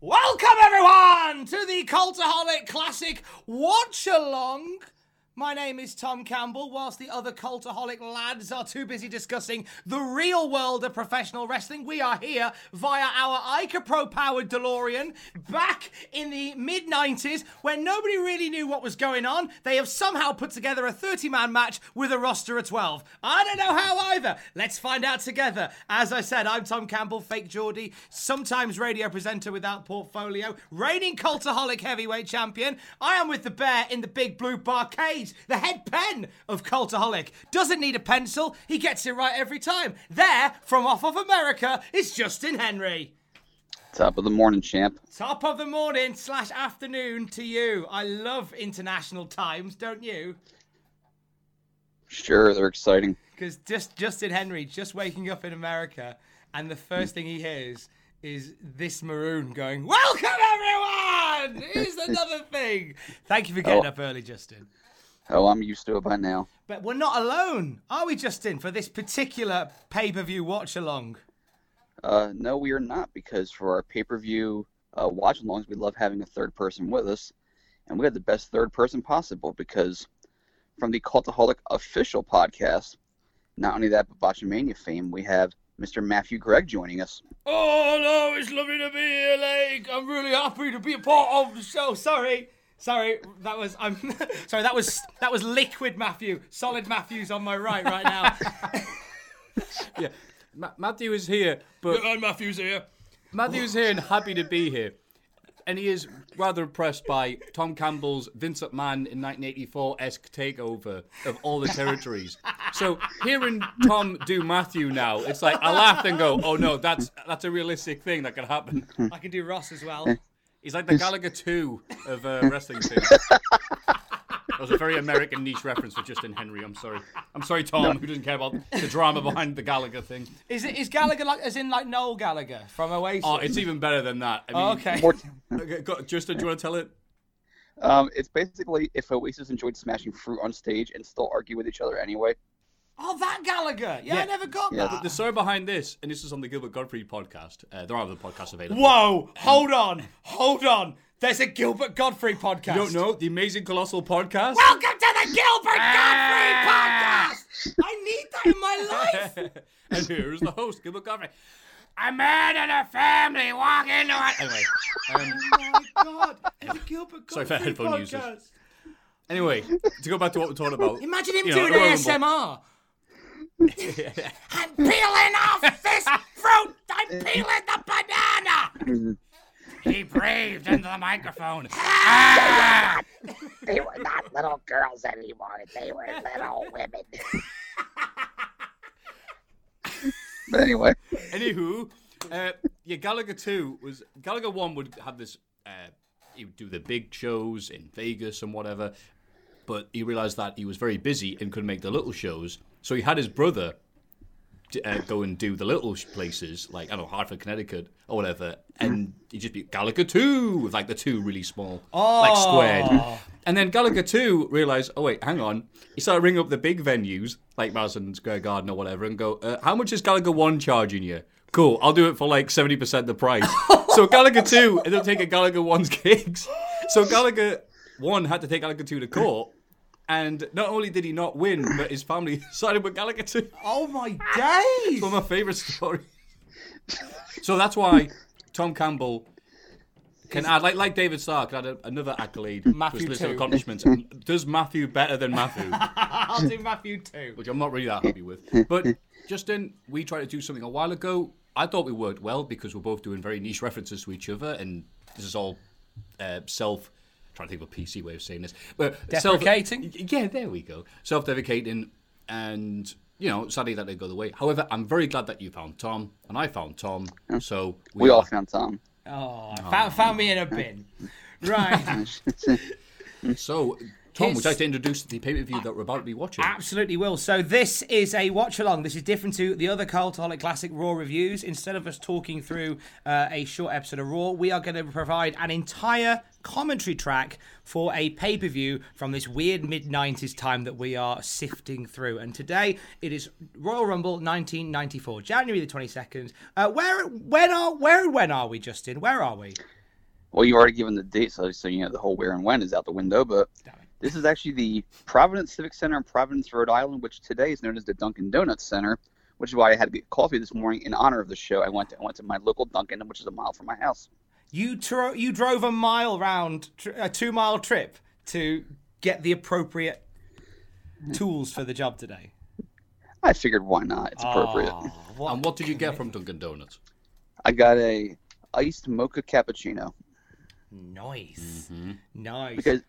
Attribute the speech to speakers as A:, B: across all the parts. A: Welcome, everyone, to the Cultaholic Classic Watch Along. My name is Tom Campbell, whilst the other cultaholic lads are too busy discussing the real world of professional wrestling. We are here via our Ica Pro powered DeLorean back in the mid 90s when nobody really knew what was going on. They have somehow put together a 30 man match with a roster of 12. I don't know how either. Let's find out together. As I said, I'm Tom Campbell, fake Geordie, sometimes radio presenter without portfolio, reigning cultaholic heavyweight champion. I am with the bear in the big blue barcade, the head pen of cultaholic. Doesn't need a pencil, he gets it right every time. There, from off of America, is Justin Henry.
B: Top of the morning, champ.
A: Top of the morning slash afternoon to you. I love international times, don't you?
B: Sure, they're exciting.
A: Because just Justin Henry just waking up in America, and the first thing he hears is this maroon going, "Welcome everyone!" Here's another thing. Thank you for getting
B: Oh.
A: up early, Justin.
B: Oh, I'm used to it by now.
A: But we're not alone, are we, Justin? For this particular pay-per-view watch along.
B: Uh, no, we are not, because for our pay per view uh, watch alongs, we love having a third person with us. And we had the best third person possible, because from the Cultaholic official podcast, not only that, but Botchamania fame, we have Mr. Matthew Gregg joining us.
A: Oh no, it's lovely to be here, like I'm really happy to be a part of the show. Sorry. Sorry, that was I'm sorry, that was that was liquid Matthew. Solid Matthew's on my right right now.
C: Yeah. Ma- Matthew is here, but
A: and Matthew's here.
C: Matthew is here and happy to be here. And he is rather impressed by Tom Campbell's Vincent Mann in 1984 esque takeover of all the territories. So hearing Tom do Matthew now, it's like I laugh and go, "Oh no, that's that's a realistic thing that can happen."
A: I can do Ross as well.
C: He's like the Gallagher two of uh, wrestling films. That was a very American niche reference for Justin Henry. I'm sorry. I'm sorry, Tom, who doesn't care about the drama behind the Gallagher thing.
A: Is it is Gallagher like as in like Noel Gallagher from Oasis?
C: Oh, it's even better than that. I mean,
A: Oh, okay.
B: More
C: Okay, go, Justin, do you want to tell it?
B: um, it's basically if Oasis enjoyed smashing fruit on stage and still argue with each other anyway.
A: Oh, that Gallagher. Yeah, I
C: Yeah.
A: never got
B: Yeah,
A: that.
C: The story behind this, and this is on the Gilbert Godfrey podcast. Uh, there are other podcasts available.
A: Whoa, hold on, hold on. There's a Gilbert Godfrey podcast.
C: You don't know the Amazing Colossal podcast?
A: Welcome to the Gilbert Godfrey podcast. I need that in my life.
C: and here is the host, Gilbert Godfrey. A man and a family walk into it. Anyway, um,
A: Oh my god, there's a Gilbert
C: Sorry
A: Godfrey
C: for headphone users.
A: podcast.
C: anyway, to go back to what we're talking about.
A: Imagine him
C: you know,
A: doing
C: a Royal Rumble.
A: ASMR. I'm peeling off this fruit. I'm peeling the banana. He breathed into the microphone.
D: They were not little girls anymore. They were little women.
B: But anyway,
C: Anywho, uh, yeah, Gallagher two was Gallagher one would have this. Uh, he would do the big shows in Vegas and whatever, but he realized that he was very busy and couldn't make the little shows. So he had his brother d- uh, go and do the little sh- places, like I don't know Hartford, Connecticut, or whatever, and he just be Gallagher two with like the two really small, like squared. And then Gallagher two realized, oh wait, hang on. He started ringing up the big venues like Madison Square Garden or whatever, and go, uh, how much is Gallagher one charging you? Cool, I'll do it for like seventy percent the price. so Gallagher two ended up taking Gallagher one's gigs. So Gallagher one had to take Gallagher two to court. And not only did he not win, but his family sided with Gallagher too
A: Oh my days!
C: one of my favourite stories. so that's why Tom Campbell can add, like like David Starr, can add a, another accolade to
A: Matthew
C: his list of
A: too.
C: accomplishments. And does Matthew better than Matthew,
A: I'll do Matthew too.
C: which I'm not really that happy with. But Justin, we tried to do something a while ago. I thought we worked well because we're both doing very niche references to each other, and this is all uh, self. Trying to think of a PC way of saying this, but self-
A: Deprecating?
C: yeah, there we go. Self deprecating and you know, sadly that didn't go the way. However, I'm very glad that you found Tom and I found Tom. So
B: we all
C: are-
B: found Tom.
A: Oh, found, found me in a bin. Right,
C: So Tom, would
A: His-
C: you like to introduce the pay per view that we're about to be watching?
A: absolutely will. So this is a watch along. This is different to the other Cultaholic Classic Raw reviews. Instead of us talking through uh, a short episode of Raw, we are going to provide an entire commentary track for a pay per view from this weird mid '90s time that we are sifting through. And today it is Royal Rumble 1994, January the 22nd. Uh, where, when are, where, and when are we, Justin? Where are we?
B: Well, you've already given the date, so, so you know the whole where and when is out the window. But
A: Damn it.
B: this is actually the Providence Civic Center in Providence, Rhode Island, which today is known as the Dunkin' Donuts Center, which is why I had to get coffee this morning in honor of the show. I went to, I went to my local Dunkin', which is a mile from my house.
A: You tro- you drove a mile round, tr- a two mile trip to get the appropriate tools for the job today.
B: I figured, why not? It's appropriate.
A: Aw,
C: And what did you get from Dunkin' Donuts?
B: I got a iced mocha cappuccino
A: Nice, Mm-hmm. nice.
B: because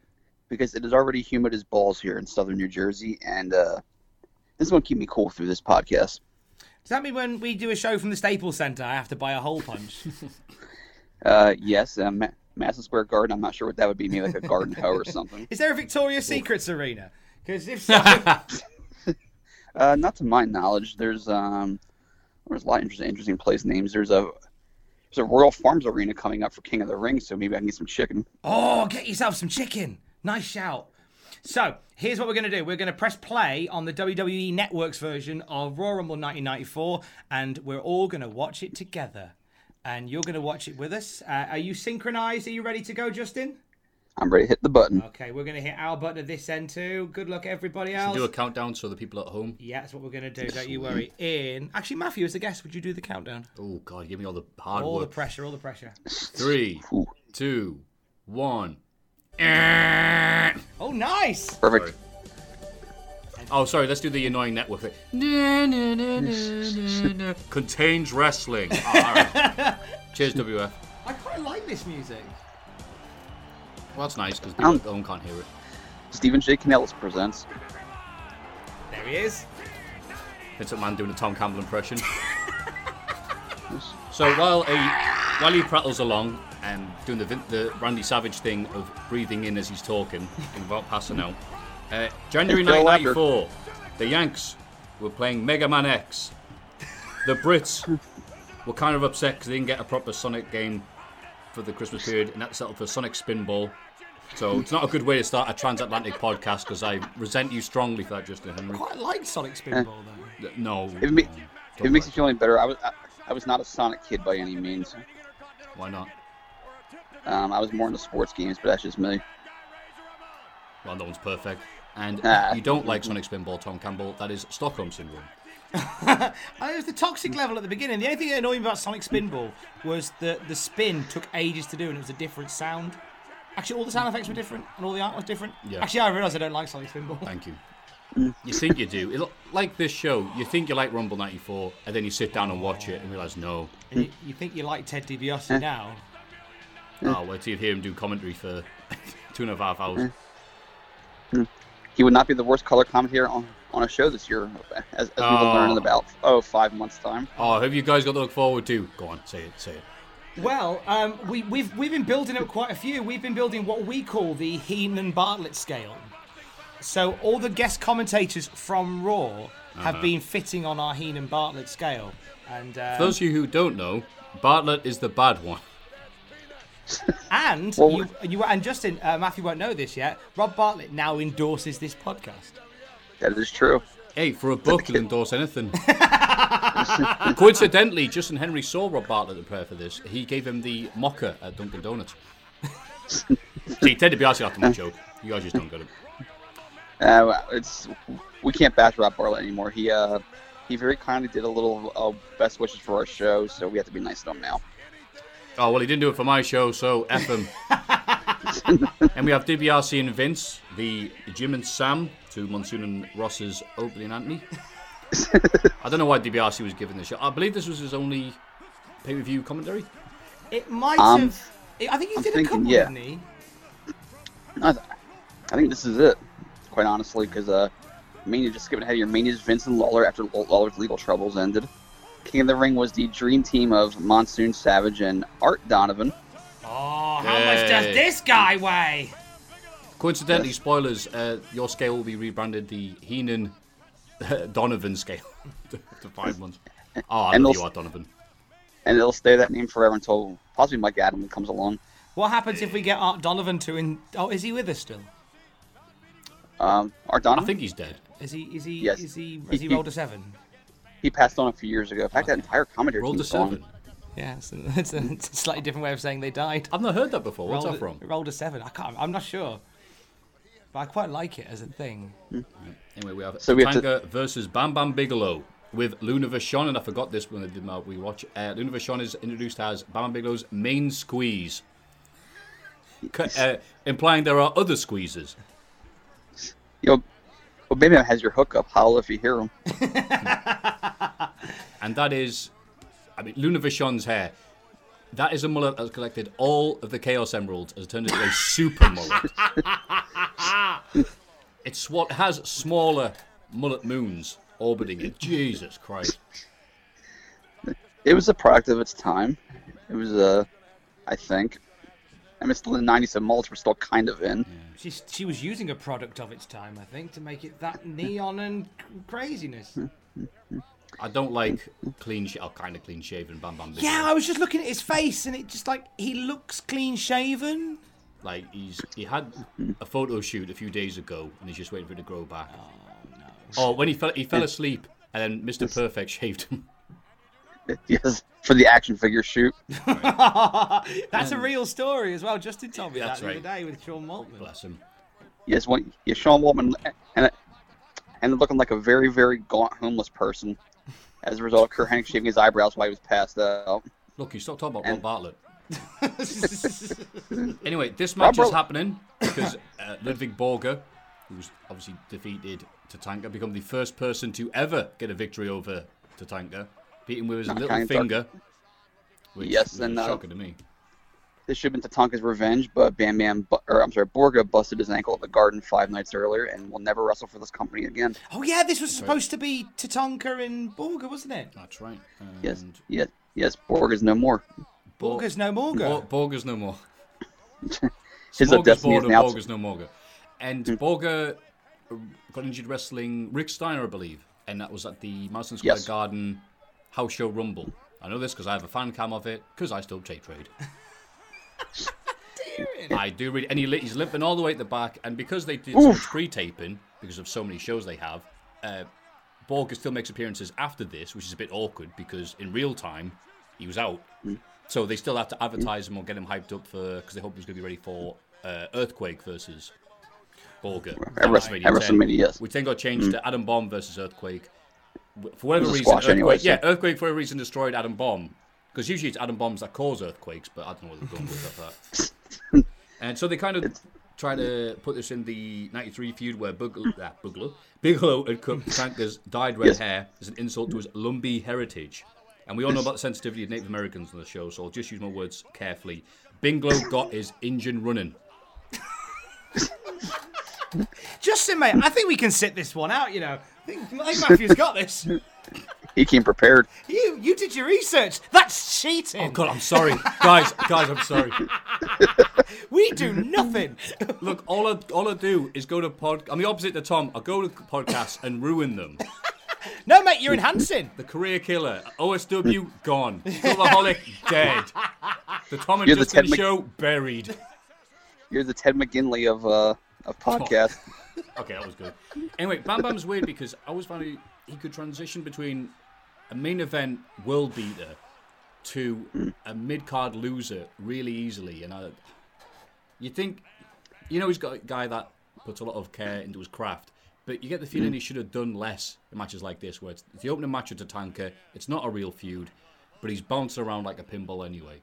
B: because it is already humid as balls here in southern New Jersey, and uh, this will keep me cool through this podcast.
A: Does that mean when we do a show from the Staples Center, I have to buy a hole punch?
B: Uh, yes, um, Ma- Madison Square Garden. I'm not sure what that would be. Maybe like a garden hoe or something.
A: Is there a Victoria's Secrets arena? Because if so,
B: Uh, not to my knowledge. There's um, there's a lot of interesting, interesting place names. There's a there's a Royal Farms Arena coming up for King of the Ring, so maybe I can get some chicken.
A: oh, get yourself some chicken. Nice shout. So here's what we're going to do. We're going to press play on the WWE Network's version of Raw Rumble 1994, and we're all going to watch it together. And you're going to watch it with us. Uh, are you synchronized? Are you ready to go, Justin?
B: I'm ready to hit the button.
A: Okay, we're going to hit our button at this end too. Good luck, everybody else.
C: Do a countdown so the people at home.
A: yeah, that's what we're going to do. Don't you worry. In actually, Matthew, as a guest, would you do the countdown?
C: Oh God, give me all the hard
A: All the
C: work.
A: pressure, all the pressure.
C: Three,
B: Ooh,
C: two, one.
A: Oh, nice.
B: perfect.
C: Oh, sorry. Let's do the annoying network thing. Na, na, na, na, na, na. Contains wrestling. Oh, all right. Cheers, WF.
A: I quite like this music.
C: Well, that's nice because people at home can't hear it.
B: Stephen J. Canellis presents.
A: There he is.
C: It's a man doing a Tom Campbell impression. so while a, while he prattles along and doing the, Vin- the Randy Savage thing of breathing in as he's talking and about passing out, uh, January
B: It's Bill
C: 1994, the Yanks were playing Mega Man X. The Brits were kind of upset because they didn't get a proper Sonic game for the Christmas period, and that settled for Sonic Spinball. So it's not a good way to start a transatlantic podcast because I resent you strongly for that, Justin Henry.
A: Quite like Sonic Spinball though.
C: No.
B: If it, ma- if it
C: no, don't
B: makes you
C: worry.
B: feel any better, I was I, I was not a Sonic kid by any means.
C: Why not?
B: Um, I was more into sports games, but that's just me.
C: Well, no one's perfect. And
B: Ah.
C: if you don't like Sonic Spinball, Tom Campbell, that is Stockholm Syndrome.
A: Uh, it was the toxic level at the beginning. The only thing that annoyed me about Sonic Spinball was that the spin took ages to do and it was a different sound. Actually, all the sound effects were different and all the art was different.
C: Yeah.
A: Actually, I realise I don't like Sonic Spinball.
C: Thank you.
B: Mm.
C: You think you do. It'll, like this show, you think you like Rumble 94, and then you sit down and watch it and realise, no.
A: And you, you think you like Ted DiBiase now?
C: Oh, wait till you hear him do commentary for two and a half hours.
B: He would not be the worst color commentator on, on a show this year, as, as we will learn in
C: Oh.
B: about oh five months time.
C: Oh, have you guys got to look forward to? Go on, say it, say it.
A: Well, um, we, we've we've been building up quite a few. We've been building what we call the Heenan Bartlett scale. So all the guest commentators from Raw
C: Uh-huh.
A: have been fitting on our Heenan Bartlett scale, and um,
C: Those of you who don't know, Bartlett is the bad one.
A: and
B: Well,
A: you, you and Justin uh, Matthew won't know this yet. Rob Bartlett now endorses this podcast.
B: That is true.
C: Hey, for a book, he'll endorse anything. Coincidentally, Justin Henry saw Rob Bartlett at prayer for this. He gave him the mocker at Dunkin' Donuts. See, Ted DiBiase after my joke. You guys just don't get it.
B: Uh, well, it's we can't bash Rob Bartlett anymore. He uh, he very kindly did a little uh, best wishes for our show, so we have to be nice to him now.
C: Oh, well, he didn't do it for my show, so F him. and we have DiBiase and Vince, the Jim and Sam to Monsoon and Ross's Oakley and Anthony. I don't know why DiBiase was given this show. I believe this was his only pay-per-view commentary.
A: It might
B: Um,
A: have. I think he
B: I'm
A: did a
B: thinking,
A: couple,
B: yeah.
A: didn't he?
B: I, th- I think this is it, quite honestly, because uh, Mania just skipping ahead of your Mania's Vince and Lawler after Law- Lawler's legal troubles ended. King of the Ring was the dream team of Monsoon Savage and Art Donovan.
A: Oh, how much does
C: Hey.
A: this guy weigh?
C: Coincidentally, spoilers, uh, your scale will be rebranded the Heenan Donovan scale after five months. Oh, I
B: And
C: love
B: they'll-
C: you are, Donovan.
B: and it'll stay that name forever until possibly Mike Adam comes along.
A: What happens if we get Art Donovan to in? Oh, is he with us still?
B: Um, Art
C: I
B: Donovan,
C: think he's dead.
A: Is he? Is he?
B: Yes.
A: Is he?
B: He-
A: Has he
B: he-
A: rolled a seven?
B: he passed on a few years ago. In fact, that entire commentary
C: Roll
B: team
C: to
B: is gone.
C: seven.
A: Yeah, it's a, it's a, it's a slightly different way of saying they died.
C: I've not heard that before. What's
A: rolled
C: that
A: a-
C: from?
A: Rolled a seven. I can't. I'm not sure, but I quite like it as a thing.
C: Anyway, we have
B: So we have to-
C: Topanga versus Bam Bam Bigelow with Luna Vachon, and I forgot this when I did my rewatch. Uh, Luna Vachon is introduced as Bam Bam Bigelow's main squeeze, C- uh, implying there are other squeezes.
B: You know, well, maybe has your hookup. Howl if you hear him.
C: and that is, I mean, Luna Vachon's hair. That is a mullet that has collected all of the Chaos Emeralds and has turned it into a super mullet. it's what has smaller mullet moons orbiting it. Jesus Christ.
B: It was a product of its time. It was uh, I think. I mean, it's still in the 90s, so mulch were still kind of in.
A: She she was using a product of its time, I think, to make it that neon and craziness.
C: I don't like clean, sh- oh, kind of clean shaven Bam Bam. Bigelow.
A: Yeah, I was just looking at his face, and it just like he looks clean shaven.
C: Like he's he had a photo shoot a few days ago, and he's just waiting for it to grow back. Oh, when he fell, he fell asleep, and then Mr. Perfect shaved him.
B: Yes, for the action figure shoot.
A: That's a real story as well. Justin told me
C: Um, That's
A: that the
C: right.
A: other day with Sean Maltman.
C: Bless him.
B: Yes, one. Yeah, Sean Waltman and ended looking like a very, very gaunt homeless person as a result of Kurt Hennig shaving his eyebrows while he was passed out.
C: Look, you stop talking about Rob
B: And-
C: Bartlett. Anyway, this match
B: Rob
C: is
B: Bar-
C: happening because uh, Ludwig Borger, who was obviously defeated Tatanka, become the first person to ever get a victory over Tatanka, beating with his
B: Not
C: little
B: kind, sorry.
C: finger. Which
B: Yes,
C: was
B: and, uh,
C: shocking to me.
B: This should have been Tatanka's revenge, but Bam Bam, bu- or I'm sorry, Borga busted his ankle at the Garden five nights earlier and will never wrestle for this company again.
A: Oh yeah, this was supposed to be Tatanka and Borga, wasn't it?
C: That's right. And
B: Yes, yes, yes, Borga's no more.
C: Bor-
A: Borga's no
C: Bor-
A: Morga.
C: Borger's no more.
B: His
C: Smorgasbord
B: destiny is
C: of
B: now.
C: Borger's no Morga. And Borger uh, got injured wrestling Rick Steiner, I believe, and that was at the Madison Square
B: Yes.
C: Garden House Show Rumble. I know this because I have a fan cam of it because I still tape trade. I do really, and he, li- he's limping all the way at the back, and because they did so much pre-taping because of so many shows they have, uh, Borger still makes appearances after this, which is a bit awkward because in real time he was out,
B: Mm.
C: so they still have to advertise him or get him hyped up for because they hope he's going to be ready for uh, Earthquake versus Borger
B: At Wrest- at WrestleMania, yes. Mm.
C: which then got changed to Adam Bomb versus Earthquake. W- For whatever
B: was a
C: reason,
B: squash
C: Earthquake,
B: anyway, so-
C: yeah, Earthquake for a reason destroyed Adam Bomb because usually it's Adam Bombs that cause earthquakes, but I don't know what they're going with that. and so they kind of try to put this in the '93 feud where Bugler, uh, Bugler, Bigelow had cut Tanker's dyed red
B: Yes.
C: hair as an insult to his Lumbee heritage. And we all know about the sensitivity of Native Americans on the show, so I'll just use my words carefully. Binglow got his engine running.
A: Justin, mate, I think we can sit this one out. You know, I think, I think Matthew's got this.
B: He came prepared.
A: You you did your research. That's cheating.
C: Oh God, I'm sorry, guys, guys, I'm sorry.
A: We do nothing.
C: Look, all I, all I do is go to pod. I'm the opposite to Tom. I go to podcasts and ruin them.
A: no, mate, you're enhancing.
C: The career killer, OSW gone, Silverholic dead, the Tom and
B: You're the
C: Justin
B: Ted Mc-
C: show buried.
B: You're the Ted McGinley of uh of podcast.
C: Okay, that was good. Anyway, Bam Bam's weird because I always found he, he could transition between a main event world beater to a mid card loser really easily. And I, you think, you know, he's got a guy that puts a lot of care into his craft, but you get the feeling he should have done less in matches like this, where it's it's the opening match of Tatanka, it's not a real feud, but he's bouncing around like a pinball anyway.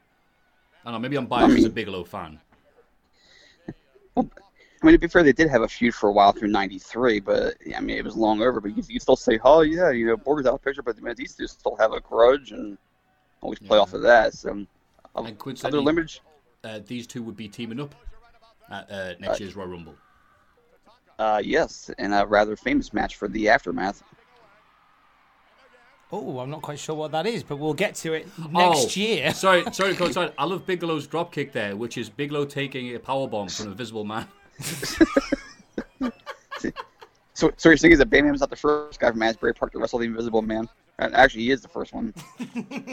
C: I don't know, maybe I'm biased as a Bigelow fan.
B: I mean, to be fair, they did have a feud for a while through '93, but I mean, it was long over. But you, you still say, "Oh yeah, you know, Borger's out of the picture," but man, these two still have a grudge and always play off of that. So, um,
C: And coincidentally-
B: other limits.
C: Uh, these two would be teaming up at uh, next year's Royal Rumble.
B: Uh, yes, and a rather famous match for the aftermath.
A: Oh, I'm not quite sure what that is, but we'll get to it next
C: Oh,
A: year.
C: sorry, sorry, coach. Sorry. I love Bigelow's drop kick there, which is Bigelow taking a power bomb from an invisible man.
B: So, so you're saying is that Bam Bam's not the first guy from Asbury Park to wrestle the Invisible Man? And actually, he is the first one.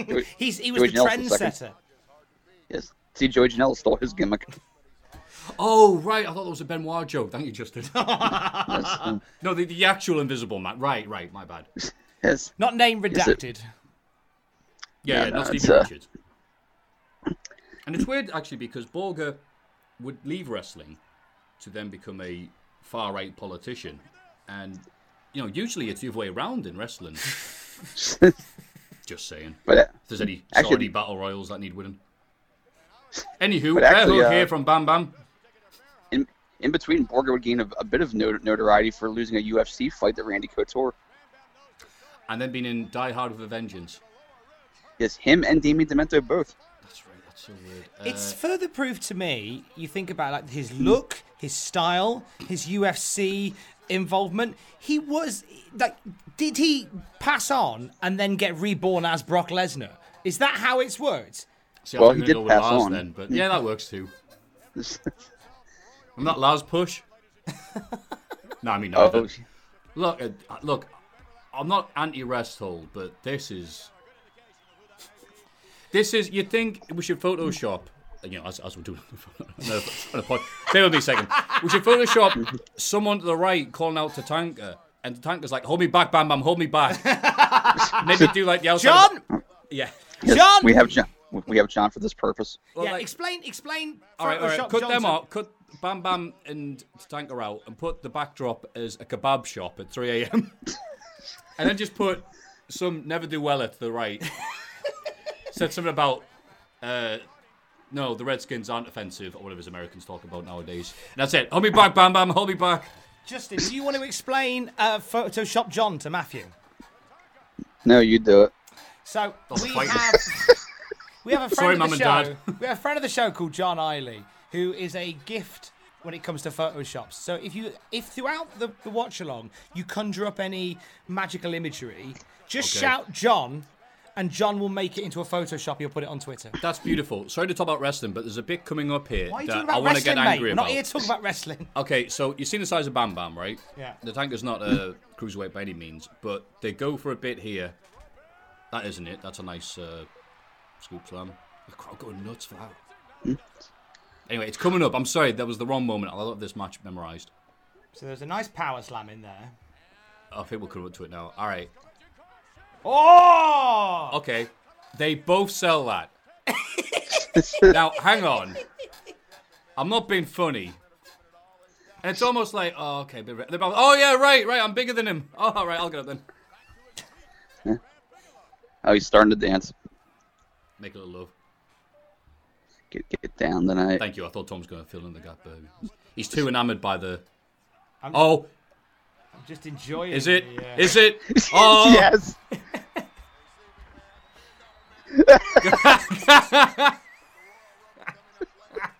B: Joey-
A: He's he was
B: Joey
A: the
B: Janela's second.
A: trendsetter.
B: Yes. See, Joey Janela stole his gimmick.
C: Oh, right. I thought that was a Benoit joke. Thank you, Justin.
B: Yes. um,
C: no, the, the actual invisible man. Right, right. My bad.
B: yes.
A: Not name
B: Is it-
A: redacted.
C: Yeah,
B: Yeah,
C: yeah
B: no,
C: not
B: it's,
C: Stevie
B: uh,
C: Richards. And it's weird actually because Borger would leave wrestling to then become a far right politician, and you know usually it's the other way around in wrestling. Just saying.
B: But uh,
C: If there's any
B: Actually-
C: Saudi battle royals that need winning. Anywho,
B: But actually,
C: Bearhook
B: uh,
C: here from Bam Bam.
B: in in between, Borger would gain a, a bit of not- notoriety for losing a UFC fight to Randy Couture.
C: And then being in Die Hard with a Vengeance.
B: Yes, him and Damien Demento both.
C: That's right, that's so weird.
A: It's further proof to me. You think about like his look, his style, his UFC involvement. He was like, did he pass on and then get reborn as Brock Lesnar? Is that how it's worked?
C: See,
B: Well,
C: I'm
B: he
C: gonna
B: did
C: go with
B: pass
C: Lars
B: on.
C: then, but yeah, that works too. I'm not Lars Push. no, I mean no.
B: oh,
C: but Look, uh, look, I'm not anti-rest hold, but this is this is. You think we should Photoshop? You know, as, as we do on a pod. Bear with me a second. We should Photoshop someone to the right calling out to Tanker, and the Tanker's like, "Hold me back, Bam Bam, hold me back." Maybe do like the outside.
A: John,
C: Yeah.
B: yes,
A: John.
B: we have John. We have John for this purpose.
C: Well,
A: yeah,
C: like-
A: explain, explain.
C: All right, all right.
A: Photoshop
C: Cut them
A: Johnson.
C: out. Cut Bam Bam and Tanker out, and put the backdrop as a kebab shop at 3 a.m. and then just put some never do well at the right. Said something about, uh, no, the Redskins aren't offensive, or whatever Americans talk about nowadays. And that's it. Hold me back, Bam Bam. Hold me back.
A: Justin, do you want to explain uh, Photoshop John to Matthew?
B: No, you do it.
A: So we
C: fight me.
A: have we have a friend
C: Sorry,
A: of the
C: Mum and
A: show.
C: Dad.
A: We have a friend of the show called John Eiley, who is a gift when it comes to photoshops. So if you if throughout the, the watch along you conjure up any magical imagery, just
C: Okay.
A: shout John, and John will make it into a Photoshop. He'll put it on Twitter.
C: That's beautiful. Sorry to talk about wrestling, but there's a bit coming up here
A: Why are you
C: that
A: talking
C: I
A: about
C: want to
A: wrestling,
C: get
A: mate?
C: angry
A: We're
C: about.
A: not here to talk about wrestling.
C: Okay, so you've seen the size of Bam Bam, right?
A: Yeah.
C: The tanker's not a cruiserweight by any means, but they go for a bit here. That isn't it. That's a nice uh, scoop slam. The crowd going nuts for that. Anyway, it's coming up. I'm sorry, that was the wrong moment. I love this match memorized.
A: So there's a nice power slam in there.
C: I think we'll come up to it now. All right.
A: Oh!
C: Okay. They both sell that. now, hang on. I'm not being funny. And it's almost like, oh, okay. They're both, oh, yeah, right, right. I'm bigger than him. Oh, all right, I'll get up then.
B: Oh, he's starting to dance.
C: Make a little love.
B: Get get down tonight.
C: Thank you. I thought Tom's going to fill in the gap. But he's too enamored by the. oh,
A: I'm just enjoying.
C: is it?
A: the, uh,
C: Is it? Oh,
B: yes.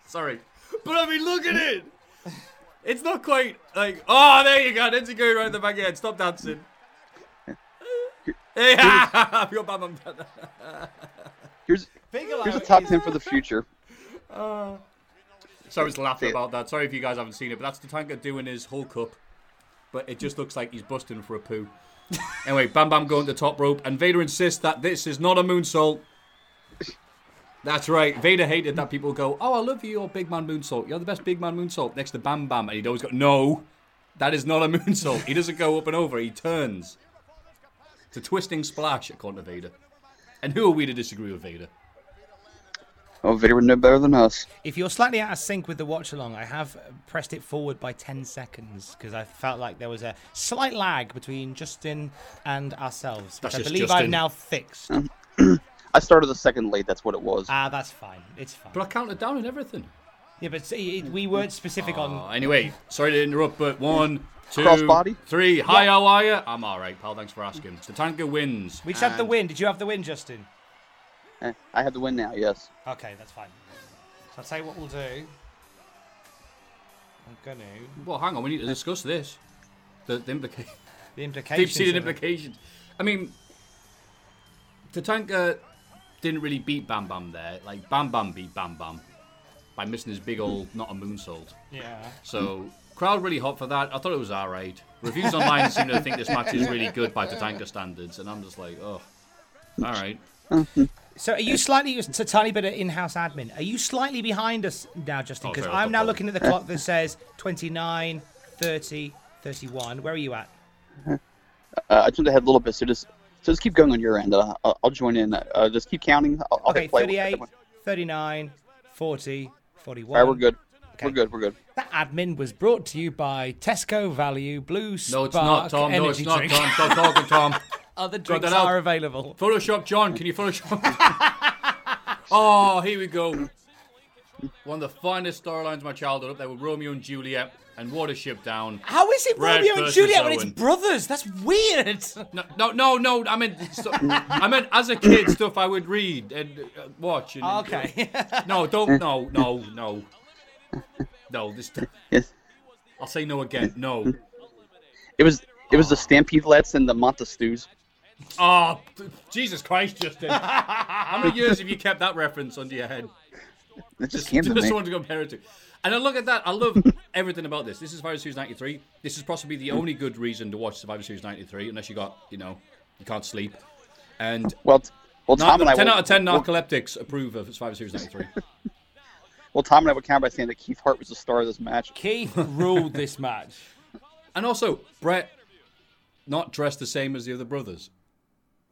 C: sorry. But I mean, look at it. It's not quite like. Oh, there you go. That's a good right in the back end. Stop dancing. Hey, I've got Bam Bam Dada.
B: Here's
A: Bigelow
B: here's a top
A: is-
B: ten for the future.
C: Sorry, I was laughing about that. Sorry if you guys haven't seen it, but that's the tanker doing his Hulk up. But it just looks like he's busting for a poo. anyway, Bam Bam going to top rope, and Vader insists that this is not a moonsault. That's right. Vader hated that people go, "Oh, I love you, your big man moonsault. You're the best big man moonsault." Next to Bam Bam, and he'd always go, "No, that is not a moonsault. He doesn't go up and over. He turns. It's a twisting splash, according to Vader. And who are we to disagree with Vader?
B: Oh, Vader would know better than us.
A: If you're slightly out of sync with the watch along, I have pressed it forward by 10 seconds because I felt like there was a slight lag between Justin and ourselves, which
C: That's
A: I
C: just
A: believe I've
C: Justin.
A: now fixed.
B: I started a second late. That's what it was.
A: Ah, that's fine. It's fine.
C: But I counted down and everything.
A: Yeah, but see, it- we weren't specific
C: Uh,
A: on.
C: anyway, sorry to interrupt, but one, two,
B: Crossbody?
C: three. Hi, how are you? I'm all right, pal. Thanks for asking. The tanker wins.
A: We just had the win. Did you have the win, Justin?
B: Eh, I have the win now. Yes.
A: Okay, that's fine. So I'll tell you what we'll do. I'm going to.
C: Well, hang on. We need to discuss this. The, the implica-
A: The implications.
C: deep-seated
A: of it.
C: implications. I mean, the tanker didn't really beat Bam Bam there. Like Bam Bam beat Bam Bam by missing his big old not a moonsault.
A: Yeah.
C: So crowd really hot for that. I thought it was all right. Reviews online seem to think this match is really good by Tatanka standards, and I'm just like, oh, all right.
A: So are you slightly just a tiny bit of in-house admin? Are you slightly behind us now, Justin?
C: Oh,
A: Because
C: sorry, I
A: I'm
C: thought
A: now
C: that was-
A: looking at the clock that says 29, 30, 31. Where are you at?
B: Uh, I turned ahead a little bit, so just so just keep going on your end. Uh, I'll, I'll join in. Uh, just keep counting. I'll, I'll
A: Okay,
B: hit play.
A: 38, 39, 40, 41.
B: All
C: Um,
B: right, we're good. We're good. We're good.
A: That admin was brought to you by Tesco Value Blue
C: No,
A: Spark
C: it's not, Tom. No, it's
A: Energy
C: not,
A: Drink.
C: Tom. Stop talking, Tom.
A: Other drinks
C: that out.
A: are available.
C: Photoshop John, can you Photoshop? oh, here we go. One of the finest storylines of my childhood up there with Romeo and Juliet and Watership Down.
A: How is it
C: Red
A: Romeo and
C: versus
A: Juliet when it's
C: Owen.
A: brothers? That's weird.
C: No, no, no, no. I mean, so, I meant as a kid stuff I would read and uh, watch. And,
A: Okay.
C: No, don't. No, no, no, no. This.
B: Yes.
C: I'll say no again. No.
B: It was it was the Stampede Lets and the Montestu's.
C: Oh, Jesus Christ, Justin! How many years have you kept that reference under your head?
B: It just
C: Just,
B: came to
C: just
B: me.
C: someone to compare it to. And I look at that. I love everything about this. This is Survivor Series '93. This is possibly the only good reason to watch Survivor Series '93, unless you got, you know, you can't sleep. And
B: Well, t- well,
C: Nar-
B: Tom and I.
C: ten
B: will-
C: out of ten
B: will-
C: narcoleptics approve of Survivor Series '93.
B: Well, Tom and I would count by saying that Keith Hart was the star of this match.
A: Keith ruled this match.
C: and also, Brett not dressed the same as the other brothers.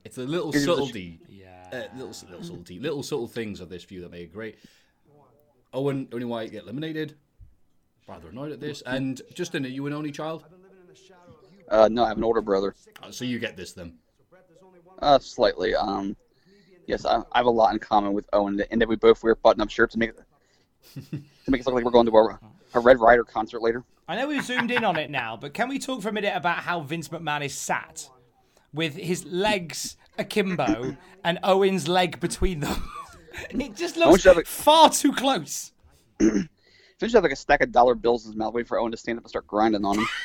C: It's a little
B: Is it the-
C: subtlety, uh,
A: Yeah.
C: little little subtlety, little subtle things of this feud that make it great. Owen only why get eliminated. Rather annoyed at this. And Justin, are you an only child?
B: Uh, no, I have an older brother.
C: Oh, so you get this then.
B: Uh, slightly. Um, yes, I, I have a lot in common with Owen, and that we both wear button-up shirts to make to make us look like we're going to a, a Red Rider concert later.
A: I know we've zoomed in on it now, but can we talk for a minute about how Vince McMahon is sat with his legs akimbo and Owen's leg between them? it just looks
B: should have a-
A: far too close.
B: So he just had like a stack of dollar bills in his mouth, waiting for Owen to stand up and start grinding on him.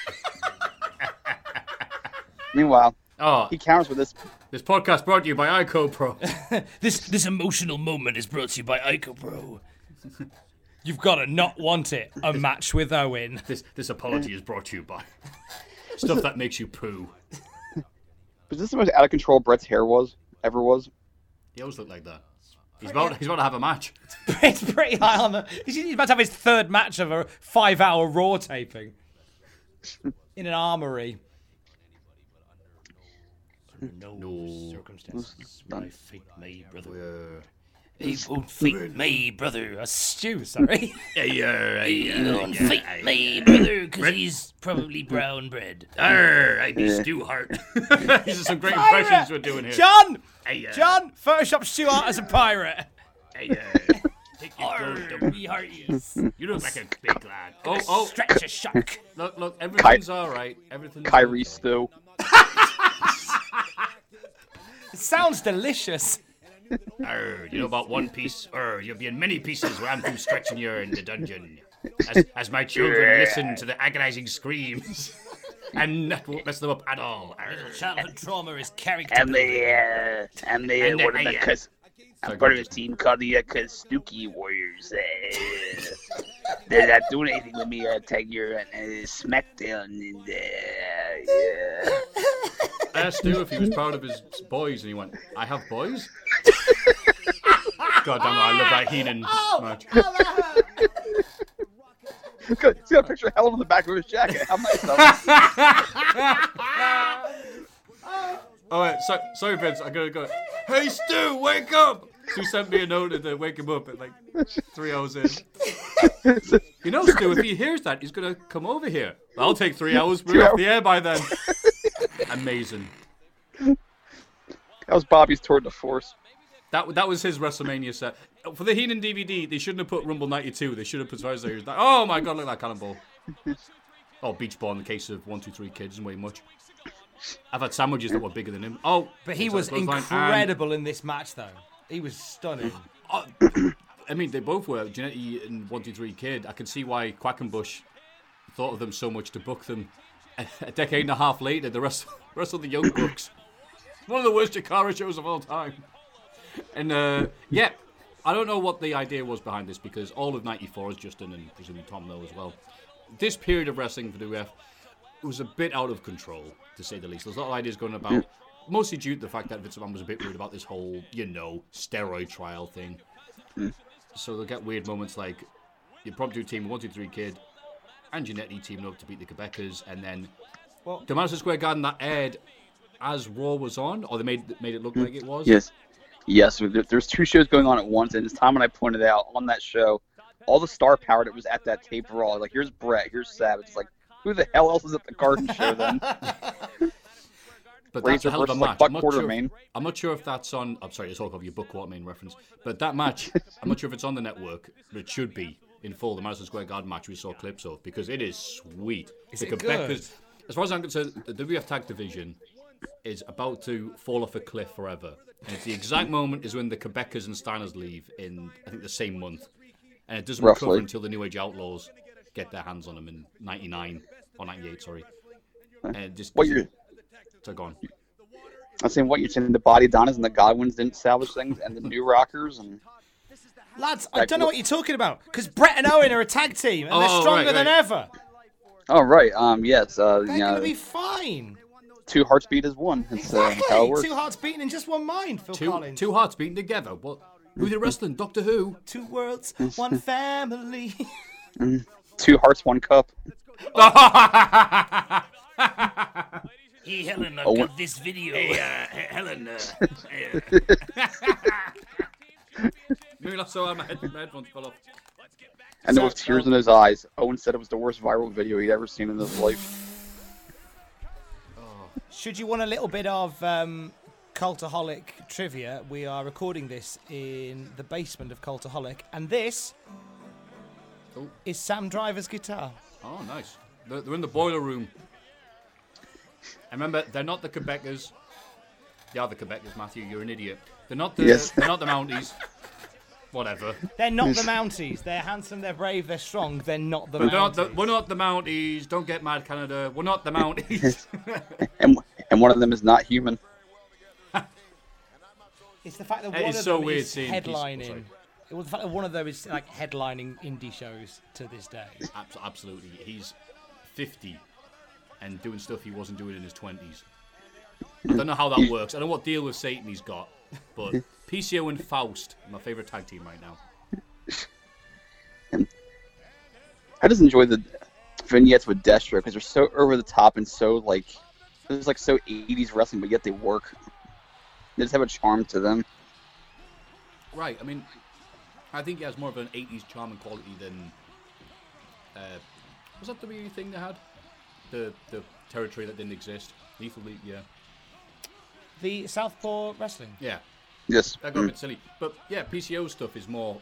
B: Meanwhile,
C: Oh,
B: he counters with this.
C: this podcast brought to you by ICO Pro.
A: This this emotional moment is brought to you by Ico Bro. You've got to not want it. A match with Owen.
C: this this apology is brought to you by stuff that makes you poo.
B: Was this the most out of control Brett's hair was ever was?
C: He always looked like that. He's about he's about to have a match.
A: It's pretty high on the. He's he's about to have his third match of a five-hour Raw taping in an armory.
E: no, Oh,
C: No.
E: circumstances
B: Done.
E: my fate may, brother.
C: Uh,
E: He won't fate me, brother.
A: A stew, sorry.
C: yeah, yeah,
E: He won't
C: yeah, yeah.
E: fate me, brother, because he's probably brown bread. Arr, I be Stu Hart.
C: These are some great impressions we're doing here.
A: John,
E: Hey, uh,
A: John, Photoshop Stuart as a pirate.
E: Hey, uh, take your gold, don't be heart You look like a big lad.
C: Oh, oh,
E: Stretch a shark.
C: look, look, everything's all right. Everything's
B: Kyrie Stu.
A: It sounds delicious.
E: Arr, you know about one piece? Arr, you'll be in many pieces when I'm through stretching you in the dungeon. As, as my children listen to the agonizing screams.
C: and that won't mess them up at all. Arr.
E: Childhood trauma is character.
D: I'm the, uh, I'm the, uh,
E: And the
D: one of the,
E: mayor.
D: cus- I'm part of a team called the uh, Kastuki Warriors. Uh, they're not doing anything with me, uh, Tiger, and uh, SmackDown, and, uh, yeah.
C: I asked Stu if he was proud of his boys, and he went, "I have boys." God damn it! I love that Heenan match.
B: Good. See that picture of Helen on the back of his jacket. How nice that was.
C: All right, so, sorry, Vince. I gotta go. Hey, Stu, wake up! Stu sent me a note to wake him up at like three hours in. You know, Stu, if he hears that, he's gonna come over here. I'll take three hours. We're off the air by then. Amazing.
B: That was Bobby's tour de force.
C: That that was his WrestleMania set. For the Heenan DVD, they shouldn't have put Rumble '92. They should have put Survivor Series. Oh my God, look at that cannonball! Oh, beach ball in the case of one, two, three kids isn't way much. I've had sandwiches that were bigger than him. Oh,
A: But he
C: it's
A: was
C: a clothesline, and-
A: incredible in this match, though. He was stunning.
C: Oh, I mean, they both were Janetti and one, two, three kid. I can see why Quackenbush thought of them so much to book them. A decade and a half later, the rest wrestled the Young Bucks. One of the worst Jakara shows of all time. And uh, yeah, I don't know what the idea was behind this because all of '94 is Justin and presumably Tom know as well. This period of wrestling for the WF was a bit out of control, to say the least. There's a lot of ideas going about, mostly due to the fact that Vince McMahon was a bit rude about this whole, you know, steroid trial thing. So they'll get weird moments like the impromptu team, one, two, three kid, and Giannetti teaming up to beat the Quebecers, and then
A: Well-
C: the Madison Square Garden that aired as Raw was on, or they made made it look like it was.
B: Yes. Yes, there- there's two shows going on at once, and as Tom and I pointed out on that show, all the star power that was at that tape were all like, "Here's Brett, here's Savage." It's like, who the hell else is at the Garden Show then?
C: But that's
B: Razor
C: a hell of a
B: versus
C: match.
B: like Buck
C: I'm, not sure,
B: Quartermain.
C: I'm not sure if that's on. I'm sorry to talk of your Buck Quartermain reference, but that match, I'm not sure if it's on the network, but it should be in full. The Madison Square Garden match we saw clips of because it is sweet. Is
A: it
C: As far as I'm concerned, the WF Tag Division is about to fall off a cliff forever, and it's the exact moment is when the Quebecers and Steiners leave in I think the same month, and it doesn't recover
B: Roughly.
C: until the New Age Outlaws get their hands on them in '99 or '98. Sorry, and it just
B: What year?
C: so gone.
B: I'm saying what you're saying. The Body Donnas and the Godwins didn't salvage things, and the New Rockers and
A: Lads, I don't know what you're talking about because Brett and Owen are a tag team and they're
C: Oh,
A: stronger
C: right,
A: than
C: right.
A: ever.
B: oh right, um yes, uh
A: They're
B: you know,
A: going to be fine.
B: two hearts beat as one. It's uh, how it
A: Exactly.
B: works.
A: Two hearts beating in just one mind, Phil
C: Two,
A: Collins.
C: two hearts beating together. What? Who they wrestling? Doctor Who?
A: Two worlds, one family.
B: Two hearts, one cup.
E: Hey, Helen, I've
B: Oh,
E: got this video. Hey, uh, he- Helen, uh, hey, uh,
C: Maybe not so. My, head, my headphones fell off.
B: And there was tears in his eyes. Owen said it was the worst viral video he'd ever seen in his life.
A: Should you want a little bit of um, cultaholic trivia, we are recording this in the basement of Cultaholic, and this
C: Oh.
A: is Sam Driver's guitar.
C: Oh, nice. They're, they're in the boiler room. And remember, they're not the Quebecers. They are the Quebecers, Matthew. You're an idiot. They're not the.
B: Yes.
C: They're not the Mounties. Whatever.
A: They're not the Mounties. They're handsome. They're brave. They're strong. They're not the
C: We're
A: Mounties.
C: not the, we're not the Mounties. Don't get mad, Canada. We're not the Mounties.
B: And and one of them is not human.
A: It's the fact that
C: It
A: one
C: is
A: of
C: so
A: them
C: weird
A: is
C: seeing people-
A: headlining.
C: sorry.
A: It was the fact that one of them is like headlining indie shows to this day.
C: Abs- absolutely. He's 50 and doing stuff he wasn't doing in his 20s. I don't know how that works. I don't know what deal with Satan he's got, but PCO and Faust, my favorite tag team right now.
B: I just enjoy the vignettes with Destro because they're so over the top and so like it's like so 80s wrestling, but yet they work. They just have a charm to them.
C: Right. I mean, I think he has more of an 80s charm and quality than. Uh, was that the WWE thing they had? The the territory that didn't exist. Lethal League, yeah.
A: The Southpaw Wrestling.
C: Yeah.
B: Yes.
C: That got a bit silly. But yeah, PCO stuff is more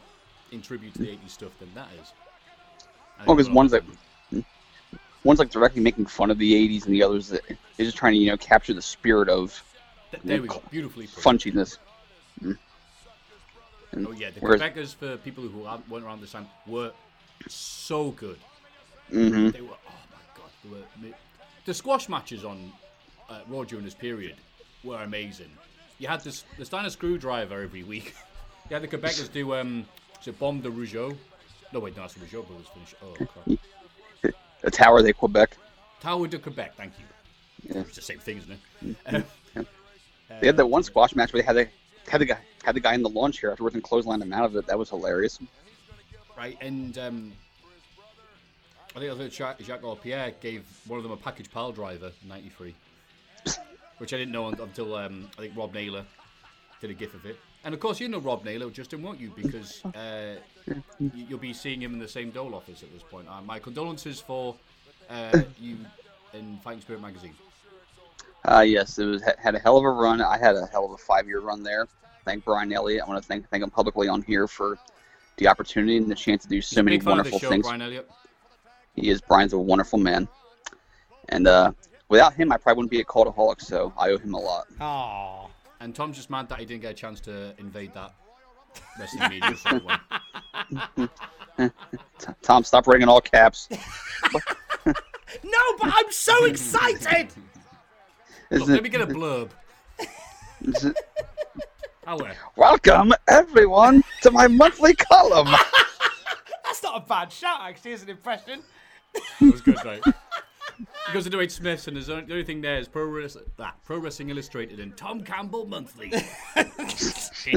C: in tribute to the 80s stuff than that is. I
B: Well,
C: think
B: 'cause
C: a lot
B: one's
C: of
B: like- One's like directly making fun of the 80s, and the other's that is just trying to you know capture the spirit of
C: Th- There we go. Beautifully put.
B: funchiness.
C: Oh yeah, the
B: Whereas-
C: Quebecers for people who aren't- weren't around this time were so good. They were oh my god, they were ma- the squash matches on uh, Raw during this period were amazing. You had this the Steiner screwdriver every week. you had the Quebecers do um to bomb de Rougeau. No wait, no, that's the Rougeau brothers finish. Oh crap.
B: The Tower de Quebec.
C: Tower de Quebec, thank you.
B: Yeah.
C: It's the same thing, isn't it?
B: They had that one squash match where they had the had the guy had the guy in the lawn chair afterwards and clotheslined him out of it. That was hilarious.
C: right? And um, I think other Jacques, Jacques or Pierre gave one of them a package pile driver in '93, which I didn't know un- until um, I think Rob Naylor did a gif of it. And of course, you know Rob Naylor, Justin, won't you?
B: Oh.
C: Because uh, y- you'll be seeing him in the same Dole office at this point. Uh, my condolences for uh, you in Fighting Spirit magazine.
B: Uh, yes, it was had a hell of a run. I had a hell of a five year run there. Thank Brian Elliott. I want to thank thank him publicly on here for the opportunity and the chance to do so many
C: Big fan of the
B: wonderful
C: show,
B: things.
C: Brian Elliott.
B: He is Brian's a wonderful man, and uh, without him, I probably wouldn't be a cultaholic. So I owe him a lot.
A: Ah.
C: And Tom's just mad that he didn't get a chance to invade that wrestling media. for everyone.
B: T- Tom, stop ringing all caps.
A: No, but I'm so excited.
C: Look,
B: Isn't
C: let me
B: it,
C: get a blurb. Oh,
B: isn't it-
C: However.
B: Welcome everyone to my monthly column.
A: That's not a bad shout, actually, as an impression.
C: It was good, mate. He goes into H. Smith's, and his own, the only thing there is Pro, Wrest- ah, Pro Wrestling Illustrated and Tom Campbell Monthly.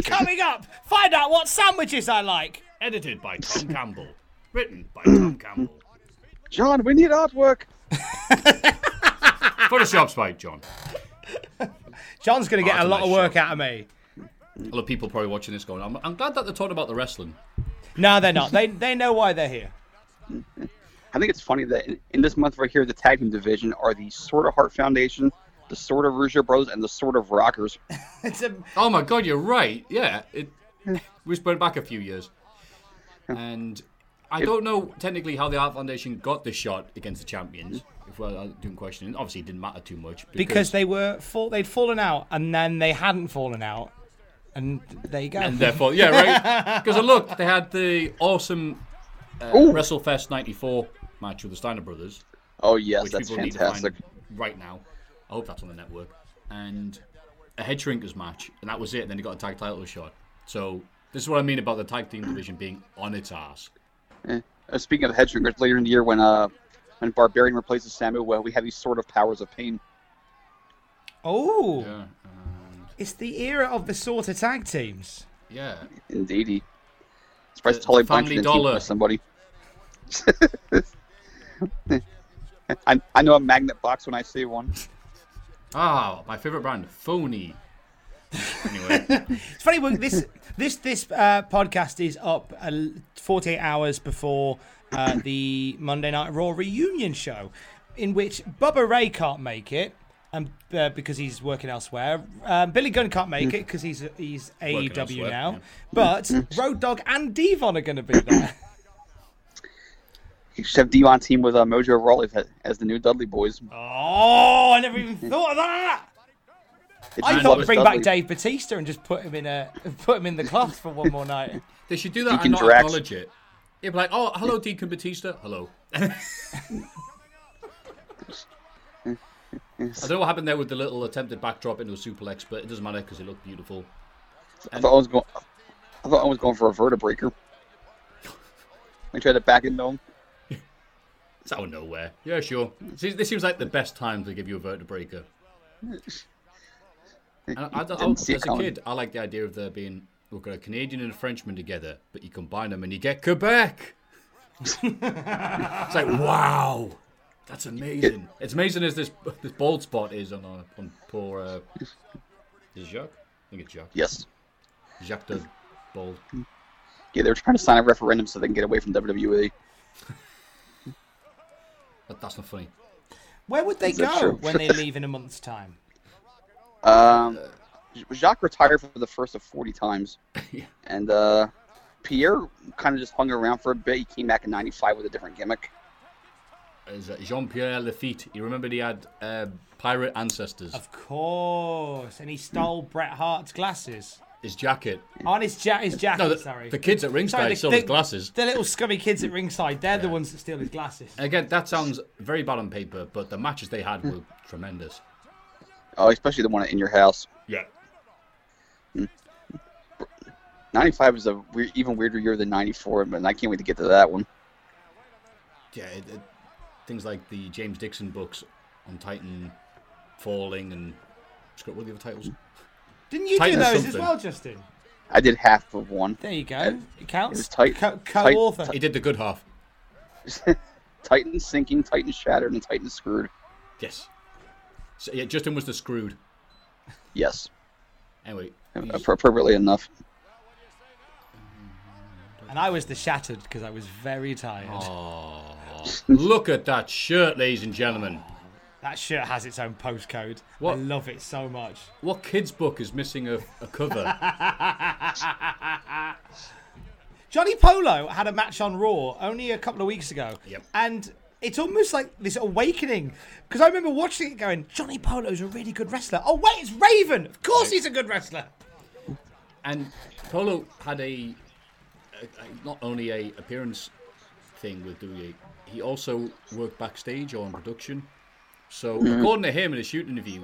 A: Coming up, find out what sandwiches I like.
C: Edited by Tom Campbell. Written by Tom Campbell.
B: John, we need artwork.
C: Photoshops by John.
A: John's going to get
C: Part
A: a
C: of
A: lot
C: my
A: of work
C: show.
A: out of me.
C: A lot of people probably watching this going, I'm, I'm glad that they're talking about the wrestling.
A: No, they're not. they they know why they're here.
B: I think it's funny that in, in this month right here, the tag team division are the Sword of Heart Foundation, the Sword of Rouge Bros, and the Sword of Rockers.
A: It's a
C: Oh my god, you're right. Yeah, it
B: Hmm.
C: we went back a few years, and I don't know technically how the Art Foundation got the shot against the champions. If we're uh, doing questioning, obviously it didn't matter too much
A: because they were fall, they'd fallen out and then they hadn't fallen out, and there you go.
C: and therefore yeah right because look they had the awesome uh, WrestleFest '94 match with the Steiner brothers,
B: Oh yes,
C: which
B: that's
C: people
B: fantastic.
C: need to find right now. I hope that's on the network and a head shrinkers match, and that was it. And then they got a tag title shot. So this is what I mean about the tag team division being on its ass.
B: Uh, speaking of head shrinkers, later in the year when uh when Barbarian replaces Samu, well, we have these sort of powers of pain.
A: oh,
C: Yeah,
A: it's the era of the sort of tag teams.
C: yeah.
B: Indeedy. Surprised
C: The-
B: Tully
C: the
B: Blanchard
C: Family
B: didn't team
C: Dollar.
B: with somebody. I, I know a magnet box when I see one.
C: Ah, my favorite brand, Phony. Anyway,
A: It's funny. well, This this this uh, podcast is up uh, 48 hours before uh, the Monday Night Raw reunion show, in which Bubba Ray can't make it, and uh, because he's working elsewhere. Um, Billy Gunn can't make it because he's he's AEW
C: elsewhere,
A: now.
C: yeah.
A: But Road Dog and Devon are going to be there.
B: You should have D on team with uh, Mojo Rawley as- as the new Dudley boys.
A: oh, I never even thought of that.
B: They
A: I
B: just
A: thought
B: love
A: bring
B: Dudley.
A: back Dave Batista and just put him in a put him in the cloth for one more night.
C: they should do that
B: Deacon
C: and not
B: Drax.
C: acknowledge it. It'd be like, oh, hello, Deacon Batista. Hello. I don't know what happened there with the little attempted backdrop into a suplex, but it doesn't matter because it looked beautiful.
B: I thought I was going. I thought I was going for a vertebraker. I tried to back into him.
C: It's out of nowhere. Yeah, sure. See, this seems like the best time to give you a vertebraker. And I, I, I,
B: Didn't
C: as
B: see
C: a
B: it coming.
C: kid, I like the idea of there being we've got a Canadian and a Frenchman together, but you combine them and you get Quebec. it's like wow, that's amazing. It's amazing as this this bald spot is on our, on poor uh, is it Jacques. I think it's Jacques.
B: Yes.
C: Jacques does bald.
B: Yeah, they were trying to sign a referendum so they can get away from E. WWE.
C: That, that's not funny.
A: Where would they
B: Is that
A: go
B: true?
A: when they leave in a month's time?
B: Um,
C: Uh,
B: Jacques retired for the first of 40 times,
C: Yeah.
B: and uh, Pierre kind of just hung around for a bit. He came back in '95 with a different gimmick.
C: Is that Jean-Pierre Lafitte? You remember he had uh, pirate ancestors.
A: Of course, and he stole Bret Hart's glasses.
C: His jacket.
A: On his, ja- his jacket,
C: No, the,
A: sorry.
C: the kids at ringside
A: Sorry, the-
C: sold
A: the-
C: his glasses.
A: The little scummy kids at ringside, they're the ones that steal his glasses.
C: Again, that sounds very bad on paper, but the matches they had were tremendous.
B: Oh, especially the one in your house.
C: Yeah.
B: '95 is a weird, even weirder year than '94, but I can't wait to get to that one.
C: Yeah, it, it- things like the James Dixon books on Titan Falling and Scott- what are the other titles?
A: Didn't you
C: Titan
A: do those as
C: something.
A: well, Justin?
B: I did half of one.
A: There you go. It counts.
B: was Tit-
A: Co-
B: Tit-
A: co-author.
C: He did the good half.
B: Titan sinking, Titan shattered, and Titan screwed.
C: Yes. So, yeah, Justin was the screwed.
B: Yes,
C: Anyway, he's-
B: appropriately enough.
A: and I was the shattered because I was very tired.
C: Oh. look at that shirt, ladies and gentlemen.
A: That shirt has its own postcode. I
C: What-
A: love it so much.
C: What kids' book is missing a, a cover?
A: Johnny Polo had a match on Raw only a couple of weeks ago.
C: Yep.
A: And it's almost like this awakening because I remember watching it going, Johnny Polo's a really good wrestler. Oh, wait, it's Raven. Of course he's a good wrestler.
C: And Polo had a, a, a not only a appearance thing with Dewey, he also worked backstage or in production. So according to him in a shoot interview,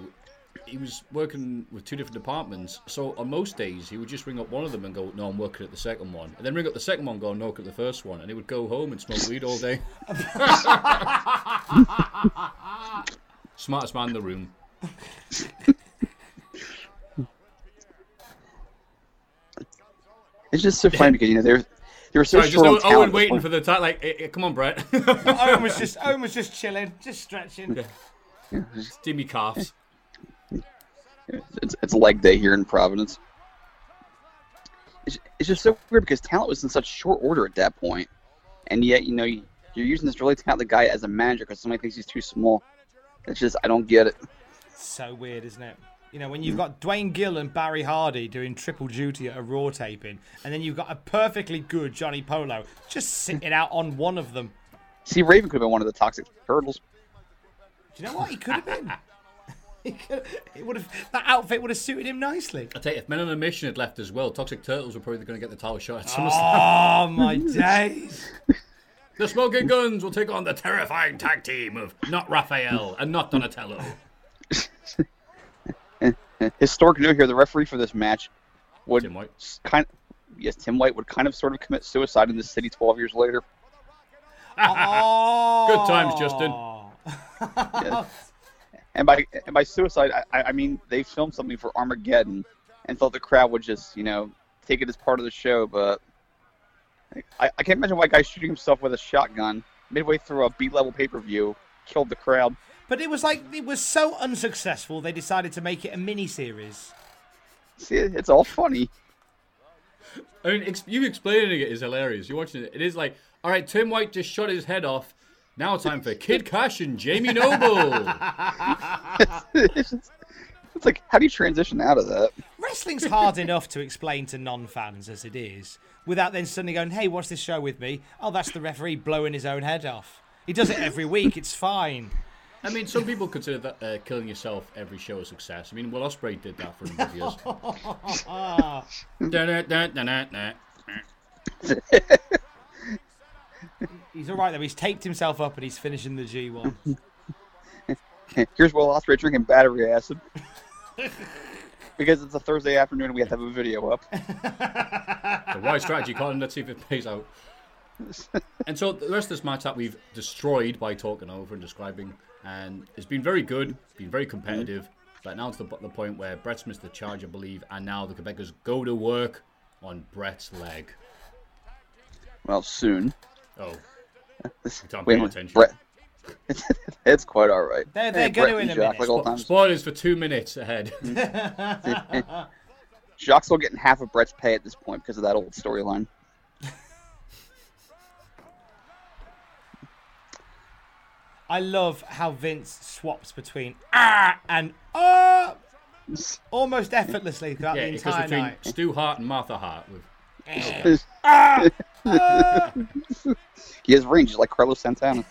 C: he was working with two different departments. So on most days, he would just ring up one of them and go, "No, I'm working at the second one," and then ring up the second one, and go, "No, work at the first one," and he would go home and smoke weed all day. Smartest man in the room.
B: It's just so funny because you know they're they were so
C: Right, just
B: short on
C: Owen,
B: talent.
C: Owen waiting for the title. Like, "Eh, eh, come on, Brett.
A: Owen was just Owen was just chilling, just stretching.
C: Steamy calves.
B: It's, it's leg day here in Providence. it's, it's just so weird because talent was in such short order at that point, and yet you know you, you're using this really talented guy as a manager because somebody thinks he's too small. It's just I don't get it.
A: So weird, isn't it? You know, when you've got Dwayne Gill and Barry Hardy doing triple duty at a Raw taping, and then you've got a perfectly good Johnny Polo just sitting out on one of them.
B: See, Raven could have been one of the toxic turtles.
A: Do you know what? He could have been. He could, it would have that outfit would have suited him nicely.
C: I tell you, if Men on a Mission had left as well, Toxic Turtles were probably going to get the title shot at SummerSlam.
A: Oh my days!
C: The Smoking Guns will take on the terrifying tag team of not Raphael and not Donatello.
B: Historic note here: the referee for this match would
C: Tim White.
B: s- kind. yes, Tim White would kind of sort of commit suicide in this city 12 years later.
A: Oh,
C: Good times, Justin.
B: And by and by suicide, I- I, I mean they filmed something for Armageddon, and thought the crowd would just you know take it as part of the show. But I, I can't imagine why a guy shooting himself with a shotgun midway through a B-level pay-per-view killed the crowd.
A: But it was like it was so unsuccessful. They decided to make it a mini series.
B: See, it's all funny.
C: I mean, ex- you explaining it is hilarious. You're watching it. It is like, all right, Tim White just shot his head off. Now time for Kid Cash and Jamie Noble.
B: it's, just- it's like, how do you transition out of that?
A: Wrestling's hard enough to explain to non-fans as it is, without then suddenly going, "Hey, watch this show with me." Oh, that's the referee blowing his own head off. He does it every week. It's fine.
C: I mean, some people consider that uh, killing yourself every show a success. I mean, Will Ospreay did that for a number of years.
A: Ah,
C: Da-da-da-da-da-da.
A: he's all right though. He's taped himself up and he's finishing the G1.
B: Here's Will Ospreay drinking battery acid. because it's a Thursday afternoon and we have to have a video up.
C: the wise strategy, Colin. Let's see if it pays out. and so the rest of this match that we've destroyed by talking over and describing, and it's been very good, been very competitive. But now it's the, the point where Brett's missed the charge, I believe, and now the Quebecers go to work on Brett's leg.
B: Well, soon.
C: Oh, Don't pay
B: Wait,
C: attention.
B: Brett. it's quite all right.
A: They're- they're
B: Brett
A: gonna in
B: and
A: a
B: Jacques,
A: minute.
B: Like old times.
C: spoilers for two minutes ahead.
B: Jacques still getting half of Brett's pay at this point because of that old storyline.
A: I love how Vince swaps between ah and ah almost effortlessly throughout
C: yeah,
A: the
C: it goes
A: entire
C: between
A: night.
C: Stu Hart and Martha Hart. With,
B: He has range, he's like Carlos Santana.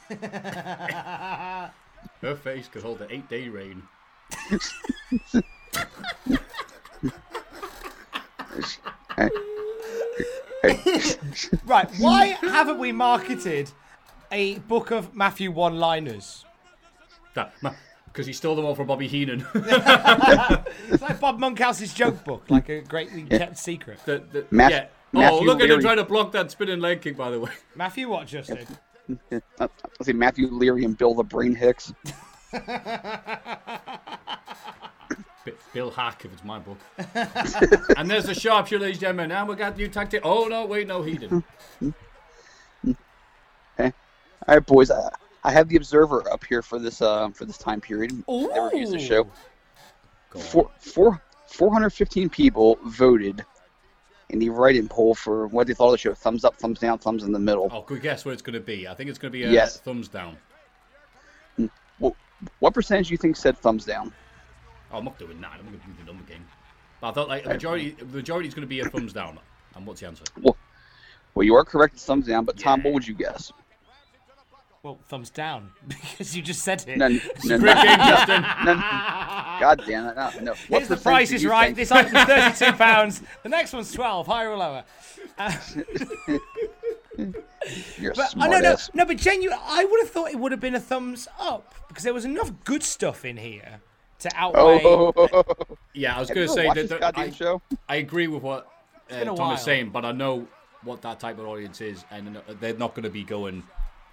C: her face could hold an eight-day rain.
A: Right, why haven't we marketed a book of Matthew one-liners?
C: Because he stole them all from Bobby Heenan.
A: It's like Bob Monkhouse's joke book, like a greatly kept secret.
C: The- the-
B: Math-
C: yeah. oh,
B: Matthew
C: look at him
B: Leary.
C: trying to block that spinning leg kick, by the way.
A: Matthew, what, Justin?
B: Uh, I see Matthew Leary and Bill the Brain Hicks.
C: B- Bill Hack, if it's my book. and there's the sharpshooter, ladies and gentlemen. And we got new tactic. Oh, no, wait, no, he didn't.
B: All right, boys. I, I have the Observer up here for this um, for this time period. They reviews the show.
C: Go on.
B: Four, four, 415 people voted in the write-in poll for what they thought of the show. Thumbs up, thumbs down, thumbs in the middle.
C: Oh, could guess what it's going to be? I think it's going to be a
B: Yes.
C: thumbs down.
B: What, what percentage do you think said thumbs down?
C: Oh, I'm not doing that. I'm going to do the number game. But I thought like the majority, the majority is going to be a thumbs down. And what's the answer?
B: Well, you are correct. It's thumbs down. But Tom, what would you guess?
A: Well, thumbs down, because you just said it.
B: None. None.
C: Great game, Justin.
B: God damn it! No. no. What
A: Here's the
B: percentage
A: price
B: do
A: is
B: you
A: right.
B: think-
A: This item's thirty-two pounds. The next one's twelve, higher or lower.
B: You're a
A: But I no, no,
B: smartass.
A: no. But genuine, I would have thought it would have been a thumbs up because there was enough good stuff in here to outweigh.
B: Oh,
C: Yeah, I was
B: you
C: going to
B: ever
C: say
B: watch
C: that.
B: this
C: that
B: goddamn
C: I,
B: show?
C: I agree with what uh,
A: been a
C: Tom
A: while.
C: is saying, but I know what that type of audience is, and they're not- they're not going to be going,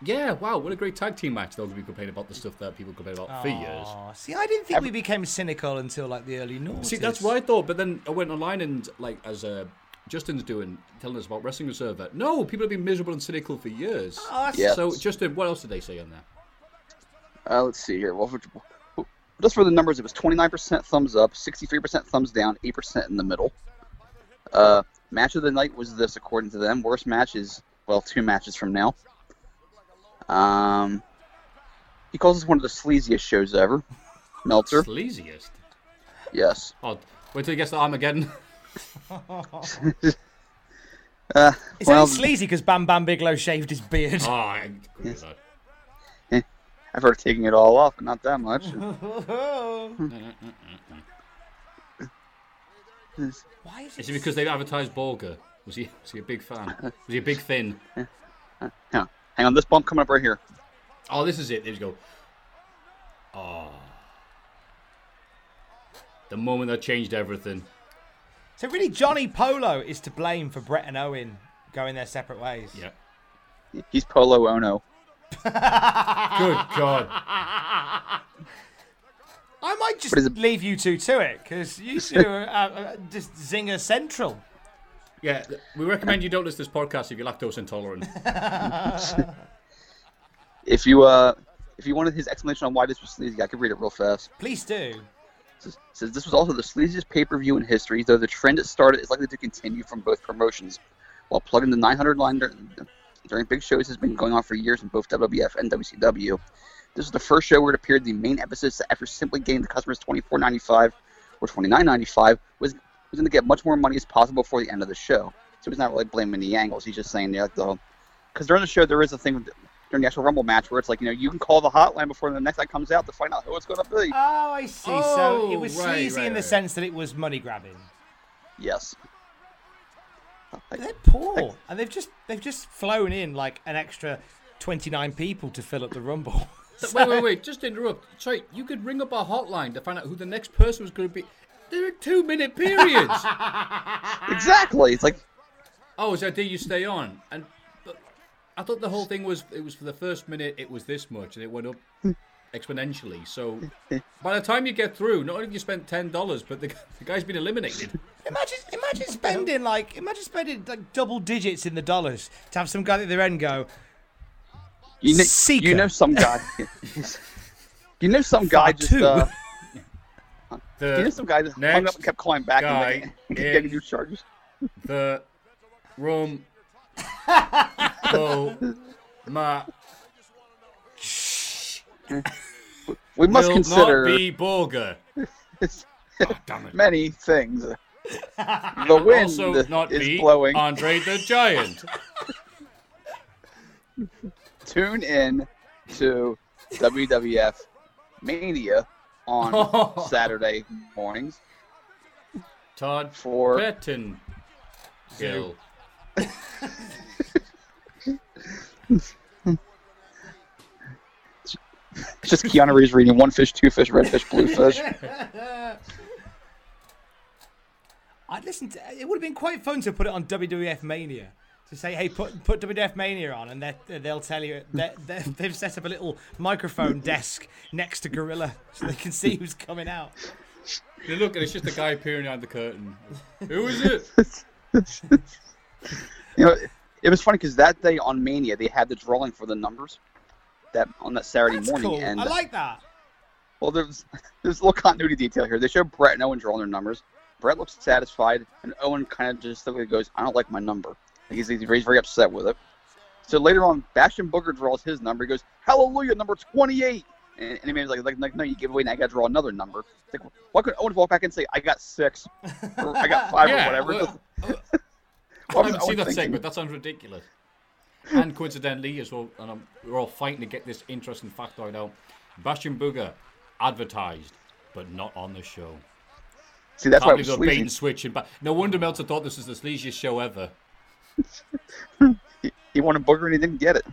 C: "Yeah, wow, what a great tag team match." They're going to be complaining about the stuff that people complain about for years.
A: Aw, Ah, see, I didn't think we became cynical until like the early noughties.
C: See, that's what I thought, but then I went online and like as uh, Justin's doing, telling us about Wrestling Observer. no, people have been miserable and cynical for years.
A: Oh, that's-
B: Yeah.
C: So, Justin, what else did they say on that?
B: Uh, let's see here. Well, for, just for the numbers, it was 29% thumbs up, 63% thumbs down, 8% in the middle. Uh, Match of the night was this, according to them. Worst match is, well, two matches from now. Um, he calls this one of the sleaziest shows ever. Meltzer,
C: Sleaziest.
B: yes.
C: Oh, wait till he gets to Armageddon.
B: Uh,
A: It's
B: well,
A: only sleazy because Bam Bam Bigelow shaved his beard.
C: Oh, I agree with that.
B: I've heard taking it all off, but not that much.
A: Oh. Why is
C: Is it because they advertised Borger? Was he was he a big fan? Was he a big Finn?
B: Hang on, hang on. This bump coming up right here.
C: Oh, this is it. There you go. Oh. The moment that changed everything.
A: So really, Johnny Polo is to blame for Brett and Owen going their separate ways.
C: Yeah.
B: He's Polo Ono.
C: Good God.
A: I might just
B: But is it-
A: leave you two to it because you two are uh, uh, just zinger central.
C: Yeah, we recommend you don't listen to this podcast if you're lactose intolerant.
B: If you uh, if you wanted his explanation on why this was sleazy, I could read it real fast.
A: Please do.
B: says, says this was also the sleaziest pay-per-view in history, though the trend it started is likely to continue from both promotions. While plugging the 900 line dur- during big shows has been going on for years in both WWF and WCW. This was the first show where it appeared the main emphasis after simply getting the customers 24.95 or 29.95 was was going to get much more money as possible before the end of the show. So he's not really blaming the angles. He's just saying like the because during the show there is a thing with- during the actual Rumble match where it's like you know you can call the hotline before the next guy comes out to find out who it's going to be.
A: Oh, I see. so it
C: Oh,
A: was
C: right,
A: sleazy
C: right,
A: in the
C: right.
A: sense that it was money grabbing.
B: Yes.
A: They're poor, and they've just they've just flown in like an extra twenty nine people to fill up the rumble.
C: wait, wait, wait. Just to interrupt. Sorry, you could ring up our hotline to find out who the next person was going to be. There are two minute periods.
B: Exactly. It's like
C: oh, is that day you stay on? And but I thought the whole thing was it was for the first minute it was this much and it went up exponentially. So by the time you get through, not only have you spent ten dollars, but the, the guy's been eliminated.
A: Imagine, imagine spending like imagine spending like double digits in the dollars to have some guy at their end go.
B: you know,
A: Seeker.
B: you know some guy. you know some guy just.
A: two.
B: Uh, you know
C: The
B: some guy just hung
C: Next
B: up and kept calling back and
C: guy
B: making- and getting
C: is-
B: new charges.
C: the room. oh my!
B: We must
C: will
B: consider
C: not be Borger.
B: many things. The wind
C: also not
B: is
C: be
B: blowing.
C: Andre the Giant.
B: Tune in to WWF Mania on Saturday mornings
C: Todd
B: for
C: Petton. Gill.
B: it's just Keanu Reeves reading one fish, two fish, red fish, blue fish.
A: I'd listen to. It would have been quite fun to put it on WWF Mania to say, "Hey, put put WWF Mania on," and they they'll tell you they they- they've set up a little microphone desk next to Gorilla so they can see who's coming out.
C: You look, and it's just a guy peering behind the curtain. Who is it?
B: you know, it was funny because that day on Mania they had the drawing for the numbers that on that Saturday
A: That's
B: morning,
A: cool.
B: and
A: I like that.
B: well, there's there's a little continuity detail here. They show Brett and Owen drawing their numbers. Brett looks satisfied, and Owen kind of just literally goes, "I don't like my number." Like he's, he's very very upset with it. So later on, Bastion Booker draws his number. He goes, "Hallelujah, number 28." And, and he was like, like, like, no, you give away, and I got to draw another number. It's like, why could Owen walk back and say, "I got six, or "I got five,
C: Yeah,
B: or whatever"?
C: well,
B: Why
C: I
B: was Owen
C: haven't seen that
B: thinking?
C: segment. That sounds ridiculous. And coincidentally, as well, and um we're all fighting to get this interesting factoid out. Bastion Booger advertised, but not on the show.
B: See, that's why it
C: Can't believe
B: was
C: they were bait
B: sleazy.
C: and switch. And ba- no wonder Meltzer thought this was the sleaziest show ever.
B: He wanted Booker, and he didn't get it.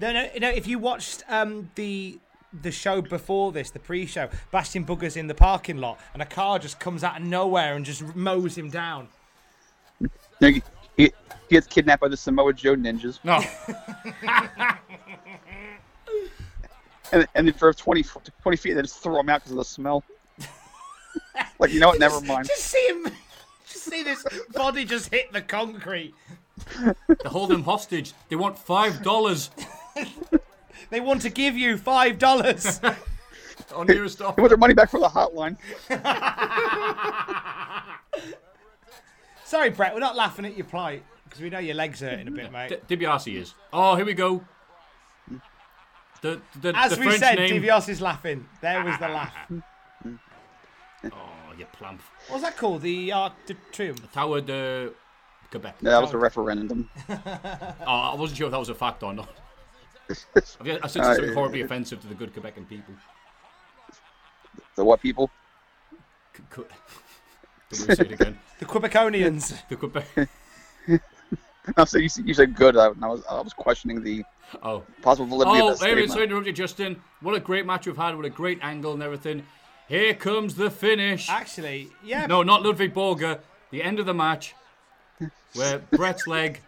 A: No, no, no. If you watched um, the the show before this, the pre-show, Bastion Booger's in the parking lot, and a car just comes out of nowhere and just mows him down.
B: No, he, he gets kidnapped by the Samoa Joe ninjas,
C: No,
B: and, and they throw 20, f- 20 feet, and they just throw him out because of the smell. like, you know what? Never mind.
A: Just see him. Just see this body just hit the concrete.
C: they hold him hostage. They want five dollars
A: They want to give you five dollars.
C: on nearest
B: They
C: offer.
B: want their money back for the hotline.
A: Sorry, Brett, we're not laughing at your plight because we know your legs hurting a bit, mate.
C: D- DiBiase is. Oh, here we go. The the,
A: As
C: the
A: we
C: French
A: said,
C: name.
A: DiBiase is laughing. There was the laugh.
E: Oh, you plump.
A: What's that called? The Arc de Triomphe.
C: Tower de uh, Quebec.
B: No, that was a referendum.
C: Oh, I wasn't sure if that was a fact or not. I've, I've said
B: Uh,
C: something horribly offensive to the good Quebecan people.
B: The what people?
C: C- c- I'm gonna say it again.
A: The Quebeconians.
C: The Quebec.
B: I said you, said- you said good. uh, I, I was I was questioning the
C: Oh.
B: possible validity
C: Oh,
B: of that
C: wait a
B: statement.
C: minute, sorry to interrupt you, Justin. What a great match we've had. What a great angle and everything. Here comes the finish.
A: Actually, yeah.
C: No, not Ludwig Borger. The end of the match where Brett's leg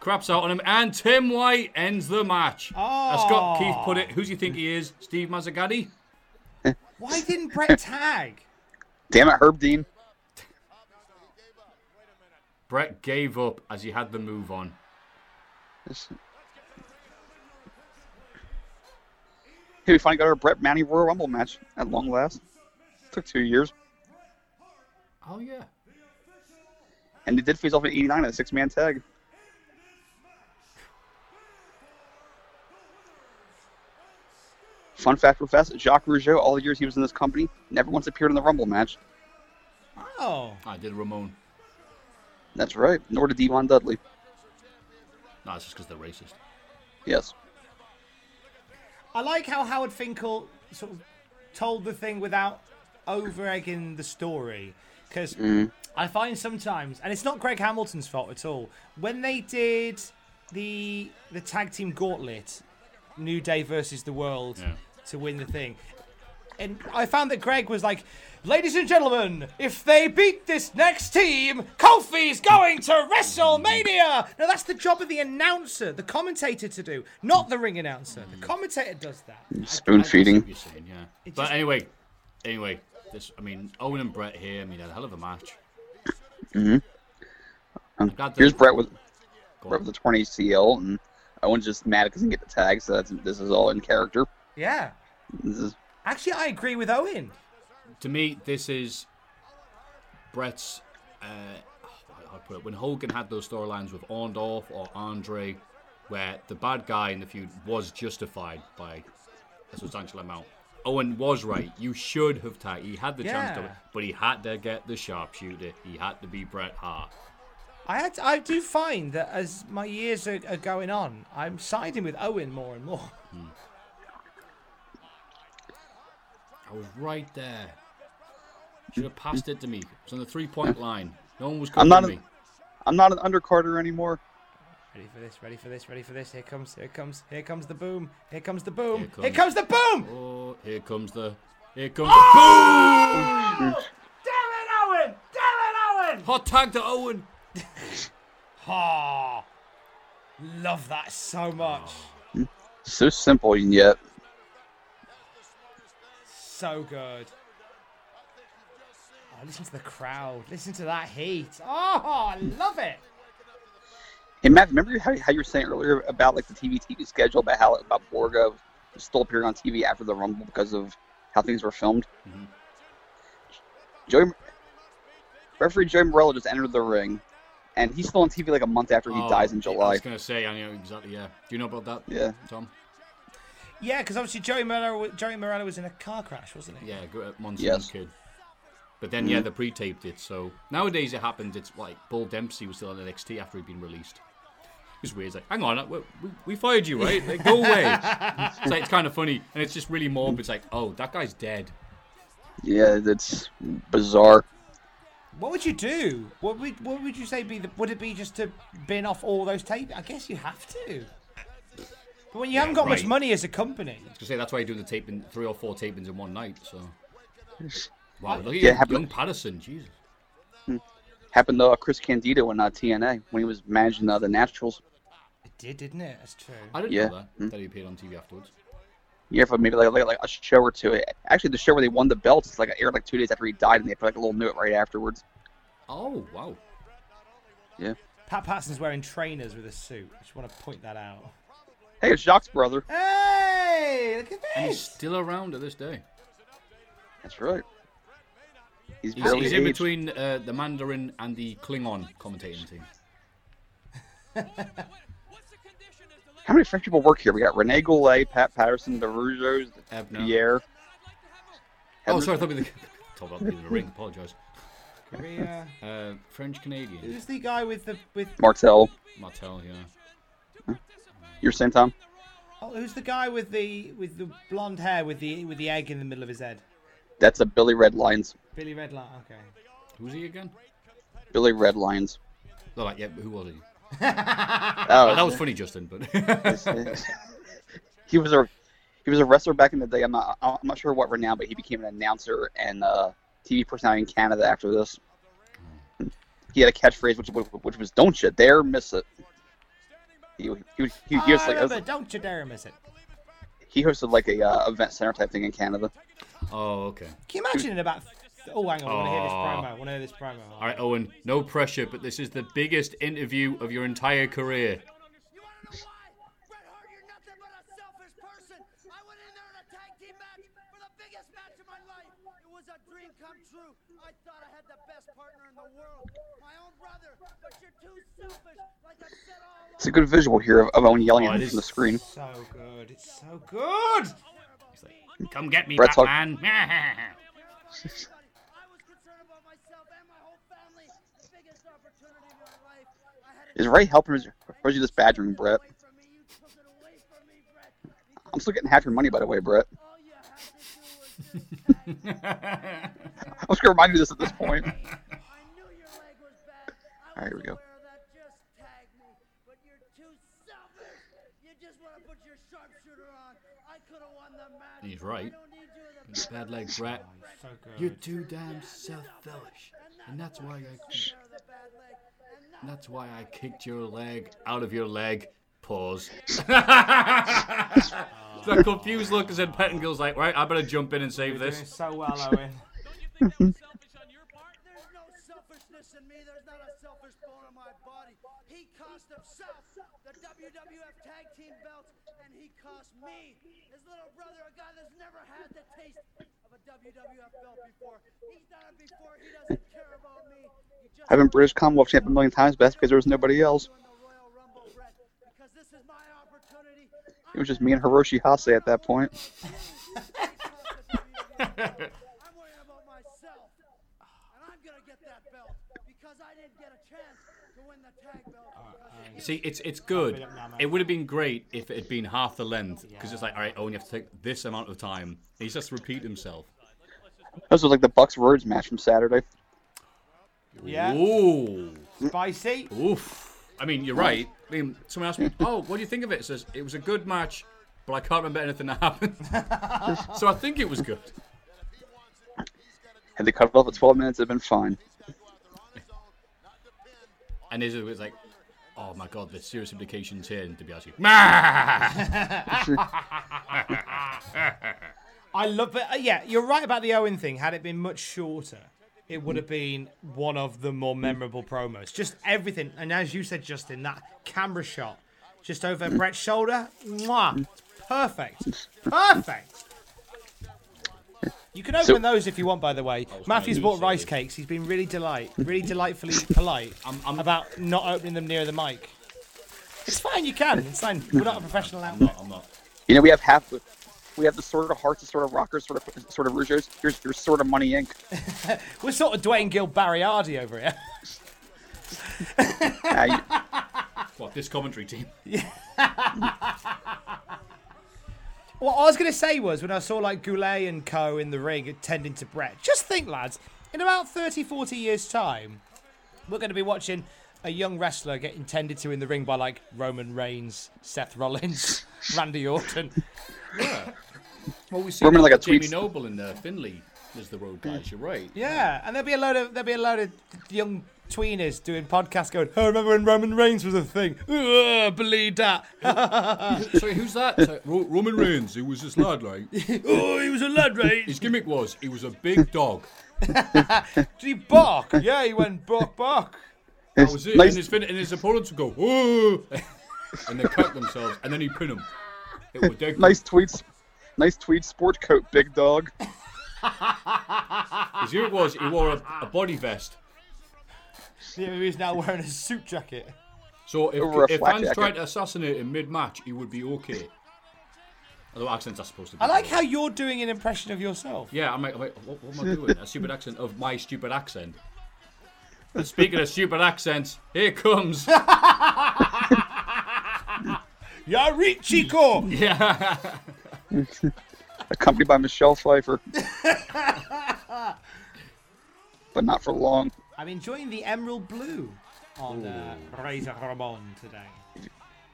C: craps out on him and Tim White ends the match. As Scott Keith put it, who do you think he is? Steve Mazzagatti?
A: Why didn't Brett tag?
B: Damn it, Herb Dean.
C: Brett gave up as he had the move on.
B: Hey, we finally got our Brett Manny Royal Rumble match at long last. Took two years,
C: Oh, yeah.
B: and they did face off in '89 in a six-man tag. Fun fact for Fest: Jacques Rougeau, all the years he was in this company, never once appeared in the Rumble match.
A: Oh.
C: I did Ramon.
B: That's right. Nor did Devon Dudley.
C: No, it's just because they're racist.
B: Yes.
A: I like how Howard Finkel sort of told the thing without over egging the story. Because I find sometimes, and it's not Greg Hamilton's fault at all, when they did the the tag team gauntlet, New Day versus the World,
C: Yeah.
A: to win the thing. And I found that Greg was like, ladies and gentlemen, if they beat this next team, Kofi's going to WrestleMania. No, that's the job of the announcer, the commentator to do, not the ring announcer. The commentator does that.
B: Spoon
C: That's what
B: feeding.
C: You're saying, yeah.
A: It
C: but
A: just-
C: anyway, anyway, this I mean Owen and Brett here. I mean, they had a hell of a match. Mm-hmm. I'm glad that-
B: Here's Brett with
C: go
B: Brett
C: on.
B: with a 20 CL, and Owen's just mad because he didn't get the tag. So that's this is all in character.
A: Yeah.
B: This is
A: Actually, I agree with Owen.
C: To me, this is Brett's. Uh, how do I put it? When Hogan had those storylines with Orndorff or Andre, where the bad guy in the feud was justified by a substantial amount. Owen was right. You should have tagged. He had the chance
A: Yeah.
C: to, but he had to get the sharpshooter. He had to be Bret Hart.
A: I had I do find that as my years are, are going on, I'm siding with Owen more and more.
C: I was right there. Should have passed it to me. It's on the three point line. No one was
B: I'm
C: covering
B: not
C: me.
B: a- I'm not an undercarder anymore.
A: Ready for this, ready for this, ready for this. Here comes, here comes, here comes the boom. Here comes the boom. Here
C: Here
A: comes,
C: comes-
A: the boom!
C: Oh, here comes the. Here comes
B: Oh!
A: Damn Oh, it, Owen! Damn it, Owen!
C: the. Hot tag to Owen.
A: Ha! Love that so much.
B: So simple, and yet
A: So good. Oh, listen to the crowd. Listen to that heat. Oh, I love it.
B: Hey Matt, remember how, how you were saying earlier about like the TV TV schedule about how about Borga still appearing on TV after the Rumble because of how things were filmed.
C: Mm-hmm.
B: Joey, referee Joey Morello just entered the ring, and he's still on TV like a month after he
C: Oh,
B: dies in
C: I
B: July.
C: was gonna say. I know exactly. Yeah. Do you know about that?
B: Yeah.
C: Tom.
A: Yeah, because obviously Joey Morello, Joey Morello was in a car crash, wasn't he?
C: Yeah. go- uh, Monsoon's
B: Yes. Mm-hmm.
C: kid. But then, yeah, they pre-taped it. So nowadays it happens. It's like Paul Dempsey was still on NXT after he'd been released. It's weird. It's like, hang on, we, we, we fired you, right? Like, go away. it's like it's kind of funny, and it's just really morbid. It's like, oh, that guy's dead.
B: Yeah, that's bizarre.
A: What would you do? What would what would you say be the? Would it be just to bin off all those tapes? I guess you have to. But when you haven't got much
C: right.
A: money as a company,
C: I was gonna say that's why you're doing the taping, three or four tapings in one night. So, wow, look at
B: Yeah,
C: you,
B: happy-
C: young Patterson, Jesus.
B: Happened to uh, Chris Candido in uh, TNA when he was managing uh, the Naturals.
A: it did, didn't it? That's true.
C: I didn't
B: Yeah. Hmm.
C: know that that he appeared on TV afterwards.
B: Yeah, for maybe like, like like a show or two. Actually, the show where they won the belts is like aired like two days after he died, and they put like a little note right afterwards.
C: Oh wow,
B: Yeah.
A: Pat Patterson's wearing trainers with a suit. I just want to point that out.
B: Hey, it's Jacques' brother.
A: Hey, look at
C: and he's
A: this!
C: still around to this day.
B: That's right. He's,
C: He's,
B: barely
C: he's in
B: aged.
C: between uh, the Mandarin and the Klingon commentating team.
B: How many French people work here? We got Rene Goulet, Pat Patterson, the Rougeos,
C: Ebner.
B: Pierre.
C: Oh,
B: Ebner-
C: sorry, I thought we were talking about people in the ring. Apologise.
A: Very, uh,
C: Uh, French Canadian.
A: who's the guy with the with?
B: Martel.
C: Martel, yeah.
B: You're same time.
A: Oh, who's the guy with the with the blonde hair with the with the egg in the middle of his head?
B: That's a Billy Red Lions.
A: Billy Redline. Okay.
C: Who's he again?
B: Billy Red Lions.
C: They're like, yeah, but who was he? Oh, that
B: Oh,
C: was funny, Justin. But
B: he was a he was a wrestler back in the day. I'm not I'm not sure what right now, but he became an announcer and uh, TV personality in Canada after this. He had a catchphrase which which was "Don't you dare miss it." He he he, he,
A: I
B: hosted,
A: remember,
B: like,
A: Ah, don't you dare miss it.
B: he hosted like a uh, event center type thing in Canada.
C: oh, okay.
A: Can you imagine in about? Oh, hang on. I want to hear this
C: Aw.
A: promo. I want to hear this promo.
C: All right, Owen. No pressure, but this is the biggest interview of your entire career.
F: You wanna know why? Bret Hart, you're nothing but a selfish person. I went in there in a tag team match for the biggest match of my life. It was a dream come true. I thought I had the best partner in the world, my own brother. But you're too selfish, like I said all along.
B: It's a good visual here of, of Owen yelling
C: Oh,
B: at
C: it
B: him
C: is.
B: from the screen.
A: So good. It's so good.
E: Come get me,
B: Bret's hug-
E: Batman.
F: I was concerned about myself and my whole family. The biggest opportunity of my life. I had it
B: Is Ray helping Ros- Rosie this badgering, Brett?
F: away from me. You took it away from me, Brett.
B: I'm still getting half your money, by the way, Brett.
F: All you had to do was
B: I was gonna remind you of this at this point.
F: I knew your leg was bad. I
B: All right, here we
F: was
B: go.
F: aware of that. Just tag me. But you're too selfish. You just want to put your sharpshooter on. I could have won the match.
C: He's right.
F: I don't need you in the
C: Bad leg, Brett.
A: So good.
C: You're too damn selfish, and that's why I,
F: pair of the bad leg. And
C: and that's why I kicked your leg out of your leg. Pause. that confused look, and said Pettingill's like, right, I better jump in and save
A: You're doing
C: this.
A: so well, Owen.
F: there's no selfishness in me. There's not a selfish bone in my body. He cost himself the WWF Tag Team belts, and he cost me his little brother, a guy that's never had the taste of a WWF belt before. He's done it before. He doesn't care about me. He just
B: I've been British Commonwealth champion a million times, but that's because there was nobody else.
F: in the Royal Rumble, Brett, because this is my opportunity.
B: It was just me and Hiroshi Hase at that point.
F: I'm worrying about myself. And I'm gonna get that belt because I didn't get a chance to win the tag belt.
C: See, it's it's good. It would have been great if it had been half the length, because it's like, all right, Owen, you have to take this amount of time. And he just has to repeat himself.
B: This was like the Bucks Words match from Saturday.
A: Yeah.
C: Ooh,
A: Spicy.
C: oof. I mean, you're right. I mean, someone asked me, oh, what do you think of it? It says it was a good match, but I can't remember anything that happened. so I think it was good.
B: Had they cut it off at 12 minutes, it'd been fine.
C: And Izzy was like, oh my god, the serious implications here. And DiBiase,
A: I love it. Uh, Yeah, you're right about the Owen thing. Had it been much shorter, it would have been one of the more memorable promos. Just everything, and as you said, Justin, that camera shot just over Brett's shoulder, mwah, It's perfect, perfect. You can open
B: So-
A: those if you want, by the way. Matthew's
C: do
A: bought
C: so.
A: rice cakes. He's been really delight, really delightfully polite about not opening them near the mic. It's fine. You can. It's fine. We're not a professional outlet.
C: I'm not.
B: You know, we have half. We have the sort of hearts, the sort of rockers, sort of sort of Rougeos. Here's your sort of Money Inc.
A: We're sort of Dwayne Gill Barriardi over here.
B: Ah, you-
C: What, this commentary team?
A: What I was going to say was when I saw like Goulet and co in the ring attending to Brett, just think, lads, in about 30, 40 years' time, we're going to be watching a young wrestler get intended to in the ring by like Roman Reigns, Seth Rollins, Randy Orton.
C: Well, we see
B: Roman, like a
C: Jamie
B: tweet-
C: Noble and uh, Finley as the road guys. You're right.
A: Yeah, and there'll be a load of there'll be a load of young tweeners doing podcasts going, "Oh, remember when Roman Reigns was a thing? Ugh, believe that?
C: Sorry, who's that? Sorry, Ro- Roman Reigns, who was this lad, like?
A: oh, he was a lad, right?
C: His gimmick was he was a big dog.
A: Did he bark? yeah, he went bark, bark.
C: That was it.
B: Nice.
C: And, his, fin- and his opponents would go, whoa! and they cut themselves, and then he pin them. It was dead.
B: nice tweets. Nice tweed sport coat, big dog.
C: Because you know what it was, he wore a, a body vest.
A: He's now wearing a suit jacket.
C: So
B: Or a
C: if, if
B: flak
C: fans
B: jacket.
C: tried to assassinate him mid-match, he would be okay. Although accents are supposed to be.
A: I like
C: good.
A: how you're doing an impression of yourself.
C: Yeah, I'm like, I'm like what, what am I doing? A stupid accent of my stupid accent. And Speaking of stupid accents, here comes.
A: Yeah, reach, Chico.
C: Yeah.
B: accompanied by Michelle Pfeiffer. but not for long.
A: I'm enjoying the emerald blue on uh, Razor Ramon today.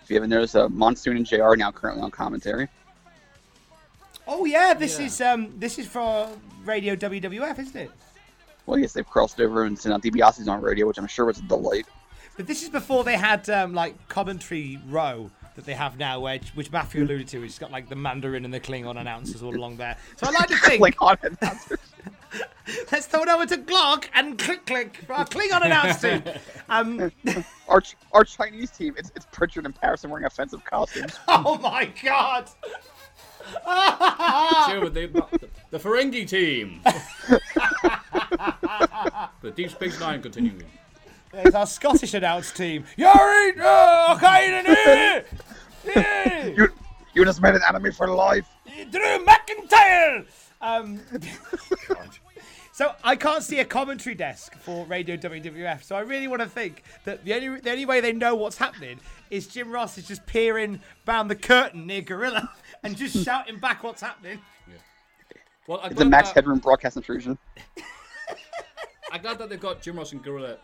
B: If you haven't noticed, uh, Monsoon and JR are now currently on commentary.
A: Oh yeah, this
C: Yeah.
A: is um this is for Radio WWF, isn't it?
B: Well, yes, they've crossed over and sent out DiBiase's on radio, which I'm sure was a delight.
A: But this is before they had um like commentary row that they have now, where, which Matthew alluded to. It's got like the Mandarin and the Klingon announcers all along there. So I like to think
B: Like on announcers.
A: let's throw it over to Glock and click click for our Klingon announcer. um,
B: our, Ch- our Chinese team, it's, it's Pritchard and Patterson wearing offensive costumes.
A: oh my god.
C: Share with the, the Ferengi team. the Deep Space Nine continuing.
A: There's our Scottish announce team. You're in, oh, okay, in
B: you, you just made an enemy for life.
A: here. Drew McIntyre. Um, so I can't see a commentary desk for Radio WWF. So I really want to think that the only the only way they know what's happening is Jim Ross is just peering round the curtain near Gorilla and just shouting back what's happening.
C: Well, I'm
B: It's a
C: glad,
B: Max
C: that,
B: Headroom broadcast intrusion.
C: I'm glad that they've got Jim Ross and Gorilla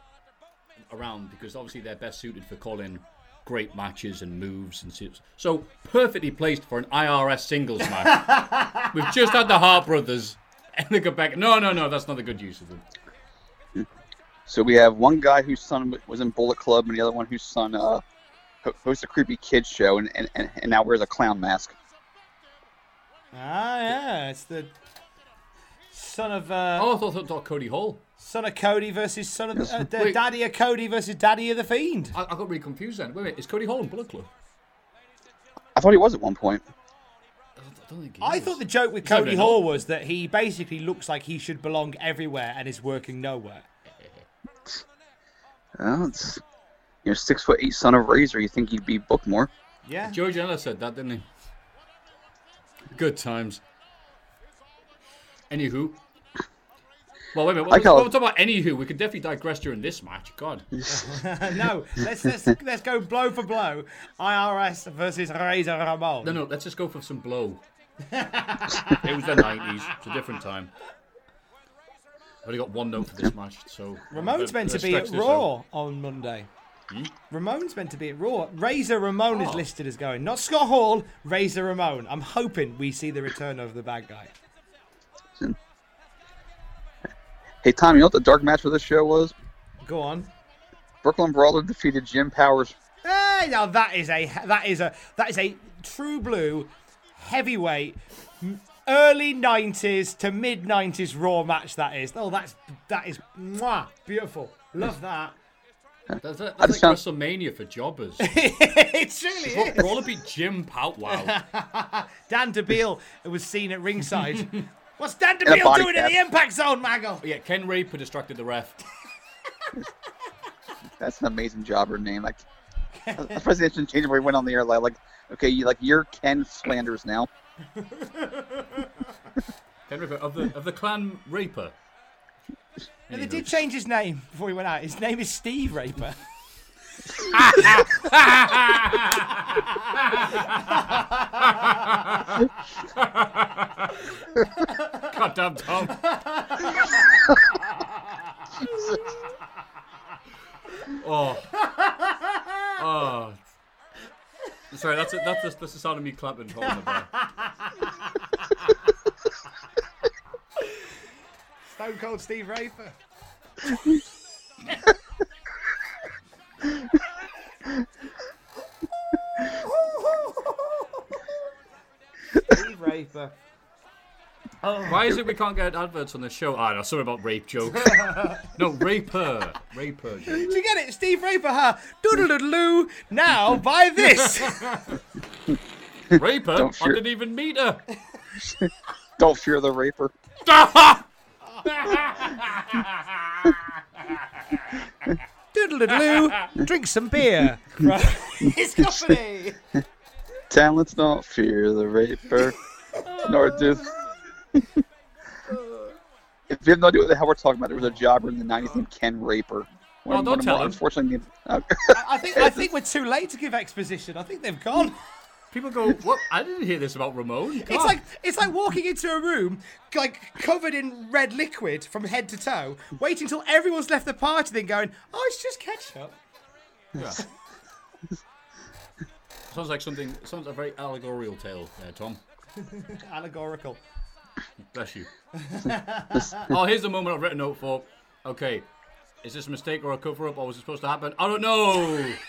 C: around because obviously they're best suited for calling great matches and moves and suits. So perfectly placed for an IRS singles match. We've just had the Hart Brothers and they go back. No, no, no, that's not a good use of them.
B: So we have one guy whose son w- was in Bullet Club, and the other one whose son uh, ho- hosts a creepy kids show, and, and, and and now wears a clown mask.
A: Ah, yeah, it's the son of uh,
C: Oh, I thought, thought, thought Cody Hall.
A: son of Cody versus son of uh, the
C: Wait.
A: daddy of Cody versus daddy of the fiend.
C: I, I got really confused then. Wait a minute, is Cody Hall in Bullet Club?
B: I thought he was at one point.
C: I don't- I don't think he
A: I
C: is.
A: thought the joke with
C: not
A: Cody
C: very
A: Hall was that he basically looks like he should belong everywhere and is working nowhere.
B: Well, it's you know six foot eight son of Razor. You think he'd be booked more?
A: Yeah.
C: Joe Janela said that, didn't he? Good times. Anywho. Well, wait a minute.
B: I
C: What,
B: call-
C: what we're talking about anywho, we could definitely digress during this match. God.
A: no, let's, let's let's go blow for blow. IRS versus Razor Ramon.
C: No, no, let's just go for some blow. it was the 90s. It's a different time. I've only got one note for this match, so...
A: Ramon's
C: Let's-
A: meant to
C: let's
A: be
C: stretch
A: at
C: this
A: Raw
C: out. Hmm?
A: on Monday. Ramon's meant to be at Raw. Razor Ramon
C: Oh.
A: is listed as going, not Scott Hall. Razor Ramon. I'm hoping we see the return of the bad guy.
B: Hey Tom, you know what the dark match for this show was?
A: Go on.
B: Brooklyn Brawler defeated Jim Powers.
A: Hey, now that is a that is a that is a true blue heavyweight m- early 90s to mid 90s raw match that is. Oh, that's that is mwah, beautiful. Love that.
C: That's,
B: just
C: that's like
B: found-
C: WrestleMania for jobbers.
A: it truly
C: Bro-
A: is.
C: Brawler beat Jim Pout. Wow.
A: Dan DeBeal was seen at ringside. What's Dan
B: a
A: DeBeal
B: body
A: doing
B: cap.
A: in the impact zone, Maggle?
C: Oh, yeah, Ken Raper distracted the ref.
B: That's an amazing jobber name. Like, I was surprised they didn't change it where he went on the air. Like, like, okay, you like you're Ken Flanders now.
C: Ken Raper of the, of the clan Raper.
A: And they did change his name before he went out. His name is Steve Raper.
C: Goddamn Tom. oh. Oh. Sorry, that's it. That's, the- that's the sound of me clapping. Holding the bar.
A: Stone Cold Steve Raper. Steve Raper.
C: Why is it we can't get adverts on the show? Ah, no, sorry about rape jokes. no, raper, raper. jokes.
A: Did you get it? Steve Raper, huh? Doodle-doodle-loo. Now, buy this.
C: Raper.
B: Don't
C: I
B: shoot.
C: didn't even meet her.
B: Don't fear the raper.
A: Doodle-doodle-doo, drink some beer from his company.
B: Talents don't fear the raper, nor do. if you have no idea what the hell we're talking about, there was a jobber in the '90s named Ken Raper. One,
C: Well, don't
B: one of
C: tell
B: my-
C: him.
B: Unfortunately, named-
A: I think I think we're too late to give exposition. I think they've gone.
C: People go, what? I didn't hear this about Ramon.
A: It's
C: God.
A: like it's like walking into a room like covered in red liquid from head to toe, waiting till everyone's left the party, then going, "Oh, it's just ketchup."
C: sounds like something. Sounds a very allegorical tale, there, Tom.
A: Allegorical.
C: Bless you. oh, here's the moment I've written a note for. Okay, is this a mistake or a cover up, or was it supposed to happen? I don't know.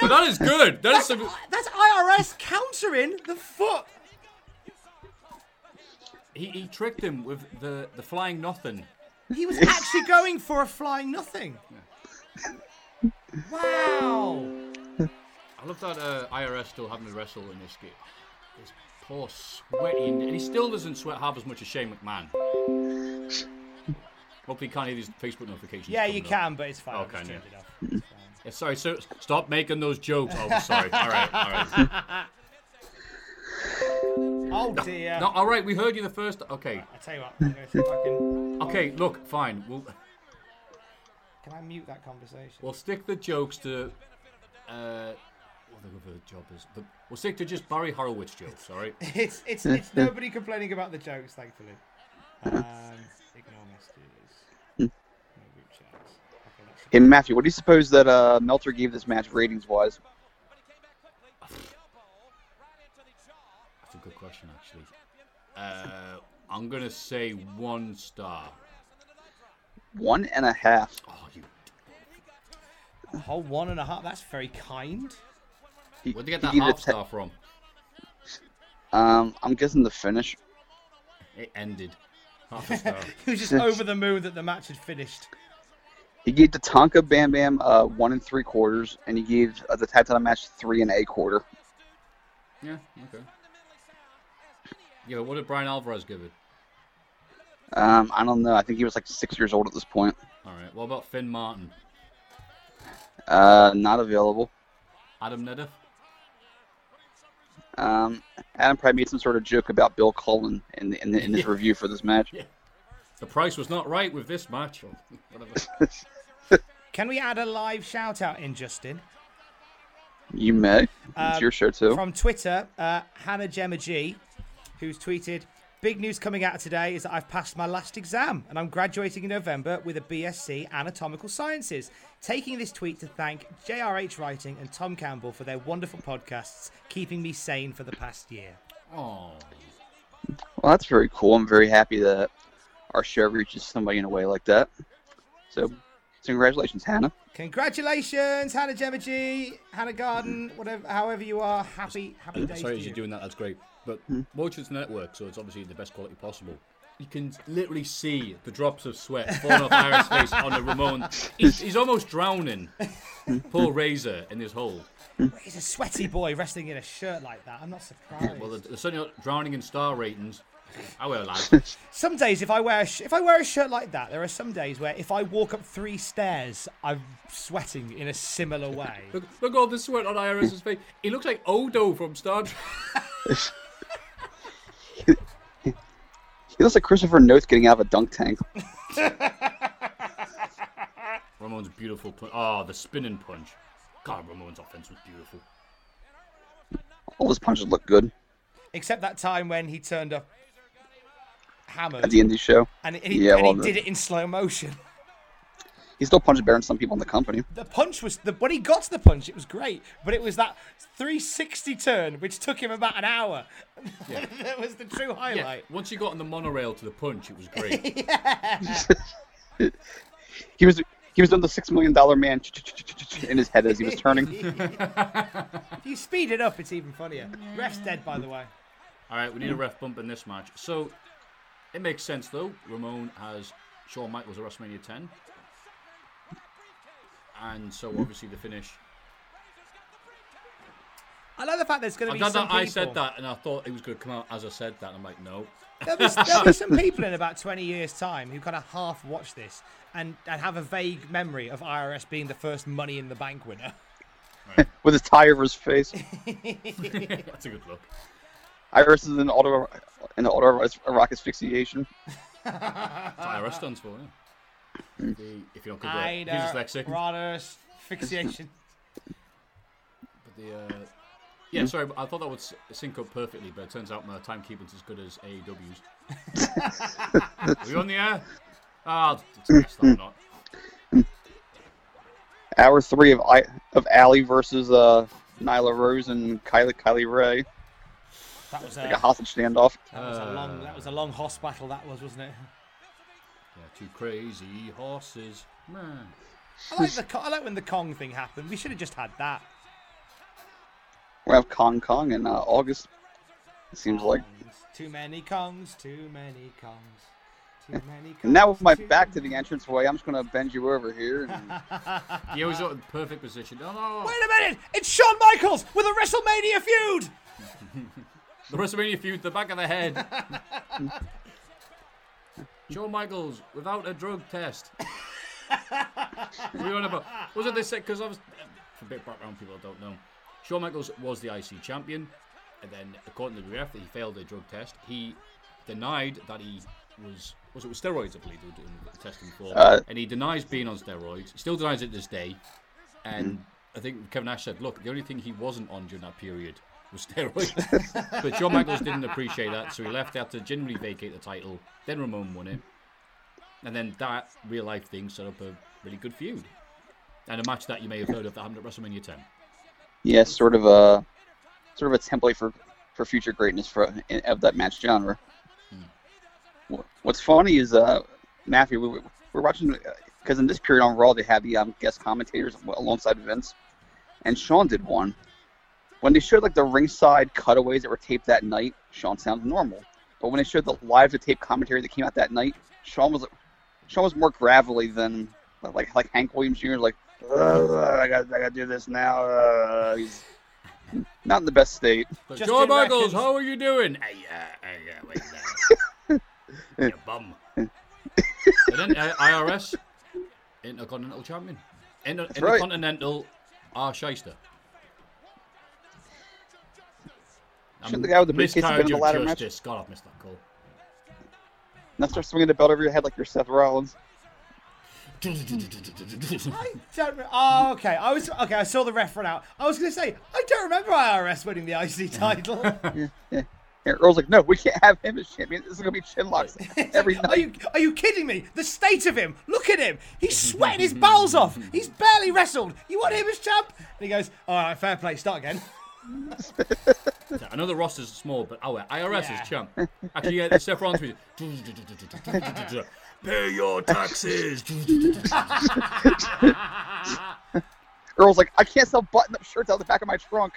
C: But that is good. That
A: That's,
C: is some,
A: that's IRS countering the foot.
C: he, he tricked him with the the flying nothing.
A: He was actually going for a flying nothing. Wow.
C: I love that uh, IRS still having to wrestle in this game. This poor sweaty, and he still doesn't sweat half as much as Shane McMahon. Hopefully, you can't hear these Facebook notifications.
A: Yeah, you
C: coming up.
A: can, but it's fine.
C: Oh,
A: I just
C: can you?
A: turned it off. It's fine.
C: Yeah, sorry, so stop making those jokes. Oh, sorry. All right, all right.
A: Oh dear.
C: No, all right. We heard you the first. Okay,
A: I tell you what. I'm gonna see if I can.
C: okay. Look, fine. We'll
A: Can I mute that conversation?
C: we'll stick the jokes to. Uh, what the other job is? The, we'll stick to just Barry Horowitz jokes. All right.
A: It's it's it's nobody complaining about the jokes, thankfully. Um, ignore messages. No group chats. Okay, that should
B: Hey Matthew, what do you suppose that uh, Meltzer gave this match ratings-wise?
C: That's a good question, actually. Uh, I'm gonna say one star.
B: One and a half.
C: Oh, you.
A: be- whole one and a half. That's very kind.
B: He-
C: Where'd they get
B: he
C: that
B: gave it a
C: half
B: te-
C: star from?
B: um, I'm guessing the finish.
C: It ended. Half a star.
A: He was just over the moon that the match had finished.
B: He gave the Tonka Bam Bam uh, one and three quarters, and he gave uh, the tag title match three and a quarter.
C: yeah. Okay. Yeah, but what did Brian Alvarez give it?
B: Um, I don't know. I think he was like six years old at this point.
C: All right. What about Finn Martin?
B: Uh, not available.
C: Adam Nedeff?
B: Um, Adam probably made some sort of joke about Bill Cullen in the, in, the, in his review for this match.
C: The price was not right with this match. Or whatever.
A: Can we add a live shout out in Justin
B: You may.
A: Um,
C: Uh,
B: it's your show too.
A: from Twitter? Uh, Hannah Gemma G, who's tweeted. Big news coming out today is that I've passed my last exam and I'm graduating in November with a BSc Anatomical Sciences. Taking this tweet to thank JRH Writing and Tom Campbell for their wonderful podcasts, keeping me sane for the past year.
C: Oh,
B: Well, that's very cool. I'm very happy that our show reaches somebody in a way like that. So, so congratulations, Hannah.
A: Congratulations, Hannah Gemma G, Hannah Garden, whatever, however you are. Happy, happy days.
C: sorry
A: to
C: as
A: you.
C: you're doing that. That's great. But Motion's Network, so it's obviously the best quality possible. You can literally see the drops of sweat falling off Ira's face on the Ramon. He's, he's almost drowning. Poor Razor in his hole.
A: He's a sweaty boy wrestling in a shirt like that. I'm not surprised.
C: Well, they're, they're certainly not drowning in star ratings. Oh, I will, lad.
A: some days, if I wear a sh- if I wear a shirt like that, there are some days where if I walk up three stairs, I'm sweating in a similar way.
C: Look, look at all the sweat on Iris's face. He looks like Odo from Star Trek.
B: He looks like Christopher Noth getting out of a dunk tank.
C: Ramon's beautiful punch. Oh, the spinning punch. God, Ramon's offense was beautiful.
B: All his punches look good
A: Except that time when he turned up
B: at
A: hammered
B: the indie show.
A: and, and he,
B: Yeah,
A: and he
B: well,
A: did it in slow motion.
B: He still punches better than some people in the company.
A: The punch was the when he got to the punch, it was great, but it was that 360 turn which took him about an hour. that was the true
C: Yeah,
A: highlight.
C: once you got on the monorail to the punch, it was great.
B: He was he was doing the six million dollar man in his head as he was turning.
A: If you speed it up, it's even funnier. Ref's dead, by the way.
C: All right, we need a ref bump in this match. So it makes sense though. Ramon has Shawn Michaels at WrestleMania 10, and so obviously the finish.
A: I love the fact there's going to
C: I'm
A: be
C: glad
A: some
C: that
A: people.
C: I said that, and I thought it was going to come out as I said that. And I'm like, no.
A: There'll be, there'll be some people in about 20 years' time who kind of half watch this and, and have a vague memory of IRS being the first Money in the Bank winner.
B: with his tie over his face.
C: That's a good look.
B: Iris is in auto in the auto rock asphyxiation.
C: That's what IRS stands for. Yeah. The, if you don't convert,
A: I
C: he's dyslexic.
A: Brothers, fixation.
C: But the, uh, yeah, sorry, but I thought that would s- sync up perfectly, but it turns out my timekeeping's as good as AEW's. Are you on the air? Ah, oh, not.
B: Hour three of I of Allie versus uh, Nyla Rose and Kylie Kylie Ray.
A: That was, a,
B: Like a Uh. hostage standoff.
A: that was a long that was a long horse battle. That was, wasn't it?
C: Yeah, two crazy horses. Man.
A: I like the Co- I like when the Kong thing happened. We should have just had that.
B: We have Kong Kong in uh, August. It seems like.
A: Kongs, too many Kongs, too many Kongs, too many Kongs.
B: And now with my
A: too
B: back to
A: many-
B: the entrance way, I'm just gonna bend you over here. And
C: He always got in perfect position. Oh, no.
A: Wait a minute! It's Shawn Michaels with a WrestleMania feud.
C: The WrestleMania feud, the back of the head. Shawn Michaels without a drug test. What are you on about? Was it this? Because I was for a bit of background, people don't know. Shawn Michaels was the IC champion, and then according to the ref, he failed a drug test. He denied that he was was it with steroids, I believe, they were doing the testing for,
B: Uh,
C: and he denies being on steroids. He still denies it to this day, and I think Kevin Nash said, "Look, the only thing he wasn't on during that period was steroids." but Shawn Michaels didn't appreciate that, so he left. They had to generally vacate the title. Then Ramon won it, and then that real life thing set up a really good feud, and a match that you may have heard of that happened at WrestleMania 10.
B: yeah, sort of a sort of a template for for future greatness for in, of that match genre. Wha- What's funny is uh, Matthew, we, we- we're watching because in this period on Raw they have the um, guest commentators alongside Vince, and Sean did one. When they showed like the ringside cutaways that were taped that night, Sean sounded normal. But when they showed the live to tape commentary that came out that night, Sean was Sean was more gravelly than like like Hank Williams Jr. Like "Ugh, I got I got to do this now. uh," he's not in the best state.
C: But
A: Just
C: Shawn
A: in
C: Michaels,
A: records.
C: how are you doing?
E: Hey, uh, hey, uh, wait there. you bum.
C: And then uh, IRS, Intercontinental Champion, Inter-
B: right.
C: Intercontinental R Shyster.
B: Shouldn't the guy with the briefcase have been
C: miscarriage
B: in the
C: of
B: ladder match?
C: justice. God, I've missed that call.
B: Now start swinging the belt over your head like you're Seth Rollins.
A: I don't. Re- oh, okay. I was okay. I saw the ref run out. I was going to say I don't remember IRS winning the IC title.
B: And Earl's like, no, we can't have him as champion. This is gonna be chin locks every
A: Are
B: night.
A: Oh, you are you kidding me? The state of him. Look at him. He's sweating his bowels off. He's barely wrestled. You want him as champ? And he goes, all right, fair play. Start again.
C: I know the roster's small, but oh, our IRS
A: Yeah.
C: is champ. Actually, yeah, Seth Rollins music. Pay your taxes.
B: Earl's like, I can't sell button-up shirts out the back of my trunk.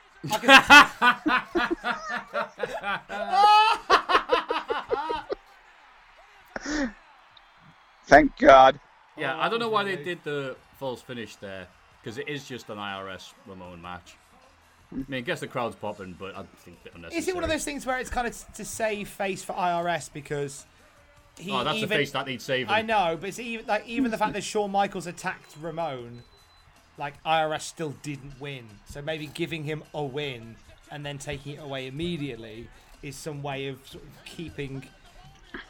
B: Thank God.
C: yeah, I don't know why they did the false finish there, because it is just an IRS Ramon match. I mean, I guess the crowd's popping, but I think a bit unnecessary.
A: Is it one of those things where it's kind of to save face for IRS because he
C: Oh, that's
A: even
C: the face that needs saving.
A: I know, but it's even like even the fact that Shawn Michaels attacked Ramon, like IRS still didn't win. So maybe giving him a win and then taking it away immediately is some way of, sort of keeping.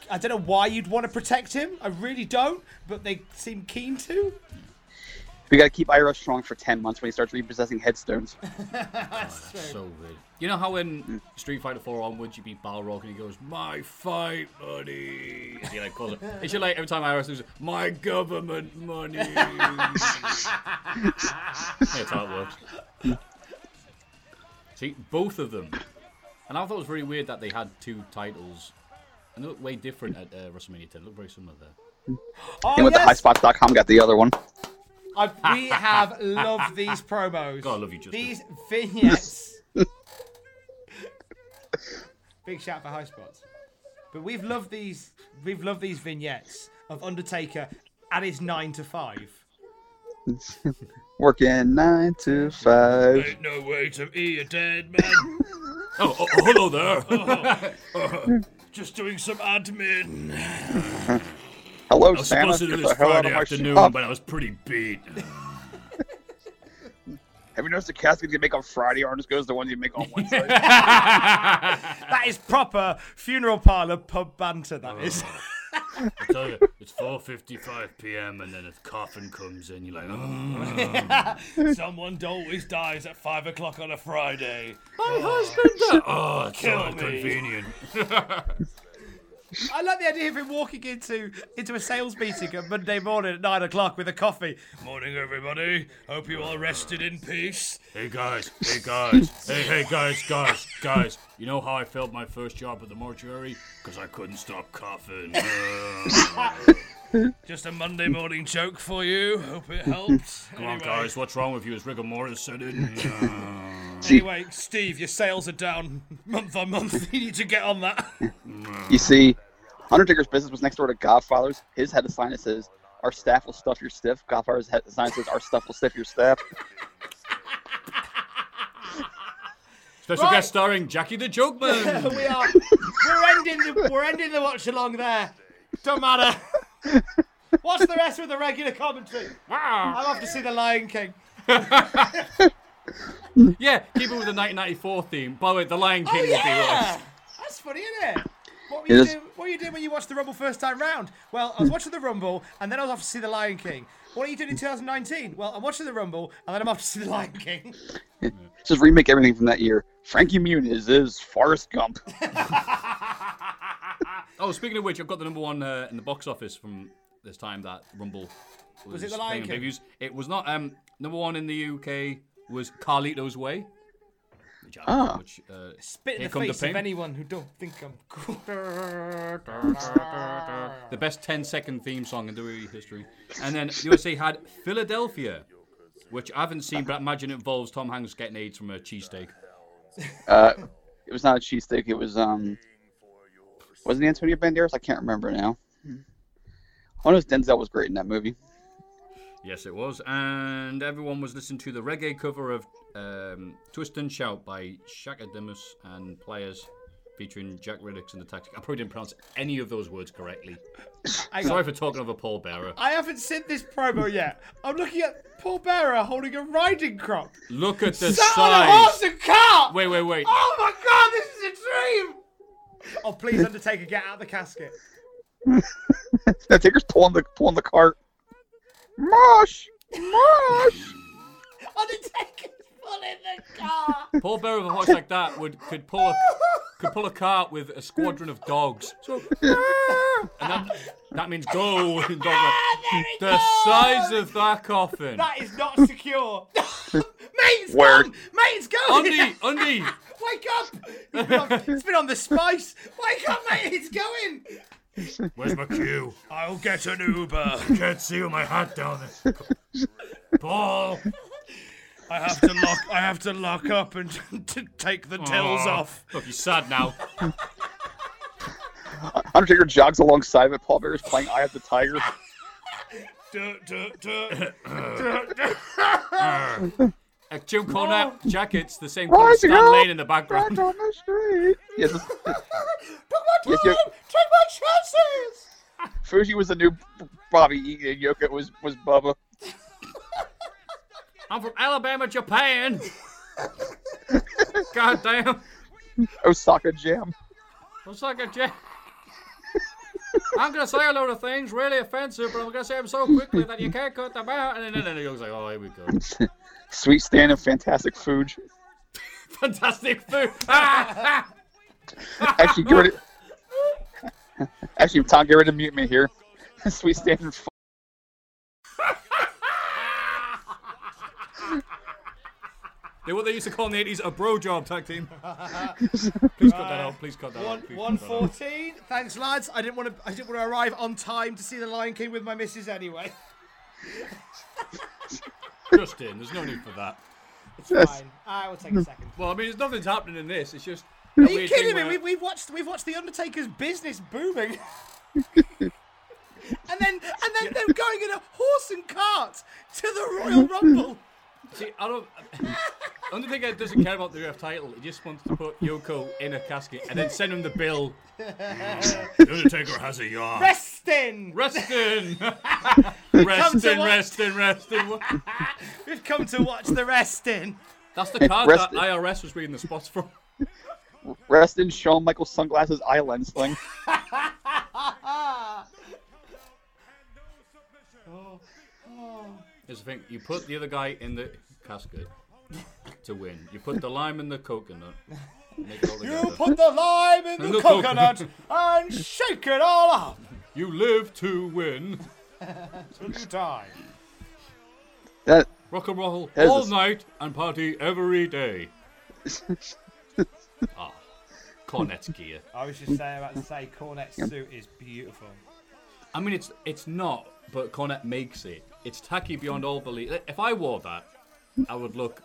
A: I don't know why you'd want to protect him. I really don't, but they seem keen to.
B: We gotta keep Ira strong for ten months when he starts repossessing headstones.
A: Oh,
C: So good. You know how in Street Fighter 4 onwards you beat Balrog and he goes, My fight money. As he like calls it. It's just like every time IRS loses, My government money. That's how it works. See, both of them. And I thought it was really weird that they had two titles. And they look way different at uh, WrestleMania 10. Look very similar there.
A: Oh,
B: and with
A: yes!
B: the highspots.com got the other one.
A: I, we have loved these promos.
C: God, I love you, Justin.
A: These vignettes. Big shout for high spots. But we've loved these. We've loved these vignettes of Undertaker at his nine to five.
B: Working nine to five.
E: Ain't no way to eat a dead man.
C: Oh, oh, oh, hello there.
E: Just doing some admin.
B: Hello, Oh,
E: I was
B: Santa.
E: supposed to do
B: Get
E: this
B: the hell out
E: Friday
B: of my
E: afternoon,
B: shop.
E: but I was pretty beat.
B: Have you noticed the caskets you make on Friday aren't as good as the ones you make on Wednesday?
A: That is proper funeral parlor pub banter, that is.
C: Oh.
E: I tell you, it's 4:55 p.m. and then a coffin comes in. You're like, oh. someone always dies at five o'clock on a Friday. My husband. Oh, it's so convenient.
A: I like the idea of him walking into into a sales meeting on Monday morning at nine o'clock with a coffee.
E: Morning, everybody. Hope you all rested in peace. Hey guys, hey guys, hey hey guys, guys, guys. You know how I failed my first job at the mortuary? Because I couldn't stop coughing. Just a Monday morning joke for you. Hope it helps. Come on, guys. What's wrong with you? Is rigor mortis said it?
A: Anyway, Steve, your sales are down month on month. You need to get on that.
B: You see, Undertaker's business was next door to Godfather's. His had a sign that says, "Our staff will stuff your stiff." Godfather's had a sign that says, "Our stuff will stiff your staff."
C: Special guest starring Jackie the Joke Man.
A: we are we're ending the we're ending the watch along there. Don't matter. What's the rest with the regular commentary? I'll have to see the Lion King.
C: Yeah, keep it with the 1994 theme. By the way, The Lion King
A: Oh
C: would be
A: yeah,
C: worse.
A: that's funny, isn't it? What were
B: It
A: you
B: is.
A: doing? What were you doing when you watched the Rumble first time round? Well, I was watching the Rumble, and then I was off to see the Lion King. What are you doing in 2019? Well, I'm watching the Rumble, and then I'm off to see the Lion King.
B: Just remake everything from that year. Frankie Muniz is Forrest Gump.
C: Oh, speaking of which, I've got the number one uh, in the box office from this time that Rumble was,
A: it The Lion
C: playing
A: King?
C: previews. It was not. Um, number one in the UK was Carlito's Way. Which, I,
B: Ah.
C: which uh,
A: Spit in
C: Here
A: the
C: come the
A: face of
C: pain.
A: anyone who don't think I'm cool.
C: the best 10 second theme song in WWE E history. And then the USA had Philadelphia, which I haven't seen, but I imagine it involves Tom Hanks getting AIDS from a cheesesteak.
B: Uh, it was not a cheesesteak. It was um, wasn't it Antonio Banderas? I can't remember now. I know Denzel was great in that movie.
C: Yes, it was. And everyone was listening to the reggae cover of um, Twist and Shout by Shaka Demus and Players featuring Jack Riddicks and the Tactic. I probably didn't pronounce any of those words correctly. Sorry for talking over Paul Bearer.
A: I haven't seen this promo yet. I'm looking at Paul Bearer holding a riding crop.
C: Look at the
A: Sat on a horse
C: size.
A: and cart!
C: Wait, wait, wait.
A: Oh my god, this is a dream! Oh, please, Undertaker, get out of the casket.
B: Undertaker's pulling the pulling the cart. Mosh, mosh.
A: Undertaker's pulling the car!
C: Paul Bearer with a horse like that would could pull a could pull a cart with a squadron of dogs. So and that, that means go. in dog land.
A: Ah,
C: the size of that coffin.
A: That is not secure. Mate, it's
B: Where-
A: gone! Mate, it's gone!
C: Undy, Undy,
A: Wake up! It's been, on, it's been on the spice. Wake up, mate! It's going.
E: Where's my cue? I'll get an Uber. Can't see with my hat down. Paul, I have to lock. I have to lock up and to take the tails
C: Aw.
E: off.
C: Look, he's sad now.
B: Undertaker jogs alongside of it. Paul Bear's playing Eye of the Tiger.
E: Duh, duh, duh.
C: Uh, Jim Cornette jackets, the same
B: Right,
C: colour as Stan
B: yeah.
C: Lane in the background.
B: on the street. Yes, it's-
A: Take my
B: Yes,
A: time.
B: you're-
A: Take my chances.
B: Fuji was the new Bobby Eaton, and Yoka was was Bubba.
C: I'm from Alabama, Japan. God damn.
B: Osaka Jam.
C: Looks like a jack. I'm gonna say a load of things really offensive, but I'm gonna say them so quickly that you can't cut them out. And then, and then he goes like, "Oh, here we go."
B: Sweet Stan and Fantastic Fuji.
C: Fantastic food. Ah, ah.
B: Actually, get rid of- Actually, Tom, get rid of mute me here. Sweet Stan and f-
C: They what they used to call in the 80s a bro job tag team. Please cut that out. Please cut that
A: One
C: out. Please
A: one
C: cut that out.
A: fourteen. Thanks, lads. I didn't want to. I didn't want to arrive on time to see the Lion King with my missus anyway.
C: Just in. There's no need for that.
A: It's fine. I will take a second.
C: Well, I mean, there's nothing's happening in this. It's just.
A: Are you kidding me? We, we've watched. We've watched the Undertaker's business booming. and and then and then them going in a horse and cart to the Royal Rumble.
C: See, I don't. Undertaker doesn't care about the UF title. He just wants to put Yoko in a casket and then send him the bill.
E: The Undertaker has a yawn.
A: Resting.
C: Reston,
A: Come to
C: Reston,
A: what?
C: Reston, Reston.
A: We've come to watch the resting.
C: That's the card that
B: Reston.
C: IRS was reading the spots from.
B: Rest in Shawn Michaels sunglasses eye lens thing.
C: Here's the thing: you put the other guy in the casket to win. You put the lime in the coconut. Make it all
A: You
C: together.
A: put the lime in the,
C: the
A: coconut
C: coconut.
A: and shake it all up
C: You live to win.
A: till you die.
B: That
C: Rock and roll
B: There's
C: all
B: this-
C: night and party every day. Ah, cornet gear.
A: I was just saying about to say Cornet's suit is beautiful.
C: I mean, it's it's not, but Cornet makes it. It's tacky beyond all belief. Like, If I wore that, I would look,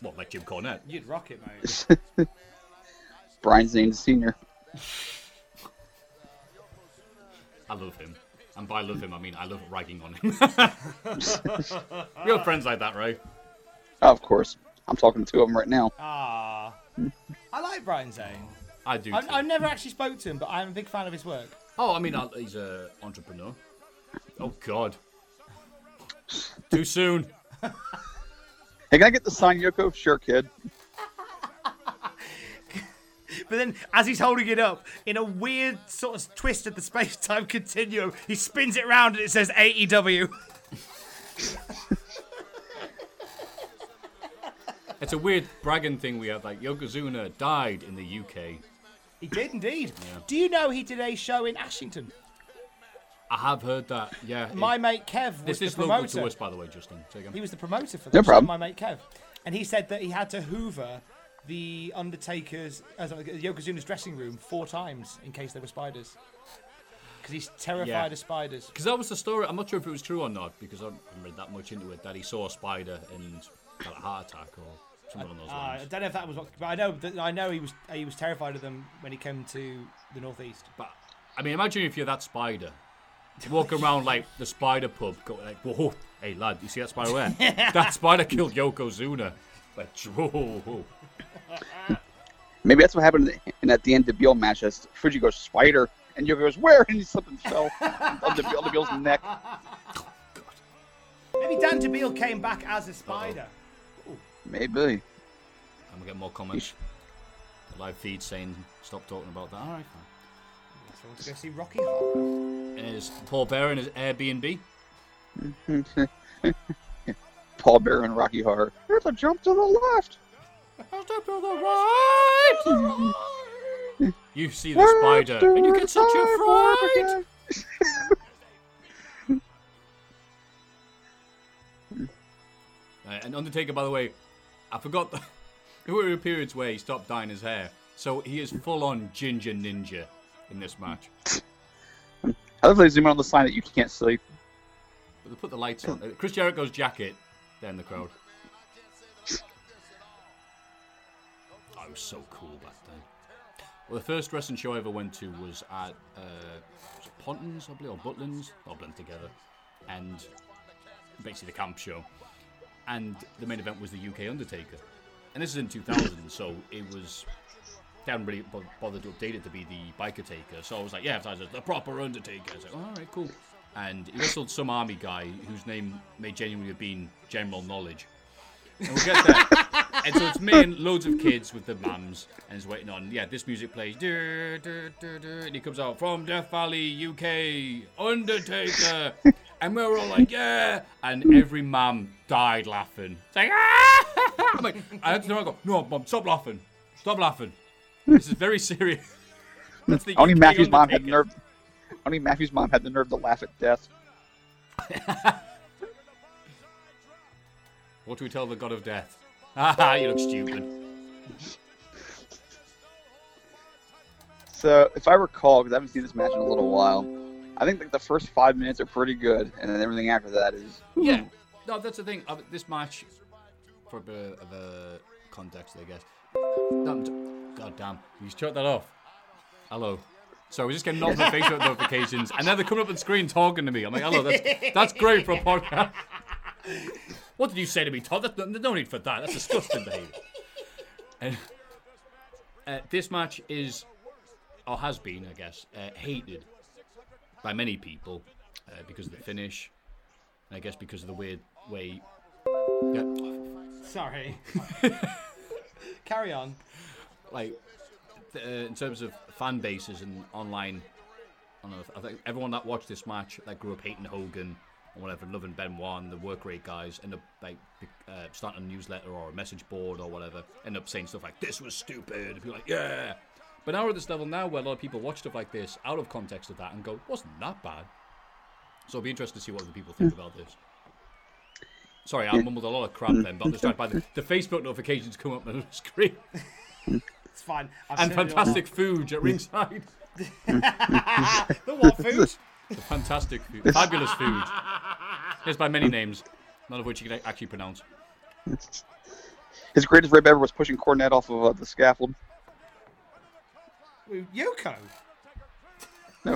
C: what, like Jim Cornette.
A: You'd rock it, mate.
B: Brian Zane Senior.
C: I love him. And by love him, I mean I love ragging on him. Real friends like that, right?
B: Oh, of course. I'm talking to two of them right now.
A: Ah, I like Brian Zane.
C: I do.
A: I,
C: too.
A: I never actually spoke to him, but I'm a big fan of his work.
C: Oh, I mean, I, he's a entrepreneur. Oh God. Too soon.
B: Hey, can I get the sign, Yoko? Sure, kid.
A: But then, as he's holding it up, in a weird sort of twist of the space time continuum, he spins it round and it says E AEW.
C: It's a weird bragging thing we have. Like Yokozuna died in the UK.
A: He did indeed. Do you know he did a show in Ashington?
C: I have heard that. Yeah. it-
A: My mate Kev was
C: this
A: the
C: is local to
A: promoter.
C: us, by the way, Justin. Say again.
A: He was the promoter for that.
B: No
A: so
B: problem.
A: My mate Kev, and he said that he had to Hoover the Undertaker's uh, sorry, Yokozuna's dressing room four times in case there were spiders, because he's terrified
C: Yeah.
A: of spiders.
C: Because that was the story. I'm not sure if it was true or not because I haven't read that much into it. That he saw a spider and had a heart attack or something on those
A: Uh, I
C: lines.
A: don't know if that was what, but I know that I know he was he was terrified of them when he came to the northeast.
C: But I mean, imagine if you're that spider walking around like the spider pub, go like, "Whoa, hey lad, you see that spider there? that spider killed Yokozuna." Like, whoa, whoa.
B: Maybe that's what happened in, in at the end of the Bill match. As Fuji goes spider, and Yoko goes where, and he slipped and fell on the on the Bill's neck.
A: Maybe Dan DeBeal came back as a spider.
B: Maybe.
C: And we get more comments. The live feed saying, "Stop talking about that." All right. fine.
A: So I want to go see Rocky Horror.
C: And Is Paul Bear in his Airbnb?
B: Paul Bear and Rocky Horror. There's a jump to the left.
C: You see the spider, and you get such a fright. Uh, and Undertaker, by the way, I forgot. The, there were periods where he stopped dyeing his hair, so he is full on ginger ninja in this match.
B: I love how they zoom in on the sign that you can't see.
C: But they put the lights on. Uh, Chris Jericho's jacket, then the crowd. I was so cool back then. Well, the first wrestling show I ever went to was at uh, was it Pontins, I believe, or Butlins, or blend together, and basically the camp show. And the main event was the UK Undertaker, and this is in 2000, so it was. They hadn't really bo- bothered to update it to be the Biker Taker, so I was like, yeah, it's the proper Undertaker. I was like, all right, cool. And he wrestled some army guy whose name may genuinely have been General Knowledge. And we get there. and so it's me and loads of kids with the mums, and it's waiting on. Yeah, this music plays. Du, du, du, du, and he comes out from Death Valley, UK, Undertaker. and we're all like, yeah. And every mum died laughing. It's like, ah! I'm like, I had to know. I go, no, mum, stop laughing. Stop laughing. This is very serious. That's the
B: Only
C: UK
B: Matthew's mom had the
C: Undertaker.
B: nerve. Only Matthew's mom had the nerve to laugh at death.
C: What do we tell the god of death? Ah, you look stupid.
B: So, if I recall, because I haven't seen this match in a little while, I think like the first five minutes are pretty good, and then everything after that is
C: Yeah. No, that's the thing. Uh, This match, for a bit of a context, I guess. No, I'm t- God damn. You just choked that off. Hello. So I was just getting all my Facebook notifications, and then they're coming up on screen talking to me. I'm like, hello, that's, that's great for a podcast. what did you say to me, Todd? That's, there's no need for that. That's disgusting behavior. And, uh, this match is, or has been, I guess, uh, hated by many people uh, because of the finish, and I guess because of the weird way. Yeah,
A: Sorry. Carry on.
C: like th- uh, in terms of fan bases and online. I don't know. I think everyone that watched this match that grew up hating Hogan and whatever, loving Benoit and the work rate guys, end up like be- uh, starting a newsletter or a message board or whatever, end up saying stuff like "This was stupid." And be like, "Yeah." But now we're at this level now where a lot of people watch stuff like this out of context of that and go, "Wasn't that bad?" So it'll be interesting to see what other people think about this. Sorry, I mumbled a lot of crap then, but I'm distracted by the, the Facebook notifications come up on the screen
A: It's fine. I've
C: and
A: seen it all.
C: fantastic food at ringside.
A: The what food?
C: fantastic food, fabulous food. It's by many names, none of which you can actually pronounce.
B: His greatest rib ever was pushing Cornette off of uh, the scaffold.
A: Yoko.
B: No,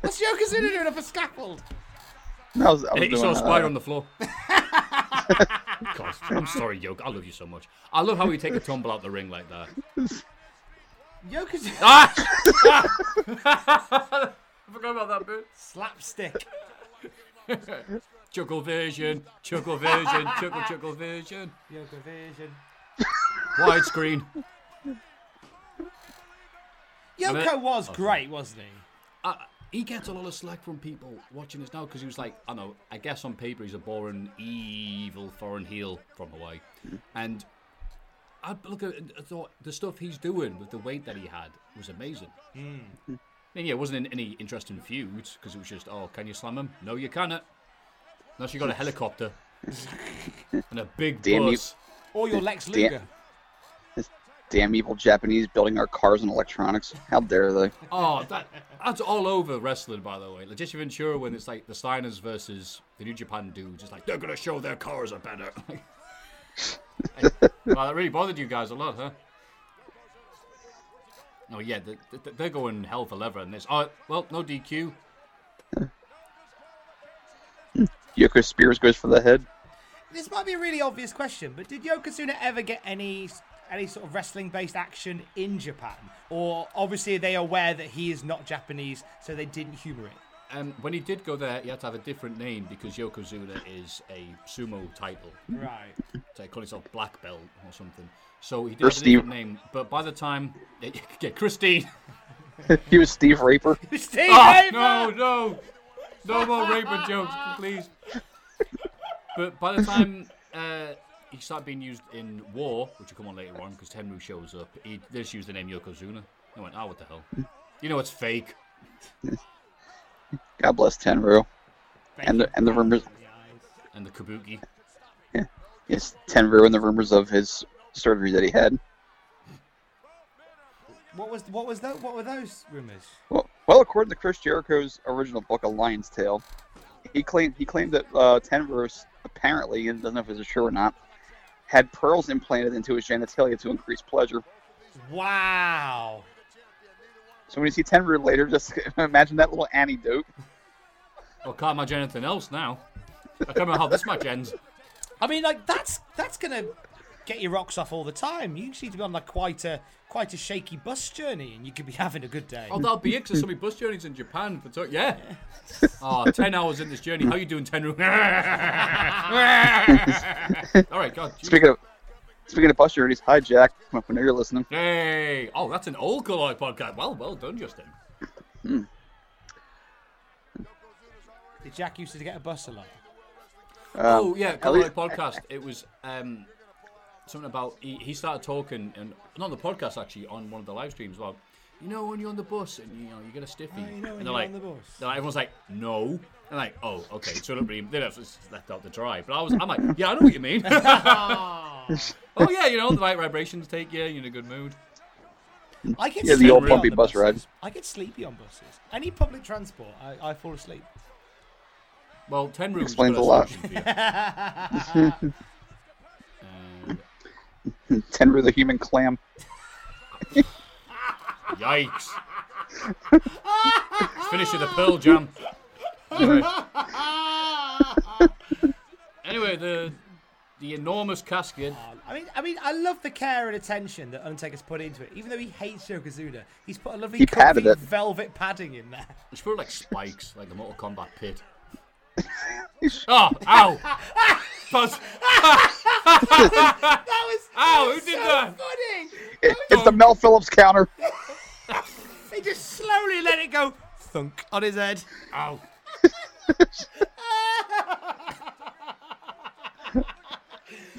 A: What's Yoko Zuna doing up a scaffold?
B: no, I was, I was
C: And he
B: doing,
C: saw a
B: uh,
C: spider on the floor. God, I'm sorry, Yoke. I love you so much. I love how you take a tumble out the ring like that.
A: Yoko Zuna.
C: Ah! I forgot about that bit.
A: Slapstick.
C: Chuckle version, chuckle version, chuckle chuckle version.
A: Yoko Vision.
C: Widescreen.
A: Yoko
C: it-
A: was great, wasn't he?
C: uh, he gets a lot of slack from people watching this now because he was like, I know, I guess on paper he's a boring, evil foreign heel from Hawaii. And I look at it and I thought the stuff he's doing with the weight that he had was amazing. I mean, yeah, it wasn't in any interesting feuds because it was just, oh, can you slam him? No, you cannot. Unless you got a helicopter and a big
B: Damn you.
C: bus.
A: Or your Lex
B: Damn.
A: Luger.
B: This damn evil Japanese building our cars and electronics. How dare they?
C: Oh, that, that's all over wrestling, by the way. Like Jesse Ventura, when it's like the Steiners versus the New Japan dudes, it's like they're gonna show their cars are better. wow, that really bothered you guys a lot, huh? Oh yeah, th th they're going hell for leather in this. Oh well, no DQ.
B: Yoko Spears goes for the head.
A: This might be a really obvious question, but did Yokozuna ever get any any sort of wrestling based action in Japan? Or obviously are they aware that he is not Japanese, so they didn't humor it?
C: Um, when he did go there, he had to have a different name because Yokozuna is a sumo title.
A: Right.
C: So he called himself Black Belt or something. So he did have a
B: Christine.
C: different name, but by the time, yeah, Christine.
B: He was Steve Raper.
A: Steve
C: Oh,
A: Raver!
C: no, no, no more raper jokes, please. But by the time uh, he started being used in War, which will come on later on, because Tenmu shows up, he they just used the name Yokozuna. I went, oh, what the hell? You know it's fake.
B: God bless Tenru. And the, and the rumors,
C: And the Kabuki.
B: yes, Tenru and the rumors of his surgery that he had.
A: What was what was that what were those rumors?
B: Well, well, according to Chris Jericho's original book, A Lion's Tale, he claimed he claimed that uh, Tenverse apparently, and doesn't know if this is true or not, had pearls implanted into his genitalia to increase pleasure.
A: Wow.
B: So when you see Tenru later, just imagine that little anecdote.
C: Well, can't imagine anything else now. I can't remember how this match ends.
A: I mean, like that's that's gonna get your rocks off all the time. You seem to be on like quite a quite a shaky bus journey, and you could be having a good day.
C: Oh, that'll be it, 'cause there's so many bus journeys in Japan. For to- yeah. Oh, 10 hours in this journey. How you doing, Tenru? All right, God. Jesus.
B: Speaking of speaking of bus journeys, hi Jack. I know you're listening.
C: Hey! Oh, that's an old Colloid podcast. Well, well done, Justin.
A: Did Jack used to get a bus a lot? Um,
C: oh yeah, Colloid
B: least-
C: podcast. It was um, something about he, he started talking and not on the podcast actually on one of the live streams about you know when you're on the bus and you know you get a stiffy
A: you know when you're
C: and they're like,
A: on the bus.
C: they're like- everyone's like no and like oh okay so they don't really they don't it's left out the dry but I was I'm like yeah I know what you mean oh yeah you know the right vibrations take you you're in a good mood
A: I get
B: Yeah, the old
A: sleepy on
B: bumpy
A: the
B: bus
A: buses.
B: ride.
A: I get sleepy on buses. Any public transport, I, I fall asleep.
C: well ten rooms
B: Explains a lot. Tenru the human clam.
C: Yikes. Finisher the Pearl Jam. Anyway. Anyway, the the enormous casket.
A: I mean, I mean, I love the care and attention that Undertaker's put into it. Even though he hates Yokozuna, he's put a lovely
B: He
A: comfy
B: padded it.
A: velvet padding in there.
C: It's probably like spikes, like the Mortal Kombat pit. Oh, ow! Buzz.
A: That was
C: Ow,
A: that was
C: who did
A: so
C: that?
A: Funny.
B: It- it's the Mel Phillips counter.
A: He just slowly let it go. Thunk on his head.
C: Ow!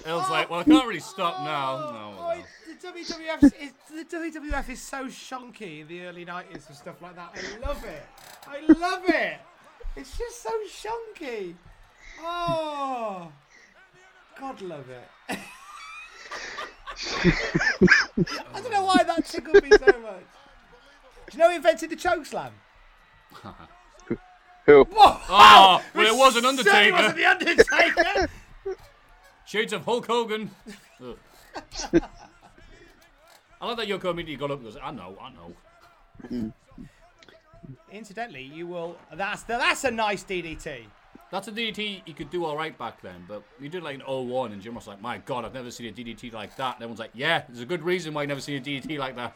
C: Elle's like, well, I can't really stop now. No,
A: Oh,
C: well, no.
A: it- the WWF, is, the WWF is so shonky in the early '90s for stuff like that. I love it. I love it. It's just so shonky. Oh, God, love it. I don't know why that tickled me so much. Do you know who invented the choke slam?
B: Who?
C: Oh, well, it was an
A: Certainly
C: Undertaker.
A: wasn't the Undertaker.
C: Shades of Hulk Hogan. Ugh. I like that Yoko immediately got up and goes, I know, I know.
A: Incidentally, you will. That's the, that's a nice DDT.
C: That's a DDT he could do all right back then, but he did like an 01, and Jim was like, My God, I've never seen a DDT like that. And everyone's like, Yeah, there's a good reason why you never seen a DDT like that.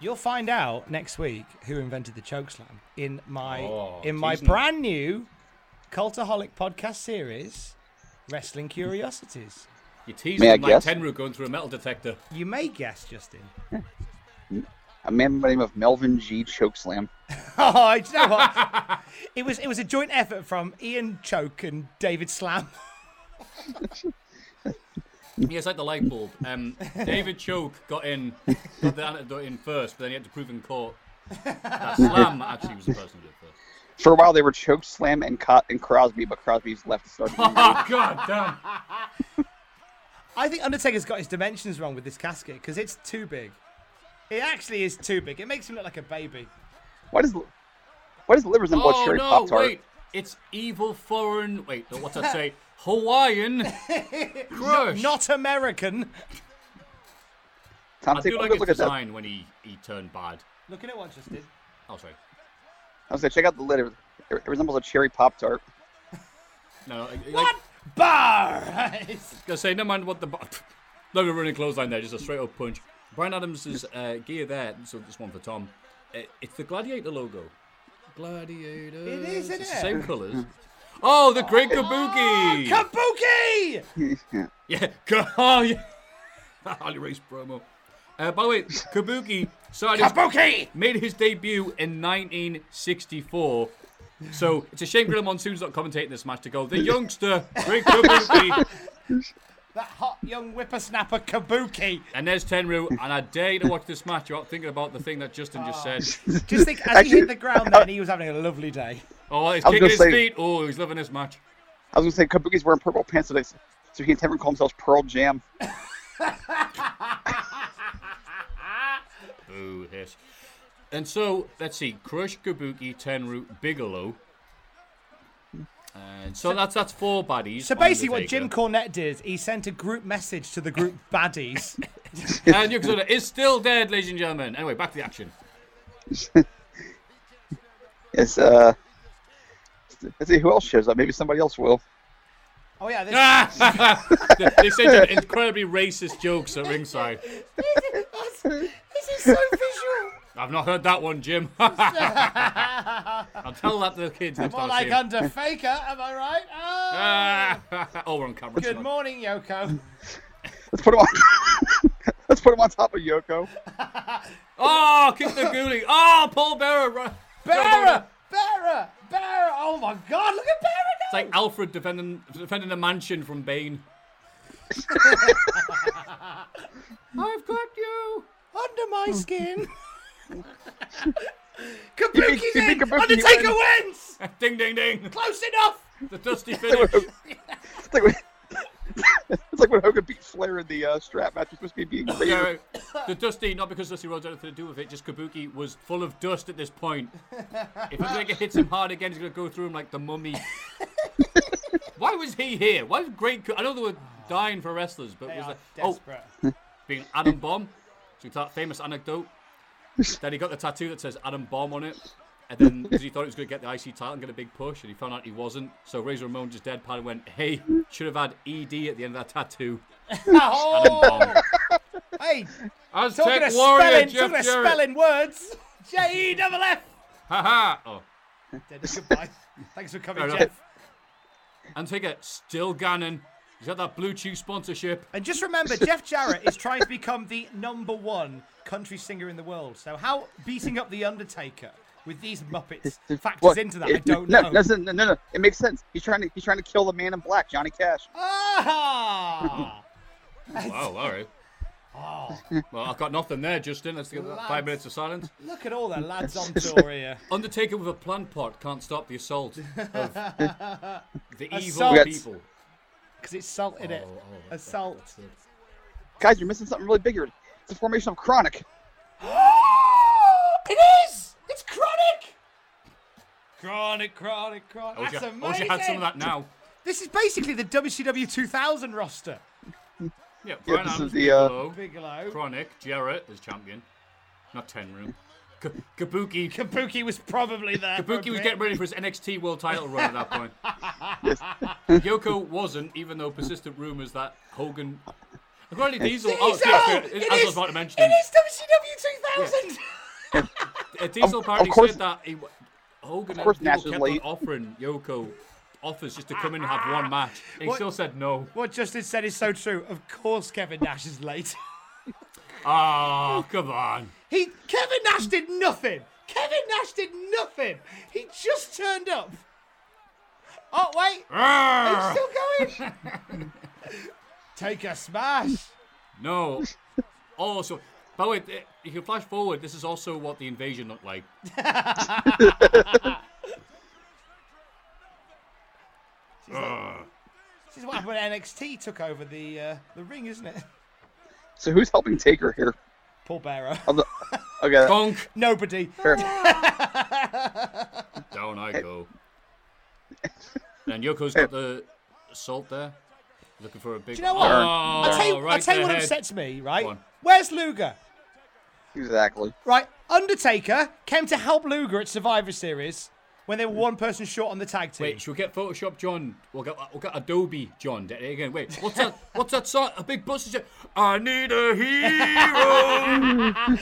A: You'll find out next week who invented the chokeslam in my
C: Oh,
A: in my
C: teasing.
A: brand new cultaholic podcast series, Wrestling Curiosities.
C: You're teasing
B: May I
C: him like
B: guess?
C: Tenru going through a metal detector.
A: You may guess, Justin.
B: A man by the name of Melvin G. Chokeslam.
A: Oh, do you know what? it was it was a joint effort from Ian Choke and David Slam.
C: Yes, like the light bulb. Um, David Choke got in, got the antidote in first, but then he had to prove in court that Slam actually was the person who did it first.
B: For a while, they were Chokeslam and, Co- and Crosby, but Crosby's left to start. the new
C: Oh, God damn.
A: I think Undertaker's got his dimensions wrong with this casket because it's too big. It actually is too big. It makes him look like a baby.
B: Why does why does livers and blood
C: Oh,
B: share
C: no,
B: Pop Tart?
C: wait. It's evil foreign. Wait, no, what's that say? Hawaiian crush.
A: Not American.
B: Tom,
C: I
B: take
C: do
B: a
C: like
B: good
C: his
B: look at that.
C: design when he, he turned bad.
A: Looking at what Justin.
C: Oh, sorry.
B: I was like, check out the litter. It it resembles a cherry Pop Tart.
C: No, no, like,
A: What bars?
C: I say, never mind what the. Not a running clothesline there, just a straight up punch. Brian Adams' uh, gear there, so this one for Tom. Uh, it's the Gladiator logo. Gladiator.
A: It is, isn't
C: It's
A: it?
C: the same colours. Oh, the Great Kabuki!
A: Kabuki!
C: Yeah. Ka- Oh, yeah. Harley Race promo. Uh, by the way, Kabuki started
A: Kabuki!
C: made his debut in 1964. So it's a shame Grilla Monsoon's not commentating this match to go, the youngster, Great Kabuki,
A: That hot young whippersnapper Kabuki.
C: and there's Tenru. And I dare you to watch this match without thinking about the thing that Justin just said.
A: Just think, as he hit the ground then, he was having a lovely day.
C: Oh, he's
B: I was
C: kicking
B: gonna
C: his
B: say-
C: feet. Oh, he's loving this match.
B: I was gonna say Kabuki's wearing purple pants today, so he and Tevin call themselves Pearl Jam.
C: Boo, hiss. And so, let's see, Crush, Kabuki, Tenru, Bigelow. And so, that's that's four baddies.
A: So
C: on
A: basically,
C: the
A: what Jim
C: taker.
A: Cornette did, he sent a group message to the group baddies.
C: and Yokozuna is still dead, ladies and gentlemen. Anyway, back to the action.
B: It's uh, let's see who else shows up. Maybe somebody else will.
A: Oh yeah, this,
C: Ah! they they said some incredibly racist jokes at ringside.
A: this is so visual.
C: I've not heard that one, Jim. I'll tell that to the kids next
A: More
C: time
A: like
C: I see
A: under Faker, am I right? Oh,
C: them. Oh, we're on camera.
A: good
C: sorry.
A: morning, Yoko.
B: Let's put him on. let's put him on top of Yoko.
C: Oh, kick the ghoulie. Oh, Paul Bearer. right.
A: Barra, Barra, Barra. Oh my God, look at Barra
C: It's like Alfred defending defending a mansion from Bane. I've got you.
A: now. Under my skin.
B: beat-
A: Kabuki's
B: he beat
A: in.
B: Kabuki, he
A: Undertaker wins.
C: Ding, ding, ding.
A: Close enough.
C: The dusty finish.
B: It's like when, it's like when Hogan beat Flair in the uh, strap match. It's supposed to be being great.
C: No, the Dusty, not because Dusty Rhodes had anything to do with it, just Kabuki was full of dust at this point. If Undertaker hits him hard again, he's going to go through him like the mummy. Why was he here? Why was Great... Ka- I know they were dying for wrestlers, but
A: They
C: was
A: are
C: like, oh,
A: desperate.
C: being Adam Bomb. So it's that famous anecdote. then he got the tattoo that says Adam Bomb on it. And then because he thought he was going to get the IC title and get a big push, and he found out he wasn't. So Razor Ramon just deadpan and went, "Hey, should have had ED at the end of that tattoo." Adam
A: Oh,
C: Bomb.
A: hey, talking
C: Aztec
A: of
C: warrior
A: spelling,
C: Jeff
A: talking of
C: Jarrett.
A: spelling words. J E double F.
C: Ha ha. Oh,
A: Dennis, Goodbye. Thanks for coming,
C: Fair enough.
A: Jeff.
C: and take it. Still Gannon. He's got that Blue Chew sponsorship.
A: And just remember, Jeff Jarrett is trying to become the number one country singer in the world. So how beating up the Undertaker with these Muppets factors
B: What?
A: into that, I
B: It-
A: don't
B: no,
A: know.
B: No, no, no, no, no. It makes sense. He's trying to he's trying to kill the man in black, Johnny Cash.
A: Ah!
C: Wow. All right.
A: Oh,
C: Well, I've got nothing there, Justin. Let's give that five
A: Lads.
C: minutes of silence.
A: look at all the lads on tour here.
C: Undertaker with a plant pot can't stop the assault of the evil
A: Assault.
C: people.
A: Because it's salt in it.
C: Oh, oh, that-
A: Assault.
C: that's it.
B: Guys, you're missing something really big here. It's the formation of Chronic.
A: it is! It's chronic! Chronic, chronic,
C: I wish
A: chronic. That's
C: I- I wish I had some
A: amazing.
C: of that now.
A: This is basically the WCW 2000 roster.
C: Yeah,
B: Yeah,
C: Brian
B: this is
C: Adams,
B: the, uh,
C: Bigelow,
A: Bigelow.
C: Chronic, Jarrett as champion. Not Tenru. K- Kabuki.
A: Kabuki was probably there. for a
C: Kabuki was
A: bit.
C: getting ready for his NXT World title run at that point. Yoko wasn't, even though persistent rumours that Hogan. Apparently Diesel.
A: Diesel!
C: Oh, Diesel,
A: It
C: as I
A: is-
C: was about to mention.
A: It is WCW 2000!
C: Uh, Diesel
B: Of-
C: apparently
B: of course-
C: said that he, w- Hogan
B: course
C: and people
B: Nash is
C: kept on
B: late.
C: offering Yoko offers just to come in and have one match. And he
A: What-
C: still said no.
A: What Justin said is so true. Of course, Kevin Nash is late.
C: Ah, come on.
A: He Kevin Nash did nothing. Kevin Nash did nothing. He just turned up. Oh wait,
C: Arrgh.
A: it's still going. Take a smash.
C: No. Also, by the way, th- you can flash forward. This is also what the invasion looked like.
A: This is what happened when NXT took over the uh, the ring, isn't it?
B: So who's helping Taker here?
A: Paul Bearer.
B: Of the- Oh. Okay.
C: Donk.
A: Nobody.
B: fair.
C: Down I go. And Yoko's got the assault there. Looking for a big.
A: Do you know what? I'll tell you,
C: Oh,
A: I'll
C: right
A: tell you
C: to
A: what
C: the head.
A: upsets me, right?
C: Go on.
A: Where's Luger?
B: Exactly.
A: Right, Undertaker came to help Luger at Survivor Series when they were one person short on the tag team.
C: Wait, should we get Photoshop John? We'll get, we'll get Adobe John. Did it again. Wait, what's that? what's that song? A big bus is I need a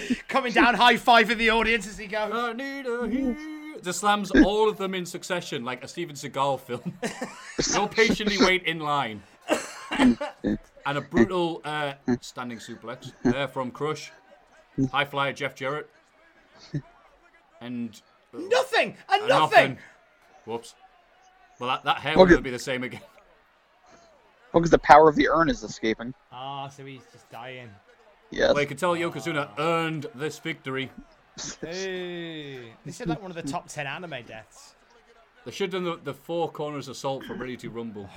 C: hero.
A: Coming down, high five in the audience as he goes.
C: I need a hero. Just slams all of them in succession like a Steven Seagal film. They'll patiently wait in line. and a brutal uh, standing suplex there from Crush. High flyer Jeff Jarrett. And uh,
A: Nothing and
C: and
A: nothing.
C: Whoops. Well, that, that hair
B: Look
C: will
B: at-
C: never be the same again.
B: Well, because Oh, the power of the urn is escaping.
A: Ah, so he's just dying.
B: Yes.
C: Well, you can tell Yokozuna earned this victory.
A: Hey. This is like one of the top ten anime deaths.
C: They should have done the, the four corners assault for Ready to Rumble.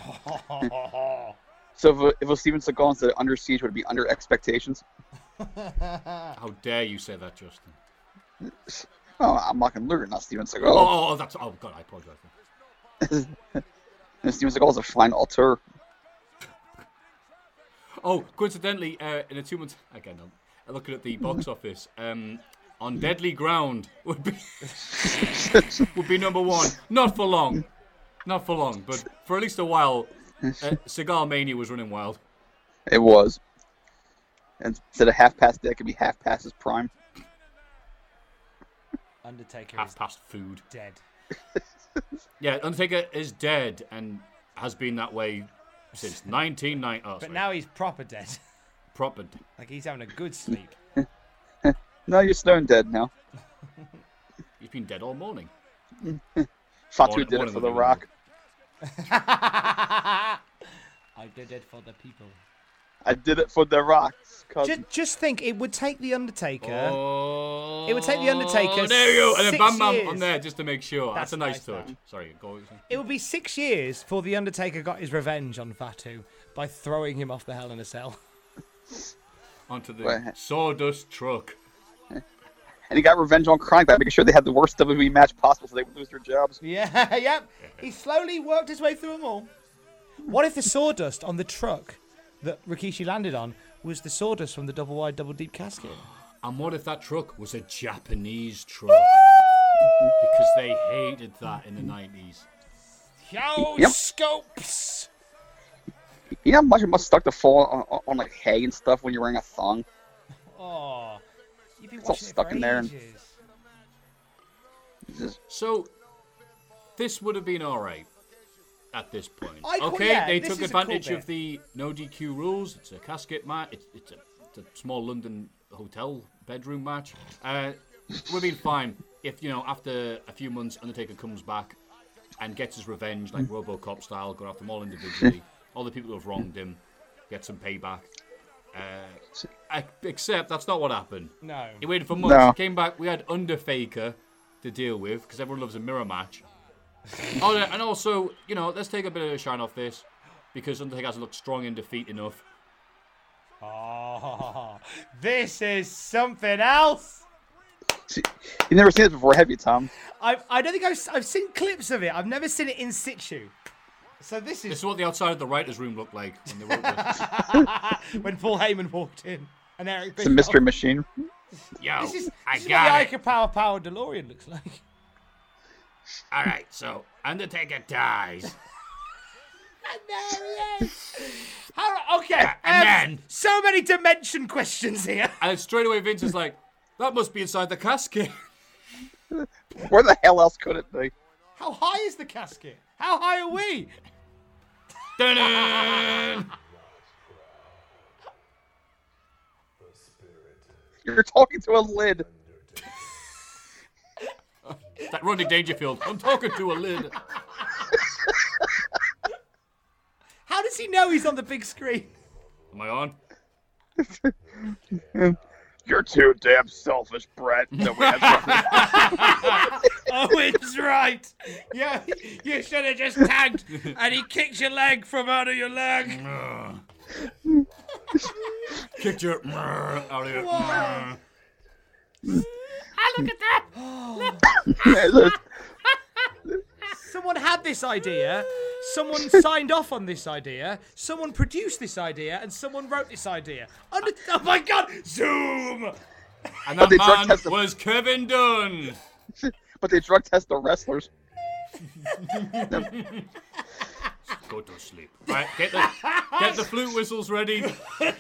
B: so if, a- if a Steven Seagal instead of under siege would it be under expectations.
C: How dare you say that, Justin?
B: Oh, I'm mocking Luger, not Steven
C: Oh,
B: Seagal.
C: oh, oh, that's. Oh, God, I apologize.
B: And Steven Seagal is a fine auteur.
C: Oh, coincidentally, uh, in a two month. Again, I'm looking at the box office. Um, on Deadly Ground would be would be number one. Not for long. Not for long, but for at least a while, uh, Cigar Mania was running wild.
B: It was. And instead of half past that could be half past his prime.
A: Undertaker is
C: Half past food.
A: dead.
C: Yeah, Undertaker is dead and has been that way since 1990. Oh,
A: But
C: sorry,
A: now he's proper dead.
C: proper. d-
A: Like he's having a good sleep.
B: No, you're stone dead now.
C: He's been dead all morning.
B: Fatu
C: One-
B: did it
C: one of
B: for The
C: them did it.
B: Rock.
A: I did it for the people.
B: I did it for The Rock's cousin.
A: Just, just think, it would take the Undertaker.
C: Oh,
A: It would take The Undertaker
C: There you go, and then
A: six
C: Bam Bam on
A: years.
C: there just to make sure. That's,
A: That's
C: a nice,
A: nice,
C: touch.
A: that.
C: Sorry, go. what were you saying?
A: It would be six years before the Undertaker got his revenge on Fatu by throwing him off the Hell in a Cell.
C: Onto the
B: Wait.
C: sawdust truck.
B: And he got revenge on Chronic by making sure they had the worst WWE match possible so they would lose their jobs.
A: Yeah, yep. He slowly worked his way through them all. What if the sawdust on the truck that Rikishi landed on was the sawdust from the double wide, double deep casket?
C: And what if that truck was a Japanese truck? because they hated that in the 90s.
A: Yo,
B: Yep.
A: scopes.
B: You know how much it must suck to fall on, on, on like hay and stuff when you're wearing a thong.
A: Oh, you've been
B: It's all
A: watching it
B: stuck
A: for
B: in there and-
A: ages.
B: It's just-
C: So, this would have been all right at this point.
A: I call-
C: okay,
A: yeah,
C: they
A: this
C: took
A: is a cool
C: advantage
A: bit.
C: of the no DQ rules. It's a casket match. It's, it's, a, it's a small London hotel bedroom match. Uh, we've been fine if you know after a few months, Undertaker comes back and gets his revenge, like
A: Mm.
C: RoboCop style, go after them all individually, all the people who have wronged him, get some payback. Uh, I- except that's not what happened.
A: No.
C: He waited for months.
B: No.
C: Came back. We had Underfaker to deal with because everyone loves a mirror match. oh, yeah, and also, you know, let's take a bit of a shine off this because Undertaker hasn't looked strong in defeat enough.
A: Oh, this is something else.
B: see- You've never seen this before, have you, Tom?
A: I've, I don't think I've, s- I've seen clips of it. I've never seen it in situ. So this
C: This
A: is
C: is what the outside of the writers' room looked like when they wrote this.
A: when Paul Heyman walked in and Eric.
B: It's a mystery machine.
C: Yo,
A: This is,
C: I
A: this is
C: got
A: what
C: it.
A: the Ica Power Power DeLorean looks like.
C: All right, so Undertaker dies.
A: And there he is. How, okay.
C: and
A: um,
C: then-
A: so many dimension questions here.
C: And straight away, Vince is like, that must be inside the casket.
B: Where the hell else could it be?
A: How high is the casket? How high are we?
C: Dun-dun!
B: You're talking to a lid.
C: That Rodney Dangerfield. I'm talking to a lid.
A: How does he know he's on the big screen?
C: Am I on?
D: You're too damn selfish, Brett. That we have
A: Oh, it's right. Yeah, you should have just tagged, and he kicked your leg from under your leg.
C: Kicked your out of here.
A: Someone had this idea. Someone signed off on this idea. Someone produced this idea, and someone wrote this idea. Under- oh my God! Zoom.
C: And that
B: they drug
C: man
B: tested-
C: was Kevin Dunn.
B: but they drug test the wrestlers.
C: Go to sleep. Right, get the, get the flute whistles ready.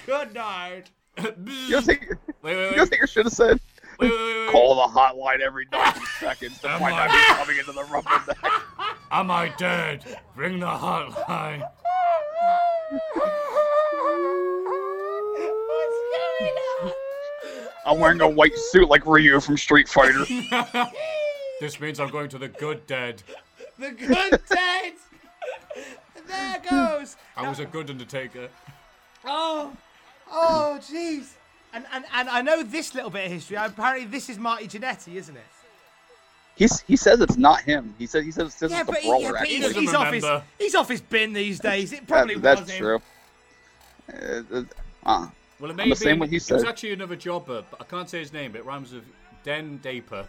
A: Good night.
B: You don't
C: wait,
B: think,
C: wait,
B: you
C: wait,
B: don't
C: wait,
B: think you should have said?
C: wait, wait, wait.
B: Call the hotline every 90 seconds to find out who's coming into the rumble next.
C: Am I dead? Ring the hotline.
B: I'm wearing a white suit like Ryu from Street Fighter.
C: This means I'm going to the good dead.
A: The good dead. there goes.
C: I was a good undertaker.
A: Oh, oh, jeez. And, and and I know this little bit of history. Apparently, this is Marty Jannetty, isn't it?
B: He's, he says it's not him. He says he says, says
A: Yeah,
B: it's
A: but,
B: the
A: he, yeah,
B: brawler.
A: but
B: actually.
A: he's,
C: doesn't
A: he's off his
C: remember.
A: he's off his bin these days. It
B: That-
A: probably was
B: that's
A: him.
B: true. Uh, uh, uh,
C: Well, it may
B: I'm the
C: be.
B: same what he
C: it was
B: said.
C: actually another jobber, but I can't say his name. It rhymes with Den Daper.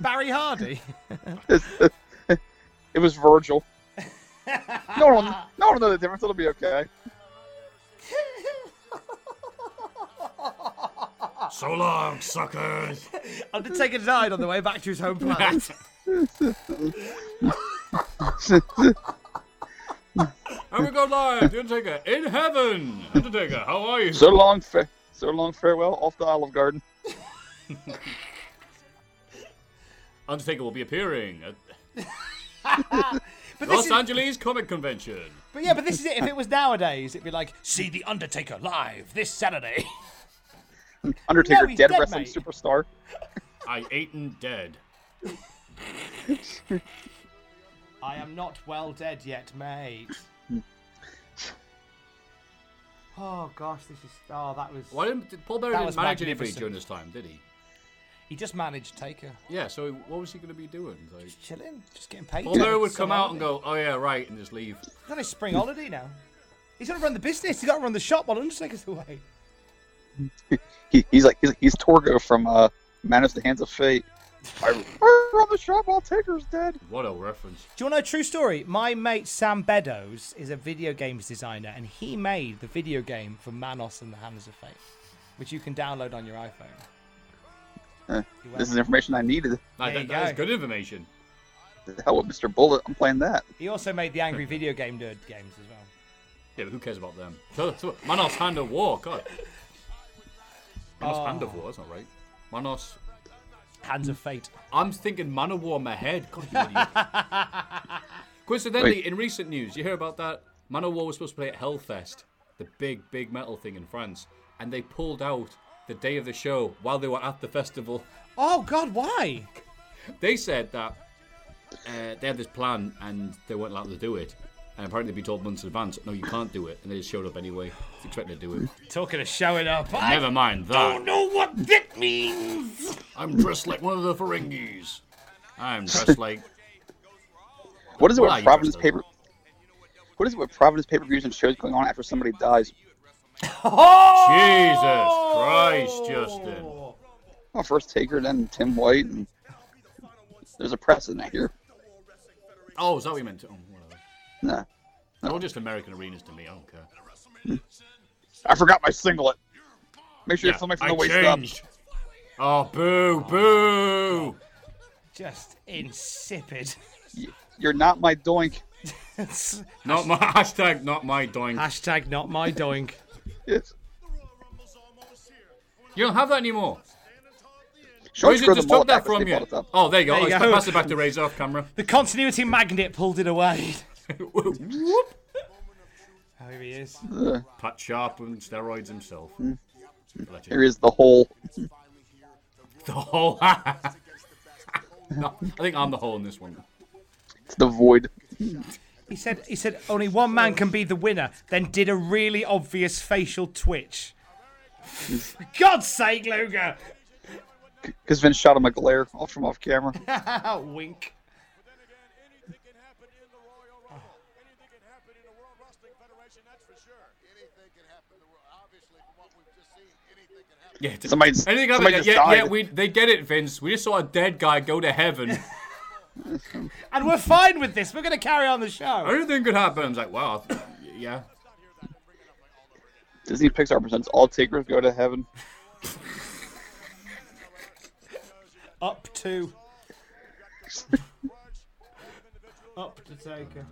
A: Barry Hardy.
B: uh, it was Virgil. no one, will- no one will know the difference. It'll be okay.
C: So long, suckers.
A: Undertaker died on the way back to his home planet.
C: And we go live. The Undertaker in heaven. Undertaker, how are you?
B: So long, fa- so long farewell off the Olive Garden.
C: Undertaker will be appearing at
A: But this
C: Los
A: is,
C: Angeles Comic Convention.
A: but yeah, but this is it. If it was nowadays, it'd be like, see the Undertaker live this Saturday.
B: Undertaker,
A: No, he's
B: dead,
A: dead,
B: wrestling
A: mate.
B: superstar.
C: I ate and dead.
A: I am not well dead yet, mate. oh gosh, this is oh that was
C: Why didn't did Paul Bearer
A: That
C: didn't
A: was
C: manage anybody
A: magnificent.
C: during this time, did he?
A: he just managed Taker.
C: Yeah. So what was he going to be doing? Like,
A: Chilling, just getting paid.
C: Paul Bearer would come out and go, "Oh yeah, right," and just leave.
A: He's on his spring holiday now. He's got to run the business. He's got to run the shop while Undertaker's away.
B: He, he's like he's, he's Torgo from uh, Man of the Hands of Fate. I, I run the shop while Taker's dead.
C: What a reference!
A: Do you want to know a true story? My mate Sam Beddoes is a video games designer, and he made the video game for Manos and the Hands of Fate, which you can download on your iPhone.
B: Uh,
A: You
B: This is
A: went-
B: information I needed.
A: There
C: Like, that,
A: you
C: that is
A: go.
C: good information.
B: The hell with Mr. Bullet? I'm playing that.
A: He also made the Angry Video Game Nerd games as well.
C: Yeah, but who cares about them? So- so- Manos Hand of War, God. Manos
A: Oh.
C: Hand of War, that's not right. Manos.
A: Hands of Fate.
C: I'm thinking Man of War in my head. God, you idiot. Coincidentally, in recent news, you hear about that? Man of War was supposed to play at Hellfest, the big, big metal thing in France, and they pulled out the day of the show while they were at the festival.
A: Oh God, why?
C: they said that uh, they had this plan and they weren't allowed to do it. And apparently, they'd be told months in advance, no, you can't do it. And they just showed up anyway, expecting to do it.
A: Talking of showing up. I
C: Never mind that.
E: don't know what that means.
C: I'm dressed like one of the Ferengis. I'm dressed like.
B: What is it
C: Why,
B: with
C: you
B: Providence
C: bastard?
B: paper? What is it with Providence pay per views and shows going on after somebody dies?
C: Jesus Christ, Justin.
B: Well, Oh, first Taker, then Tim White, and there's a precedent here.
C: Oh, is that what you meant? To? Oh, whatever.
B: Nah,
C: They're all just American arenas to me. I don't care.
B: I forgot my singlet. Make sure you film it from
C: I
B: the waist
C: changed. Oh, boo, boo.
A: Just insipid.
B: up. You're not my doink.
C: Not my hashtag. Not my doink.
A: Hashtag not my doink.
B: Yes.
C: You don't have that anymore.
B: Short
C: Razor
B: screw the
C: just took
B: mullet
C: that
B: back
C: from
B: from
C: you.
B: All the time.
C: Oh, there you go.
A: There
C: Oh,
A: you
C: it's
A: go.
C: Pass it back to Razor off camera.
A: The continuity magnet pulled it away. Oh, here he is.
C: Pat Sharp and steroids himself.
B: Hmm.
C: Legend.
B: Here is the hole.
C: The hole. no, I think I'm the hole in this one.
B: It's the void.
A: He said he said only one man can be the winner, then did a really obvious facial twitch. For God's sake, Luger!
B: Because Vince shot him a glare off from off camera.
A: Ah, wink.
C: Yeah, it's-
B: Somebody just,
C: Anything
B: somebody
C: happening?
B: just
C: Yeah,
B: died.
C: yeah, we they get it, Vince. We just saw a dead guy go to heaven.
A: And we're fine with this. We're gonna carry on the show.
C: Anything could happen. I was like, wow, yeah.
B: Disney Pixar presents All Takers Go to Heaven.
A: Up to. Up to Taker.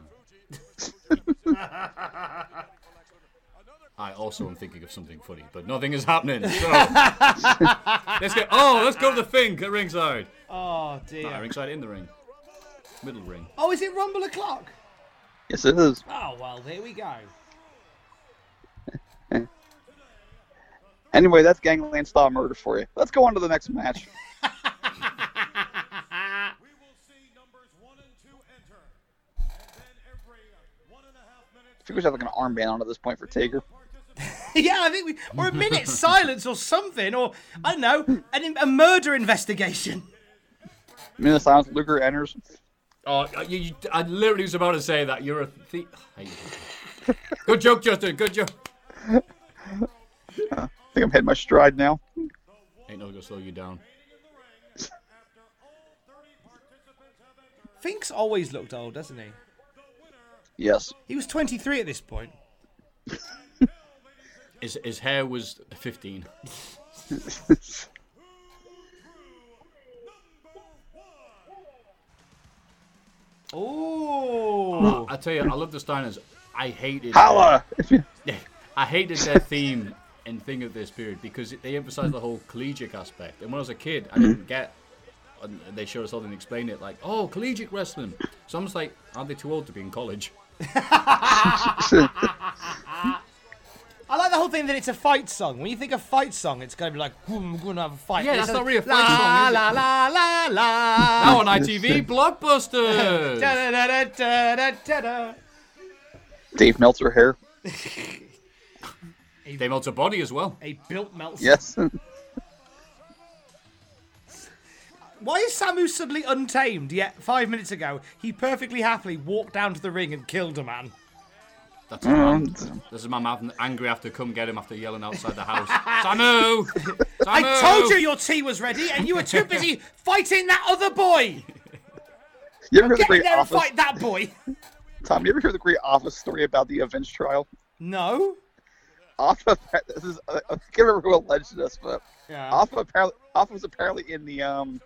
C: I also am thinking of something funny, but nothing is happening. So let's go. Oh, let's go to the thing at ringside.
A: Oh
C: Not
A: dear.
C: ringside, in the ring, middle ring.
A: Oh, is it Rumble o'clock?
B: Yes, it is.
A: Oh well, here we go.
B: Anyway, that's Gangland Style Murder for you. Let's go on to the next match.
G: We will see numbers one and two enter. And then every uh, one and a half minutes,
B: Figures out like an armband on at this point for Taker.
A: yeah, I think we or a minute silence or something, or I don't know, an, a murder investigation.
B: Minute of silence, Luger enters.
C: Oh, you, you, I literally was about to say that. You're a thief. Good joke, Justin. Good joke.
B: I think I'm hitting my stride now.
C: Ain't no gonna slow you down.
A: Fink's always looked old, doesn't he?
B: Yes.
A: He was 23 at this point.
C: His, his hair was 15.
A: Oh,
C: I tell you, I love the Steiners. I hated.
B: Holla!
C: Yeah, I hated their theme and thing of this period because it- they emphasized the whole collegiate aspect. And when I was a kid, I
A: Mm-hmm.
C: didn't get. And they showed us all and explained it like, "Oh, collegiate wrestling." So I'm just like, "Aren't they too old to be in college?"
A: I like the whole thing that it's a fight song. When you think of fight song, it's going to be like, "Boom, we're going to have a fight.
C: Yeah,
A: It's like,
C: that's not really a fight
A: la,
C: song, is it?
A: La, la, la, la,
C: Now on ITV, Blockbusters.
A: Da, da, da, da, da, da, da.
B: Dave Meltzer hair.
C: They melt a body as well.
A: A built melts.
B: Yes.
A: Why is Samu suddenly untamed? Yet five minutes ago, he perfectly happily walked down to the ring and killed a man.
C: That's his
A: Mm-hmm.
C: mum. This is my mum angry after come get him after yelling outside the house. Samu! Samu!
A: I told you your tea was ready, and you were too busy fighting that other boy.
B: You ever hear
A: Get in
B: the great
A: there and
B: office
A: fight that boy.
B: Tom, you ever hear the great office story about the Avenge trial?
A: No.
B: Alpha, this is I can't remember who alleged this, but
A: Yeah.
B: Alpha apparently Alpha was apparently in the um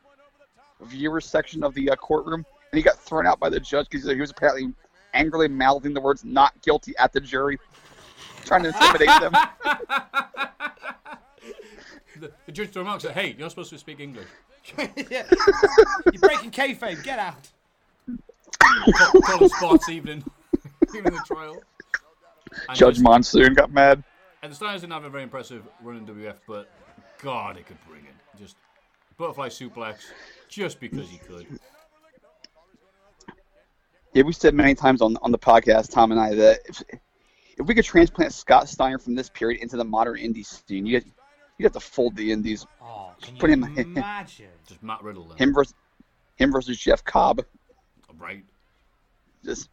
B: viewer section of the uh, courtroom, and he got thrown out by the judge because he was apparently angrily mouthing the words "not guilty" at the jury, trying to intimidate them.
C: The, the judge threw him out and said, hey, you're supposed to speak English.
A: Yeah. You're breaking kayfabe. Get out.
C: Call- Call the sports evening. Even the trial. And
B: Judge
C: just-
B: Monsoon got mad.
C: And the Steiners didn't have a very impressive run in WF, but God, it could bring it. Just butterfly suplex, just because he could.
B: Yeah, we said many times on on the podcast, Tom and I, that if, if we could transplant Scott Steiner from this period into the modern indie scene, you would you'd have to fold the indies.
A: Oh, can
B: Put
A: you
B: him-
A: imagine?
C: Just Matt Riddle then.
B: Him versus him versus Jeff Cobb.
C: Right.
B: Just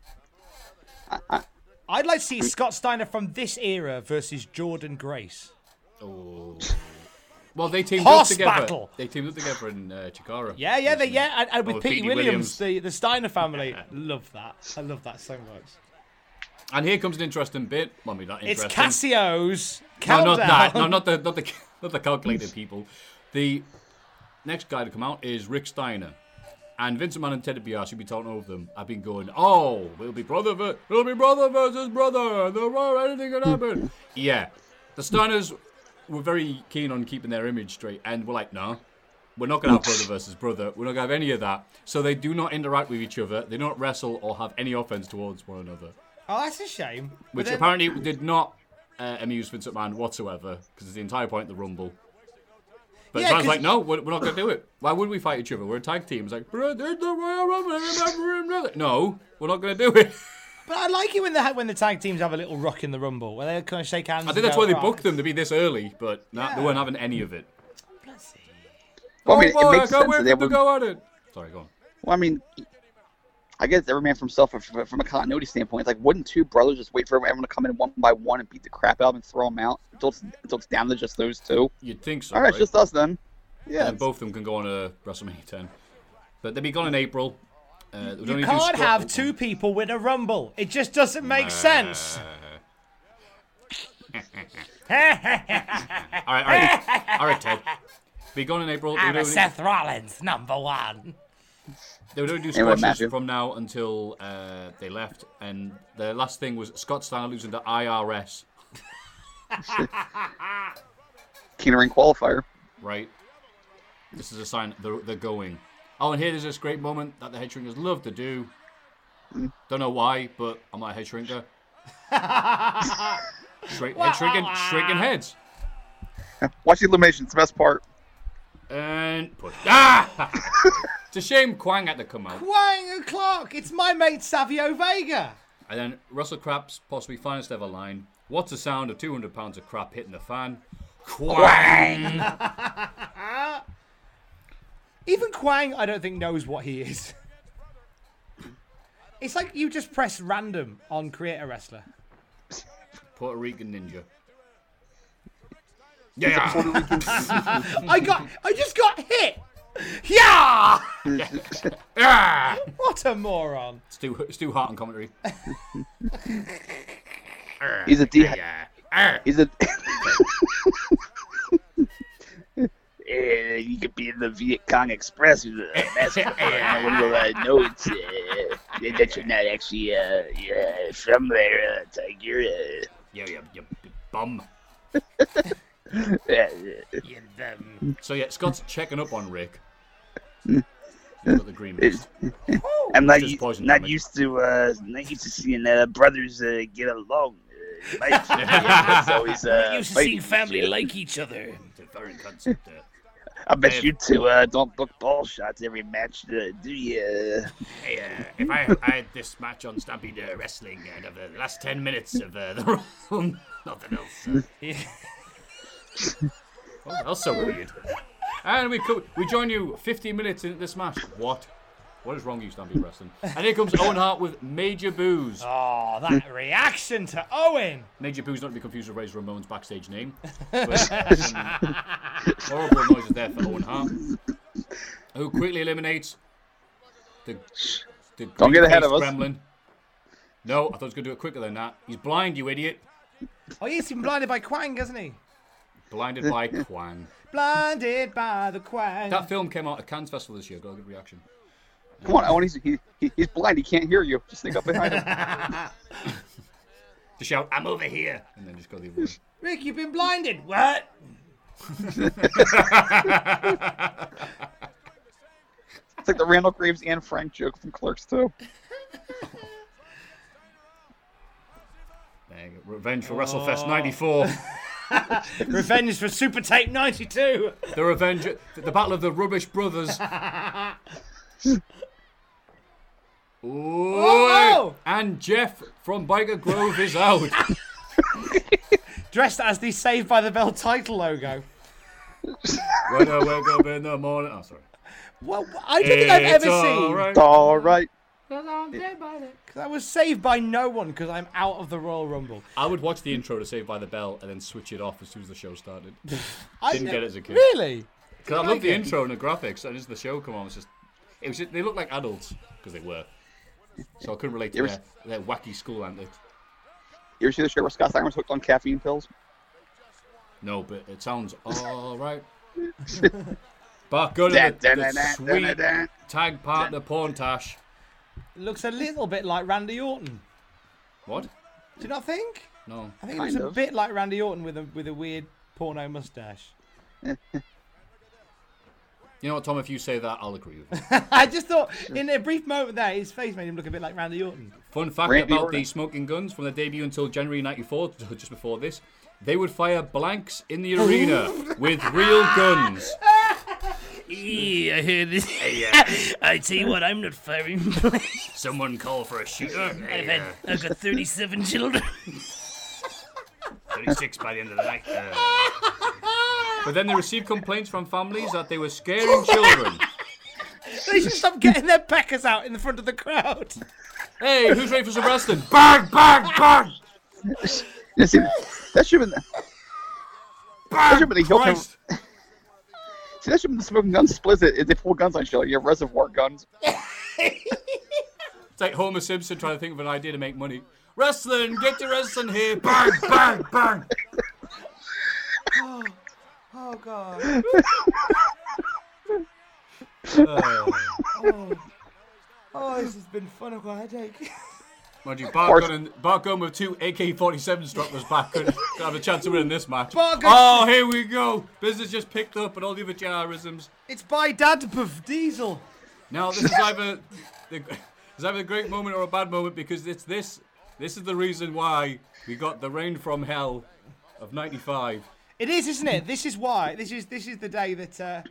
A: I'd like to see Scott Steiner from this era versus Jordan Grace.
C: Oh. Well, they teamed
A: Horse
C: up together.
A: battle.
C: They teamed up together in uh, Chikara.
A: Yeah, yeah, they,
C: recently.
A: yeah, and, and with
C: Oh,
A: Petey,
C: Petey
A: Williams,
C: Williams.
A: The, the Steiner family. love that. I love that so much.
C: And here comes an interesting bit. Well, I mean, not
A: It's
C: interesting.
A: Cassio's
C: No,
A: countdown.
C: not that. No, not the not the not the calculated people. The next guy to come out is Rick Steiner. And Vincent Man and Ted DiBiase, you'll be talking over them. I've been going, oh, it'll be brother, ver- it'll be brother versus brother. and There are anything can happen. yeah, the Steiners were very keen on keeping their image straight, and we're like, no, we're not gonna have brother versus brother. We're not gonna have any of that. So they do not interact with each other. They don't wrestle or have any offense towards one another
A: Oh, that's a shame. But
C: which
A: then-
C: apparently did not uh, amuse Vincent Man whatsoever, because it's the entire point of the Rumble. But
A: Yeah,
C: Man's
A: 'cause-
C: like, no, we're, we're not going to do it. Why would we fight each other? We're a tag team. It's like, "Bro, there's no way around it. I remember him, really." no, we're not going to do it.
A: But I like it when the when the tag teams have a little rock in the rumble, where they kind of shake hands.
C: I think that's why they booked them to be this early, but nah, they
A: Yeah.
C: weren't having any of it.
B: well, I mean,
C: oh,
B: it
C: boy,
B: makes
C: I can't
B: sense
C: wait
B: that
C: for
B: they
C: them to
B: would.
C: go at it. Sorry, go on.
B: Well, I mean, I guess every man for himself, but from, from a continuity standpoint, it's like wouldn't two brothers just wait for everyone to come in one by one and beat the crap out of them and throw them out until it's, until it's down to just those two?
C: You'd think so.
B: All right,
C: right?
B: it's just uh, us then. Yeah,
C: And both of them can go on a WrestleMania 10. But they'd be gone in April. Uh,
A: You can't have two people win a rumble. It just doesn't make sense.
C: All right, all right, all right, Ted. Be gone in April. We're doing-
A: Rollins, number one.
C: They were doing do
B: Anyway,
C: squashes
B: Matthew.
C: from now until uh, they left, and the last thing was Scott Steiner losing to IRS,
B: Keener ring qualifier.
C: right? This is a sign they're, they're going. Oh, and here there's this great moment that the head shrinkers love to do. Don't know why, but I'm not a head shrinker. Shrink, head shrinking, shrinking heads.
B: Watch the elimination. It's the best part.
C: And push. Ah! it's a shame Quang had to come out.
A: Wang o'clock. It's my mate Savio Vega.
C: And then Russell Crapp's possibly finest ever line. What's the sound of 200 pounds of crap hitting the fan? Quang!
A: Even Quang, I don't think knows what he is. It's like you just press random on create a wrestler.
C: Puerto Rican ninja.
A: I got, I just got hit. Yeah.
C: Ah!
A: What a moron.
C: It's too, it's too hot on commentary.
B: He's a de-
E: Ah.
B: He's a
D: Eh, you could be in the Viet Cong Express with a mask on. I wonder I know it's uh, that you're not actually uh, yeah, from there, uh, Tiger. Uh,
C: Yeah, yeah, yeah, bum.
D: yeah, yeah.
C: So yeah, Scott's checking up on Rick. He's got the green mist.
D: I'm not,
C: Just
D: u-
C: poison
D: not
C: damage.
D: used to uh, not used to seeing uh, brothers uh, get along. Uh, in life. yeah, it's always, uh, fighting each other.
E: like each other.
C: The foreign concept there.
D: I bet you two uh, don't book ball shots every match, uh, do you?
E: Hey, uh, if I I had this match on Stampede uh, Wrestling and over the last 10 minutes of uh, the round, nothing else. uh,
C: Oh, that's so weird. And we co- we join you 15 minutes into this match. What? What is wrong with you, Stampede Wrestling? And here comes Owen Hart with Major Booze.
A: Oh, that reaction to Owen.
C: Major Booze not to be confused with Razor Ramon's backstage name. But, um, horrible noises there for Owen Hart, who quickly eliminates the, the
B: Don't get ahead of
C: green-faced
B: us.
C: Gremlin. No, I thought he was going to do it quicker than that. He's blind, you idiot.
A: Oh, he's been blinded by Quang, hasn't he?
C: Blinded by Quang.
A: Blinded by the Quang.
C: That film came out at Cannes Festival this year. Got a good reaction.
B: Come on, Owen, he's, he, he- he's blind. He can't hear you. Just sneak up behind him.
C: To shout, "I'm over here," and then just go the other way.
A: Rick, you've been blinded. What?
B: It's like the Randall Graves and Frank joke from Clerks too.
C: There you go. Revenge for WrestleFest '94.
A: Revenge for Super Tape 92.
C: The revenge, the battle of the rubbish brothers. Ooh,
A: Oh!
C: and Jeff from Biker Grove is out.
A: Dressed as the Saved by the Bell title logo.
C: when I wake up in the morning, oh sorry.
A: Well, I don't think I've
C: It's
A: ever seen.
C: alright.
B: It's all right.
A: That was saved by no one because I'm out of the Royal Rumble.
C: I would watch the intro to Saved by the Bell and then switch it off as soon as the show started.
A: I
C: Didn't get it as a kid.
A: Really?
C: Because I love the
A: Like it.
C: intro and the graphics, and as the show come on, it's just it was just, they looked like adults because they were. So I couldn't relate to
B: There
C: their, their wacky school antics.
B: You ever see the show where Scott Steiner was hooked on caffeine pills?
C: No, but it sounds all right. Back on the,
D: Da- da- da-
C: the
D: da- da-
C: sweet
D: da.
C: tag partner porn tash.
A: It looks a little bit like Randy Orton.
C: What?
A: Do you not think?
C: No.
A: I think it
B: Kind
A: was a
B: of.
A: bit like Randy Orton with a with a weird porno mustache.
C: You know what, Tom? If you say that, I'll agree with you.
A: I just thought in a brief moment there, his face made him look a bit like Randy Orton.
C: Fun fact
B: Randy
C: about
B: Orton.
C: the Smoking Guns from their debut until January 94, so just before this, they would fire blanks in the arena with real guns.
E: Eee, I hear this.
H: I tell you what, I'm not firing. I've,
E: uh, Someone call for a shooter. Hey,
H: had,
E: uh,
H: I've got 37 children.
E: 36 by the end of the night. Uh,
C: But then they received complaints from families that they were scaring children.
A: They should stop getting their peckers out in the front of the crowd.
C: hey, who's ready for some wrestling? Bang, bang, bang!
B: You see, that should have been. That should have been the Hill
C: Christ.
B: See, that should have been the smoking guns split. It, they pull guns on each other. You have reservoir guns.
C: It's like Homer Simpson trying to think of an idea to make money. Wrestling, get your wrestling here. Bang, bang, bang.
A: Oh god.
C: Oh.
A: Oh, this has been fun. I've got a headache.
C: Mind you, Barkun, and, Barkun with two AK-47 strappers back could have a chance of winning this match.
A: Barkun-
C: Oh, here we go. Business just picked up and all the other genericisms.
A: It's by Dad Buff Diesel.
C: Now, this is either the, it's either a great moment or a bad moment because it's this. This is the reason why we got the rain from hell of 95.
A: It is, isn't it? This is why. This is this is the day that uh,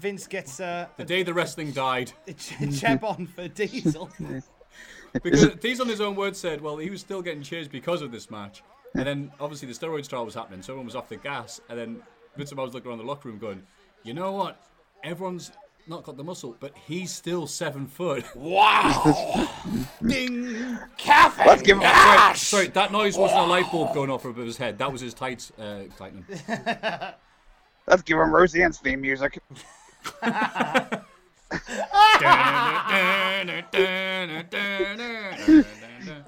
A: Vince gets uh,
C: The day the wrestling died.
A: a ch- jab on for Diesel.
C: Because these on his own words said, well, he was still getting cheers because of this match. And then obviously the steroids trial was happening, so everyone was off the gas. And then Vince McMahon was looking around the locker room going, you know what? Everyone's not got the muscle, but he's still seven foot.
B: Let's give him.
C: Sorry, sorry, that noise wasn't a light bulb going off above his head. That was his tights uh, tightening.
B: Let's give him Roseanne's theme music.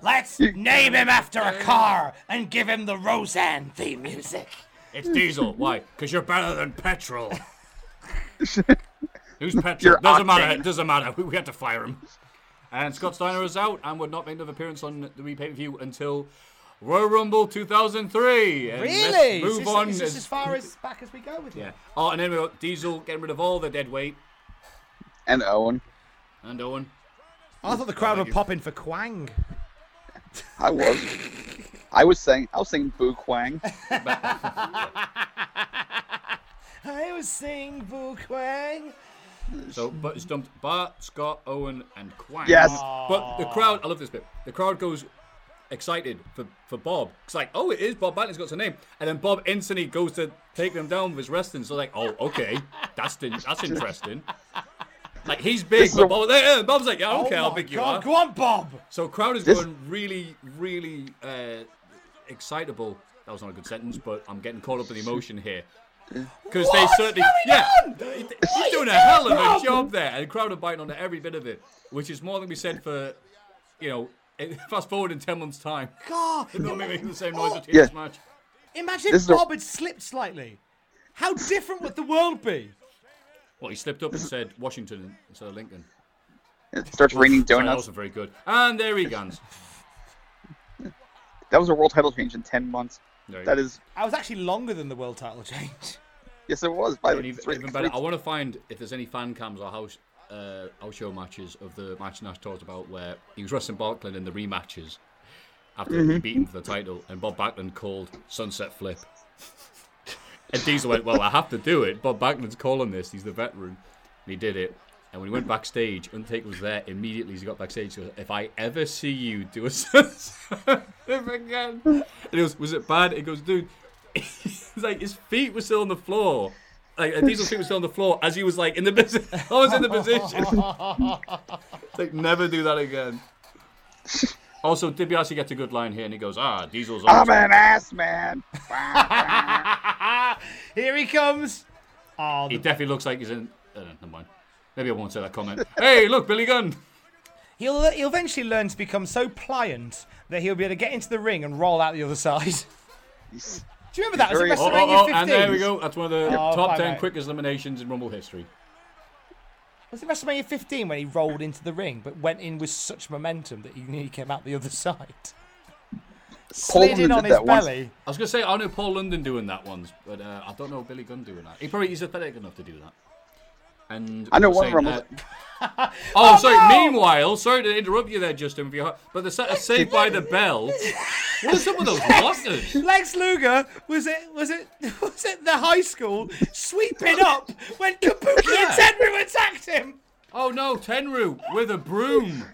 A: Let's name him after a car and give him the Roseanne theme music.
C: It's diesel. Why? Because you're better than petrol. Who's petrol?
B: You're
C: doesn't matter.
B: octane.
C: It doesn't matter. We, we had to fire him. And Scott Steiner is out and would not make another appearance on the pay per view until Royal Rumble 2003. And let's
A: Really?
C: move
A: is this,
C: on.
A: Is this as far as back as we go with it?
C: Yeah. Oh, and then we got Diesel getting rid of all the dead weight
B: And Owen,
C: and Owen.
A: I thought the crowd were popping for Quang.
B: I was. I was saying. I was saying Boo Quang.
A: I was singing Boo Quang.
C: So, but it's dumped Bart, Scott, Owen, and Quang.
B: Yes.
C: But the crowd, I love this bit. The crowd goes excited for, for Bob. It's like, oh, it is Bob Batley's got a name. And then Bob instantly goes to take them down with his wrestling. So, like, oh, okay, that's in, that's interesting. Like, he's big,
B: This is
C: but
B: a-
C: Bob, yeah, yeah. Bob's like, yeah, okay,
A: oh
C: I'll
A: my
C: pick you
A: God,
C: up.
A: Go on, Bob.
C: So, crowd is
B: This-
C: going really, really uh, excitable. That was not a good sentence, but I'm getting caught up in the emotion here. Because they
A: What's
C: certainly,
A: going
C: yeah,
A: on?
C: th- th- he's doing a hell of a job there, and the crowd are biting on every bit of it, which is more than we said for, you know, Fast forward in 10 months' time.
A: God,
C: They're not making the same noise at
B: Yeah.
C: each match.
A: imagine
B: This
A: if
B: is a-
A: Bob had slipped slightly. How different would the world be?
C: Well, he slipped up and said Washington instead of Lincoln.
B: It starts raining
C: Sorry, that
B: donuts.
C: wasn't very good. And there he goes.
B: That was a world title change in ten months.
C: There he
B: That
C: goes.
B: is,
A: I was actually longer than the world title change.
B: yes, it was. By the
C: And
B: way,
C: even, even better, I want to find if there's any fan cams or house uh, house show matches of the match Nash talked about where he was wrestling Barkland in the rematches after he beat him for the title, and Bob Backlund called Sunset Flip. and Diesel went, "Well, I have to do it." Bob Backlund's calling this. He's the veteran. And he did it. And when he went backstage, Undertaker was there immediately. As he got backstage, he goes, "If I ever see you do a sunset flip again," and he goes, "Was it bad?" He goes, "Dude." It's like his feet were still on the floor. Like and Diesel's feet were still on the floor as he was like in the position. I was in the position. It's like never do that again. Also, DiBiase gets a good line here, and he goes, "Ah, Diesel's
B: I'm
C: awesome."
B: an ass man.
A: Here he comes. Oh,
C: He
A: the-
C: definitely looks like he's in. Uh, never mind. Maybe I won't say that comment. hey, look, Billy Gunn.
A: he'll, he'll eventually learn to become so pliant that he'll be able to get into the ring and roll out the other side. Do you remember that? It
B: Very-
A: was
C: Oh,
A: in
C: oh,
A: WrestleMania
C: oh,
A: 15.
C: and there we go. That's one of the
A: Oh,
C: top
A: fine,
C: ten
A: mate.
C: quickest eliminations in Rumble history.
A: Was it WrestleMania 15 when he rolled into the ring, but went in with such momentum that he nearly came out the other side? Slid
B: Coleman
A: in on
B: did
A: his
B: that once.
A: belly.
C: I was gonna say I know Paul London doing that once, but uh, I don't know Billy Gunn doing that. He probably he's athletic enough to do that. And
B: I know
C: we're
B: one
C: saying,
B: Rumble-
C: uh, oh, sorry. Meanwhile, sorry to interrupt you there, Justin. If you but the set of Saved by the Bell. What are some of those blockers?
A: Lex Luger was it was it was it the high school sweeping up when Kabuki
C: Yeah.
A: and Tenru attacked him,
C: Oh no, Tenru with a broom.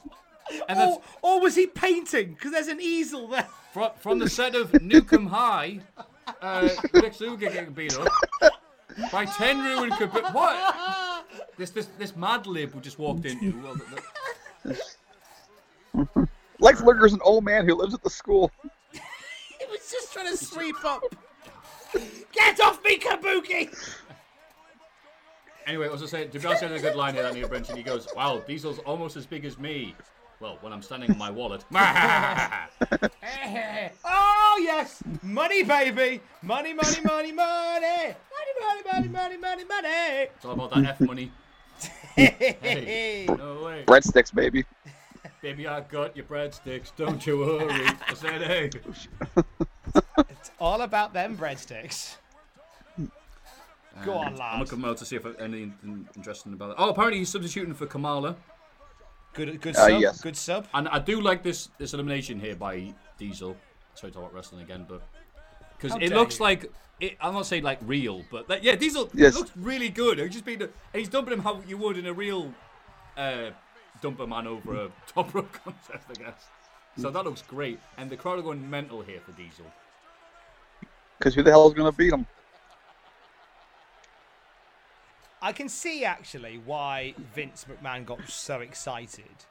C: And that's
B: Oh!
A: or, or was he painting? Because there's an easel there.
C: from, from the set of Nukem High. Uh, Lex Luger getting beat up by Tenru and Kabu- What? This this this mad lib we just walked into. Well, the- the-
B: Lex Luger's an old man who lives at the school.
A: He was just trying to sweep up. Get off me, Kabuki!
C: Anyway, I was just saying, DiBiase had a good line here that Neil Brenton. He goes, "Wow, Diesel's almost as big as me." Well, when I'm standing on my wallet.
A: oh yes, money, baby, money, money, money, money, money, money, money, money, money, money.
C: it's all about that F money. Hey, no way,
B: Breadsticks, baby.
C: baby, I got your breadsticks. Don't you worry. I said, "Hey."
A: It's all about them breadsticks. Go on,
C: Um, I'm
A: lad.
C: looking out to see if I- anything interesting about it. Oh, apparently he's substituting for Kamala,
A: Good, good
B: Uh,
A: sub.
B: yes.
A: Good sub.
C: and I do like this this elimination here by Diesel. Sorry to talk about wrestling again, but because
A: How
C: it
A: dare
C: looks
A: you.
C: like. It, I'm not saying like real, but like, yeah, Diesel
B: Yes.
C: looks really good. He's just been, and he's dumping him how you would in a real uh, dump a man over a top rope contest, I guess. So that looks great. And the crowd are going mental here for Diesel.
B: Because who the hell is going to beat him?
A: I can see actually why Vince McMahon got so excited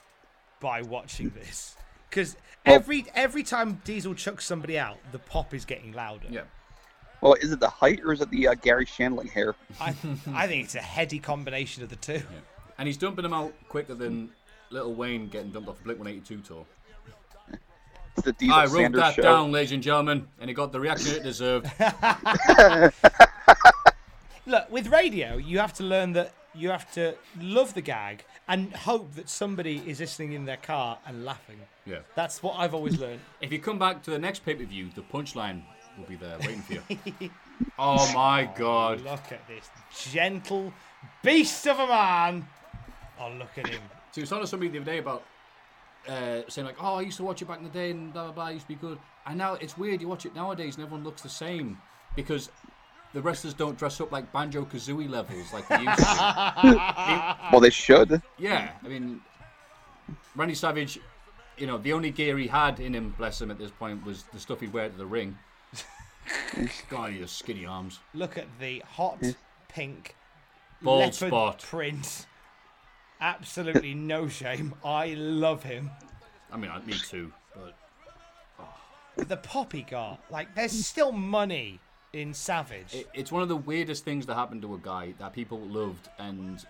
A: by watching this because every every time Diesel chucks somebody out, the pop is getting louder.
B: Well, is it the height or is it the uh, Gary Shandling hair?
A: I, I think it's a heady combination of the two.
C: And he's dumping him out quicker than Little Wayne getting dumped off a Blink 182 tour.
B: It's the Diesel
C: I wrote
B: Sanders
C: that
B: show.
C: down, ladies and gentlemen, and it got the reaction it deserved.
A: Look, with radio, you have to learn that you have to love the gag and hope that somebody is listening in their car and laughing.
C: yeah.
A: That's what I've always learned.
C: If you come back to the next pay per view, the punchline will be there waiting for you. oh my god.
A: Look at this gentle beast of a man. Oh, look at him.
C: So you was talking to somebody the other day about uh, saying like, "Oh, I used to watch it back in the day, and blah blah blah, it used to be good." And now it's weird. You watch it nowadays, and everyone looks the same because the wrestlers don't dress up like Banjo Kazooie levels like they used to.
B: Well, they should.
C: yeah, I mean, Randy Savage, you know, the only gear he had in him, bless him, at this point was the stuff he'd wear to the ring. God, your skinny arms,
A: Look at the hot pink
C: bald
A: leopard
C: spot.
A: print. Absolutely no shame. I love him.
C: I mean, I- me too. But
A: But the pop he got, like, there's still money in Savage.
C: It- It's one of the weirdest things that happened to a guy that people loved, and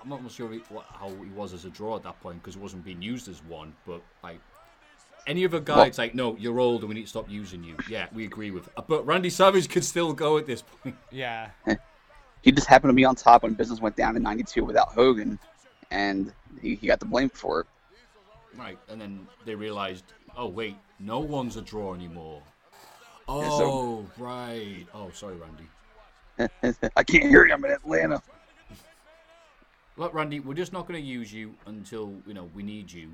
C: I'm not sure he, what, how he was as a draw at that point because he wasn't being used as one. But like, Any other guy, it's like, no, you're old and we need to stop using you. Yeah, we agree with. uh, But Randy Savage could still go at this point.
A: Yeah.
B: He just happened to be on top when business went down in '92 without Hogan, and he, he got the blame for it.
C: Right, and then they realized, oh wait, no one's a draw anymore.
B: so-
C: Oh right. Oh sorry, Randy.
B: I can't hear you. I'm in Atlanta.
C: Look, Randy, we're just not going to use you until you know we need you.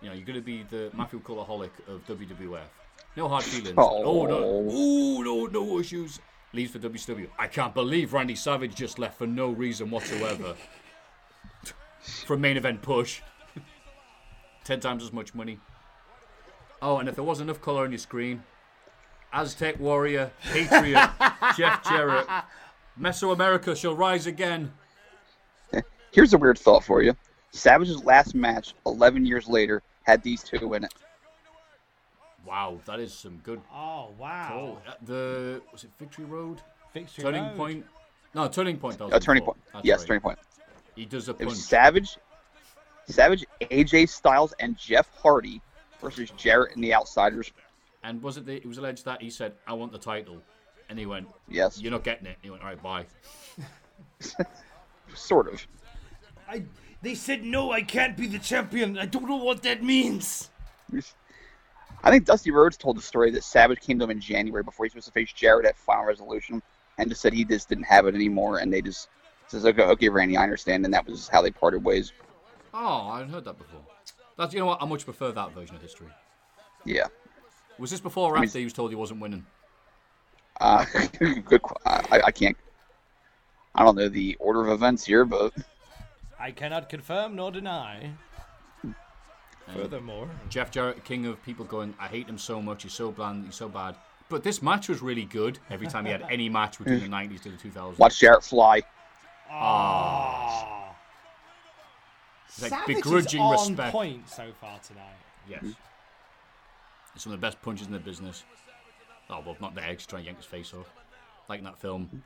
C: You know, you're going to be the Matthew Cullerholic of WWF. No hard feelings. Oh, no, Ooh, no, no issues. Leaves for WCW. I can't believe Randy Savage just left for no reason whatsoever. From main event push. Ten times as much money. Oh, and if there was enough color on your screen, Aztec Warrior, Patriot, Jeff Jarrett, Mesoamerica shall rise again.
B: Here's a weird thought for you. Savage's last match, 11 years later, had these two in it.
C: Wow, that is some good.
A: Oh
C: Oh,
A: wow.
C: the was it Victory Road?
A: Victory
C: turning
A: Road.
C: Point. No, Turning Point. That was
B: A turning
C: before.
B: point.
C: That's
B: Yes,
C: right.
B: turning point.
C: He does a
B: It
C: punch.
B: was Savage, Savage, AJ Styles, and Jeff Hardy versus Jarrett and the Outsiders.
C: And was it? The, it was alleged that he said, "I want the title," and he went,
B: Yes,
C: "You're not getting it." He went, "All right, bye."
B: sort of.
H: I, they said no, I can't be the champion. I don't know what that means.
B: I think Dusty Rhodes told the story that Savage came to him in January before he was supposed to face Jarrett at Final Resolution, and just said he just didn't have it anymore, and they just says, "Okay, okay, Randy, I understand," and that was how they parted ways.
C: Oh, I haven't heard that before. That's you know what? I much prefer that version of history.
B: Yeah.
C: Was this before or
B: mean-
C: after he was told he wasn't winning?
B: Uh, good. qu- I, I can't. I don't know the order of events here, but
A: I cannot confirm nor deny.
C: Hmm.
A: Furthermore,
C: Jeff Jarrett, king of people going, I hate him so much, he's so bland, he's so bad. But this match was really good every time he had any match between the 90s to the 2000s.
B: watch Jarrett fly.
A: ah,
C: Like
A: Savage
C: begrudging
A: is on
C: respect.
A: point so far tonight.
C: Yes. It's Mm-hmm. Some of the best punches in the business. Oh, well, not the eggs, trying to yank his face off. Like in that film,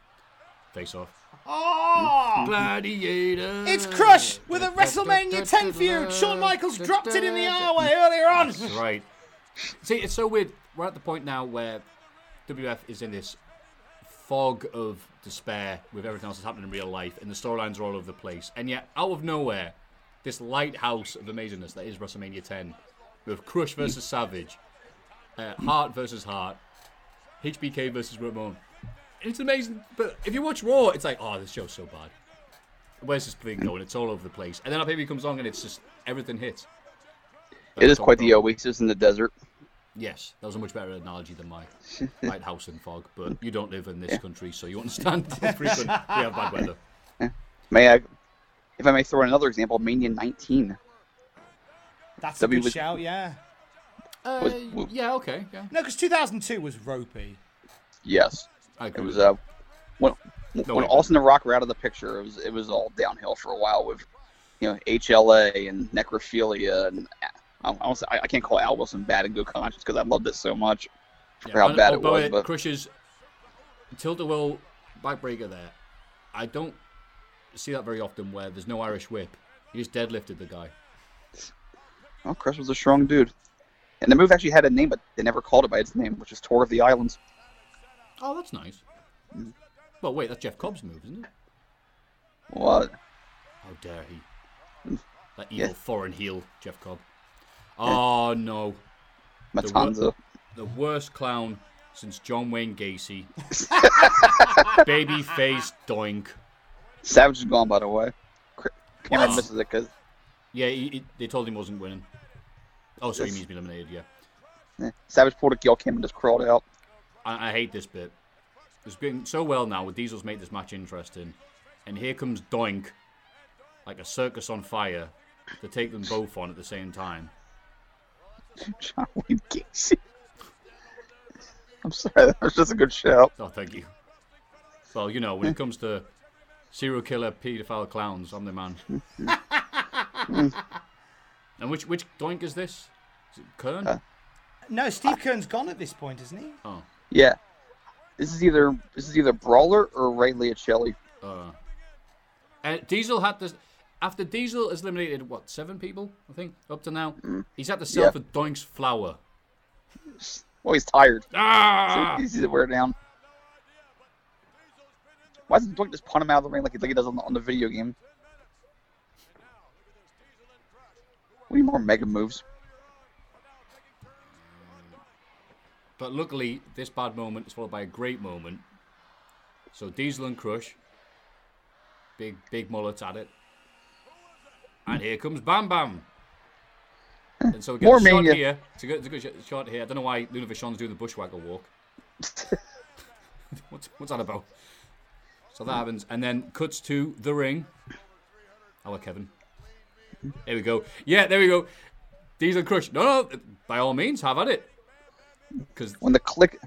C: Face Off.
A: Ah,
C: Gladiator!
A: it's Crush with a WrestleMania 10 feud. Shawn Michaels dropped it in the airway earlier on.
C: That's right. See, it's so weird. We're at the point now where WF is in this fog of despair with everything else that's happening in real life, and the storylines are all over the place. And yet, out of nowhere, this lighthouse of amazingness that is WrestleMania 10, with Crush versus Savage, uh, Hart versus Hart, HBK versus Ramon. It's amazing, but if you watch Raw, it's like, oh, this show's so bad. Where's this thing going? It's all over the place. And then up here he comes on, and it's just everything hits.
B: It is quite the oasis in the desert.
C: Yes, that was a much better analogy than my lighthouse and fog. But you don't live in this country, so you understand how frequent we have bad weather.
B: May I, if I may throw in another example, Mania 19
A: That's a
B: W
A: good
B: was-
A: shout, yeah.
C: Uh,
B: was, was-
C: yeah, okay, yeah.
A: No, because 2002 was ropey.
B: yes,
C: I
B: it
C: agree.
B: was
C: with that.
B: uh, when when
C: wait.
B: Austin and Rock were out of the picture, it was it was all downhill for a while with, you know, HLA and necrophilia and I, I, don't- I can't call Al Wilson bad and good conscience because I loved it so much for
C: Yeah,
B: how
C: and
B: bad it
C: although
B: was. But
C: crushes Tilda Will backbreaker there. I don't see that very often where there's no Irish whip. He just deadlifted the guy.
B: oh, Chris was a strong dude, and the move actually had a name, but they never called it by its name, which is Tour of the Islands.
C: Oh, that's nice. Well, wait, that's Jeff Cobb's move, isn't it?
B: Well,
C: How dare he? That evil
B: Yeah.
C: foreign heel, Jeff Cobb. Oh no,
B: Matanza.
C: the worst clown since John Wayne Gacy. Baby face doink.
B: Savage is gone, by the way. Cr- Cameron misses it because
C: Yeah, he, he- they told him he wasn't winning. Oh, sorry, he
B: Yes.
C: means to be eliminated. Yeah,
B: Savage pulled a Gail Kim and just crawled out.
C: I, I hate this bit. It's been so well now with Diesel's made this match interesting, and here comes Doink, like a circus on fire, to take them both on at the same time.
B: John Wayne Gacy. I'm sorry, that was just a good shout.
C: Oh, thank you. Well, you know, when it comes to serial killer, paedophile clowns, I'm the man. and which which doink is this? Is it Kern?
A: No, Steve Kern's gone at this point, isn't he?
C: oh,
B: Yeah, this is either this is either Brawler or Ray Liacelli.
C: uh. And Diesel had this. after Diesel has eliminated what seven people, I think, up to now, he's had to sell
B: Yeah.
C: for Doink's flour.
B: Well, Oh, he's tired.
C: Ah!
B: He's easy to wear down. Why doesn't Doink just punt him out of the ring like he, like he does on the, on the video game? We need more mega moves.
C: But luckily, this bad moment is followed by a great moment. So Diesel and Crush, big big mullets at it, and here comes Bam Bam. And so we get
B: More
C: a shot
B: mania.
C: here. It's a good, it's a good sh- shot here. I don't know why Luna Vachon's doing the bushwhacker walk. what's what's that about? So that happens, and then cuts to the ring. Hello, Kevin. There we go. Yeah, there we go. Diesel and Crush. No, no, by all means, have at it. Because
B: When the click,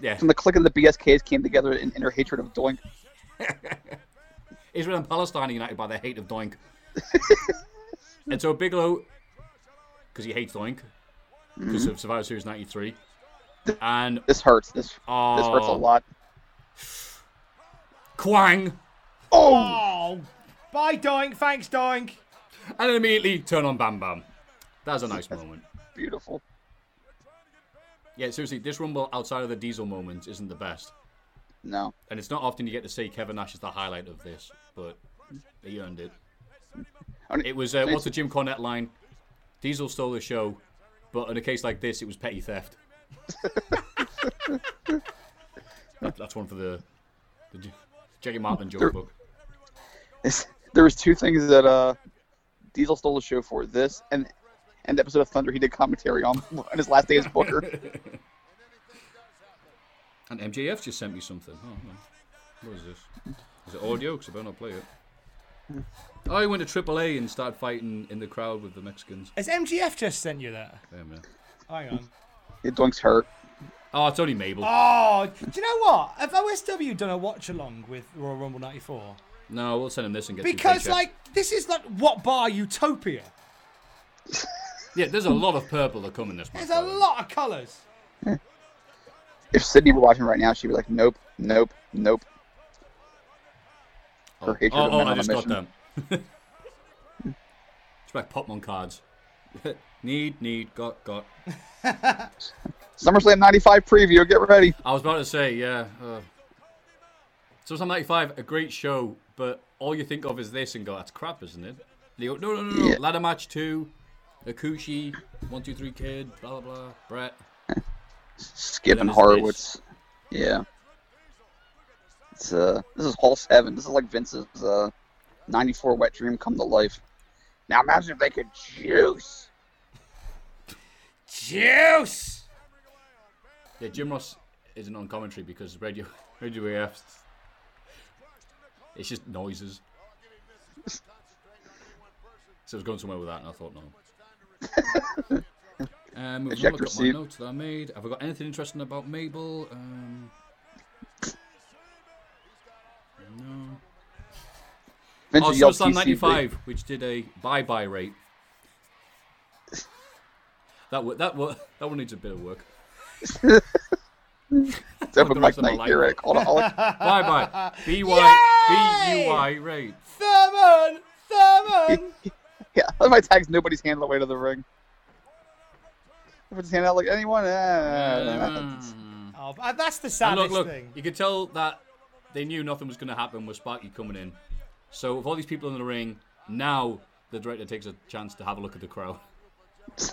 C: yeah,
B: when the click and the BSKs came together in, in their hatred of Doink.
C: Israel and Palestine are united by their hate of Doink. and so Bigelow, because he hates Doink, because of Survivor Series 93. And
B: This hurts. This this hurts a
C: Oh.
B: lot.
C: Quang!
B: Oh,
A: Oh, bye, Doink. Thanks, Doink.
C: And then immediately turn on Bam Bam. That's a nice moment.
B: beautiful.
C: Yeah, seriously, this Rumble outside of the Diesel moment isn't the best.
B: No,
C: And it's not often you get to see Kevin Nash is the highlight of this, but he earned it.
B: And
C: It was, uh, what's the Jim Cornette line? Diesel stole the show, but in a case like this, it was petty theft. That- That's one for the, the J- Jackie Martin joke book.
B: It's- there was two things that uh, Diesel stole the show for this and and the episode of Thunder he did commentary on on his last day as Booker.
C: And MJF just sent me something. Oh, no. What is this? Is it audio? Because I better not play it. Oh, he went to AAA and started fighting in the crowd with the Mexicans.
A: Has MGF just sent you that?
C: There, man.
A: Hang on.
B: it Doink's hurt.
C: Oh, it's only Mabel.
A: Oh, do you know what? Have OSW done a watch along with Royal Rumble 94?
C: No, we'll send him this and get his
A: Because,
C: paycheck.
A: like, this is like what bar utopia.
C: Yeah, there's a lot of purple that come in this.
A: There's a
C: motherfucker.
A: lot of colours.
B: If Sydney were watching right now, she'd be like, "Nope, nope, nope." Her hatred
C: Oh,
B: of
C: oh
B: men
C: I
B: on a
C: just got
B: mission.
C: them. it's like Pokemon cards. need, need, got, got.
B: SummerSlam '95 preview. Get ready.
C: I was about to say, yeah. Uh, SummerSlam 95, a great show, but all you think of is this and go, that's crap, isn't it? And you go, no, no, no, no.
B: Yeah.
C: Ladder match 2, Akushi, 123 kid, blah, blah, blah, Brett.
B: Skip and
C: Dennis
B: Horowitz. Yeah. It's uh this is Hall Seven. This is like Vince's uh ninety four wet dream come to life. Now imagine if they could juice.
A: Juice!
C: Yeah, Jim Ross isn't on commentary because Radio, radio AF, it's just noises. so I was going somewhere with that and I thought, no. um, moving on,
B: Eject
C: I've got my
B: receipt.
C: notes that I made. Have I got anything interesting about Mabel? Um, no.
B: Vince
C: Oh,
B: yelled
C: SummerSlam
B: TCB.
C: 95, which did a bye-bye rate. That, wo- that, wo- that one needs a bit of work.
B: It's open
C: the
B: mic
C: rest of my
B: night
C: life.
B: here at Cultaholic.
C: Bye bye. B Y B U I rate.
A: Thurman! Thurman!
B: yeah, that's my tags. Nobody's hand on the way to the ring. Everyone's hand out like anyone. Ah,
C: Mm.
B: Uh,
A: oh, but that's the
C: And
A: saddest
C: look, look.
A: thing.
C: You could tell that they knew nothing was going to happen with Sparky coming in. So with all these people in the ring, now the director takes a chance to have a look at the crowd. so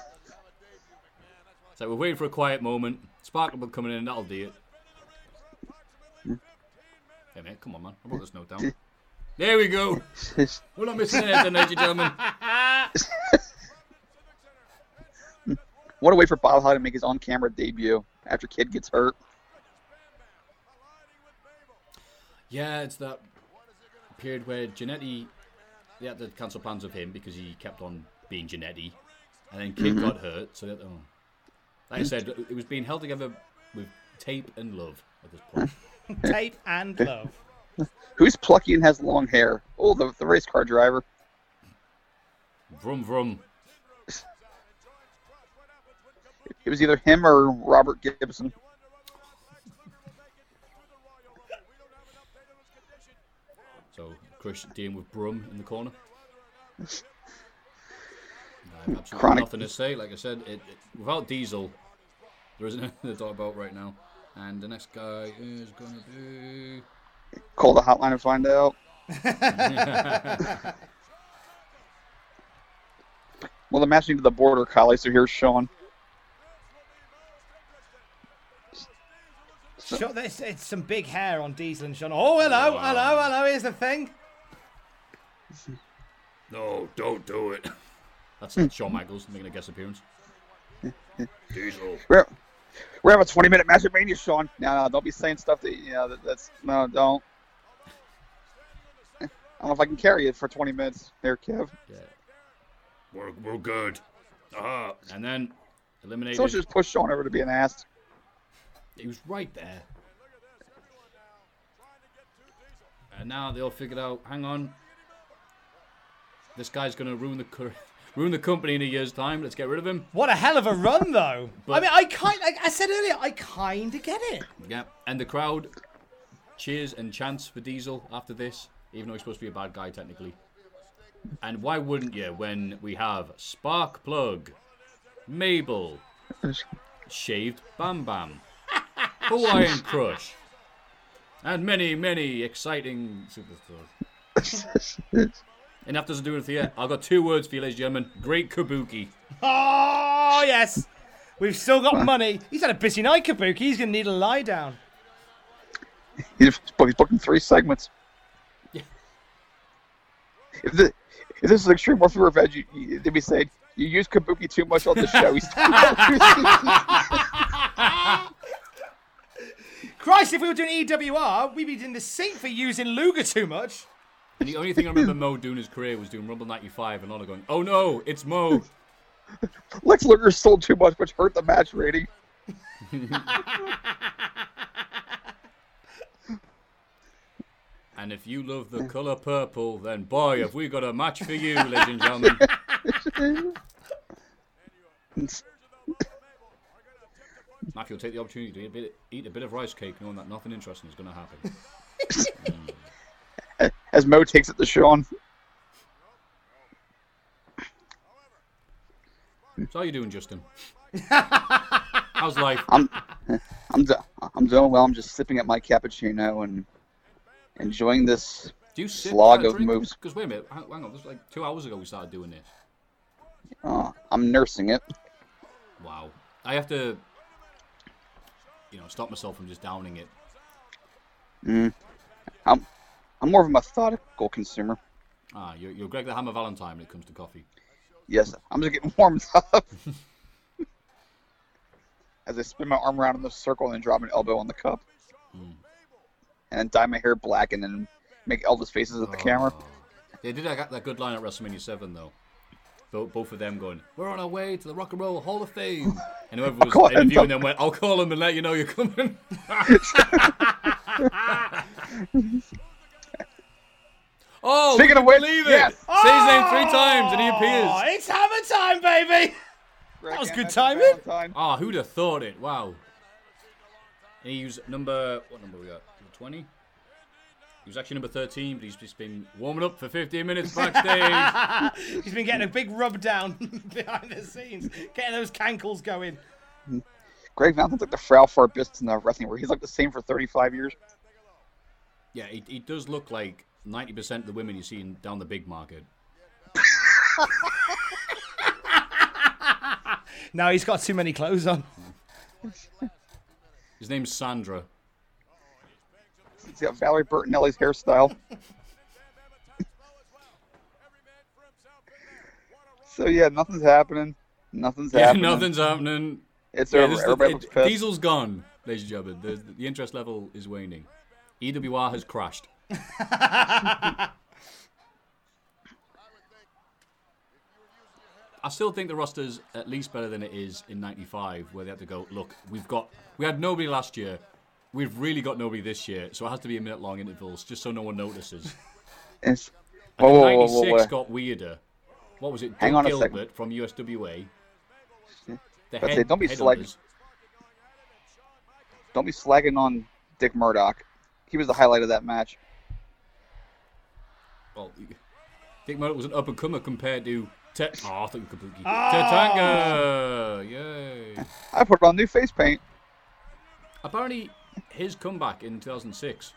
C: we're waiting for a quiet moment. Sparkle will coming in. That'll do it. Hey mate, come on man. I brought this note down. There we go. We're not missing anything, ladies and gentlemen.
B: what a way for Bob Holly to make his on-camera debut after Kid gets hurt.
C: Yeah, it's that period where Janetti they had to cancel plans with him because he kept on being Janetti, and then Kid got hurt. So they had to- oh. like I said, it was being held together with tape and love at this point.
A: Tape and love.
B: Who's plucky and has long hair? Oh, the, the race car driver.
C: vroom vroom.
B: It was either him or Robert Gibson.
C: So Crush dealing with Brum in the corner. I have absolutely
B: Chronic-
C: nothing to say. Like I said, it, it, without Diesel, there isn't anything to talk about right now. And the next guy is gonna be.
B: Call the hotline and find out. well, the match needed the border collie, so here's Sean.
A: Sure, there's it's some big hair on Diesel and Sean. Oh, hello, hello, hello. Here's the thing.
E: No, don't do it.
C: That's Shawn Michaels making a guest appearance.
E: Diesel.
B: We're we're having a 20 minute match at Mania, Sean. No, no, don't be saying stuff that you know that, that's no, don't. I don't know if I can carry it for 20 minutes there, Kev.
C: Yeah.
E: We're, we're good. Ah,
C: And then eliminated.
B: So just push Sean over to be an ass.
C: He was right there. And now they all figured out. Hang on, this guy's gonna ruin the cur- ruin the company in a year's time. Let's get rid of him.
A: What a hell of a run, though. I
C: But-
A: mean, I kind. I, I said earlier, I kind of get it.
C: Yeah. And the crowd cheers and chants for Diesel after this, even though he's supposed to be a bad guy technically. And why wouldn't you when we have Spark Plug, Mabel, Shaved Bam Bam, Hawaiian Crush, and many, many exciting superstars. Enough doesn't do anything yet. I've got two words for you, ladies and gentlemen. Great Kabuki.
A: Oh yes, we've still got money. He's had a busy night, Kabuki. He's gonna need a lie down.
B: He's, but he's booking three segments.
C: Yeah.
B: If, the, if this is Extreme Warfare Revenge, you, you, they'd be saying, you use Kabuki too much on the show. He's
A: Christ, if we were doing EWR, we'd be in the sink for using Luger too much.
C: And the only thing I remember Mo doing in his career was doing Rumble 95 and all going, oh no, it's Mo.
B: Lex Luger sold too much, which hurt the match rating.
C: And if you love the colour purple, then boy, have we got a match for you, ladies and gentlemen. Matthew, take the opportunity to eat a bit, eat a bit of rice cake, knowing that nothing interesting is going to happen.
B: As Mo takes it to Sean.
C: So how you doing, Justin? How's life?
B: I'm, do- I'm doing well. I'm just sipping at my cappuccino and enjoying this.
C: Do you sip
B: Slog of moves.
C: Because wait a minute, hang, hang on, this was like two hours ago we started doing this.
B: Uh, I'm nursing it.
C: Wow, I have to, you know, stop myself from just downing it.
B: I'm, I'm more of a methodical consumer.
C: Ah, you're, you're Greg the Hammer Valentine when it comes to coffee.
B: Yes, I'm just getting warmed up. As I spin my arm around in the circle and then drop an elbow on the cup. And then dye my hair black and then make Elvis faces at the camera.
C: They did have that good line at WrestleMania 7, though. Both, both of them going, We're on our way to the Rock and Roll Hall of Fame. And whoever
B: call
C: was
B: him
C: interviewing
B: up.
C: them went, I'll call him and let you know you're coming. oh,
B: Speaking
C: we
B: of which,
C: believe it.
B: yes.
C: Say his name three times and he
A: Ah! Oh,
C: appears.
A: it's hammer time, baby.
B: That
A: was good timing.
C: Ah, who'd have thought it? Wow. And he's number, what number we got? Number 20? He was actually number 13, but he's just been warming up for 15 minutes backstage.
A: He's been getting a big rub down behind the scenes, getting those cankles going.
B: Greg Valentine's like the Frau Farbist in the wrestling where he's like the same for 35 years.
C: Yeah, he, he does look like 90% of the women you see in, down the big market.
A: No, he's got too many clothes on.
C: His name's Sandra.
B: He's got Valerie Bertinelli's hairstyle. so yeah, nothing's happening. Nothing's
C: Yeah,
B: happening.
C: nothing's happening.
B: It's
C: Yeah,
B: over.
C: this-
B: Everybody
C: it-
B: looks pissed.
C: Diesel's gone, ladies and gentlemen. The, the interest level is waning. EWR has crashed. I still think the roster's at least better than it is in 95, where they had to go, look, we've got, we had nobody last year. We've really got nobody this year, so it has to be a minute long intervals just so no one notices.
B: It's-
C: And
B: Whoa,
C: then
B: whoa, whoa,
C: 96
B: whoa, whoa.
C: got weirder. What was it?
B: Hang
C: Doug
B: on a second.
C: Gilbert from USWA. The
B: That's it, don't be slack.
C: headhunters.
B: Don't be slagging on Dick Murdoch. He was the highlight of that match.
C: Well, you- Dick Murdoch was an up and comer compared to. Te- oh, I think Kabuki. Tatanka! Yay!
B: I put on new face paint.
C: Apparently, his comeback in 2006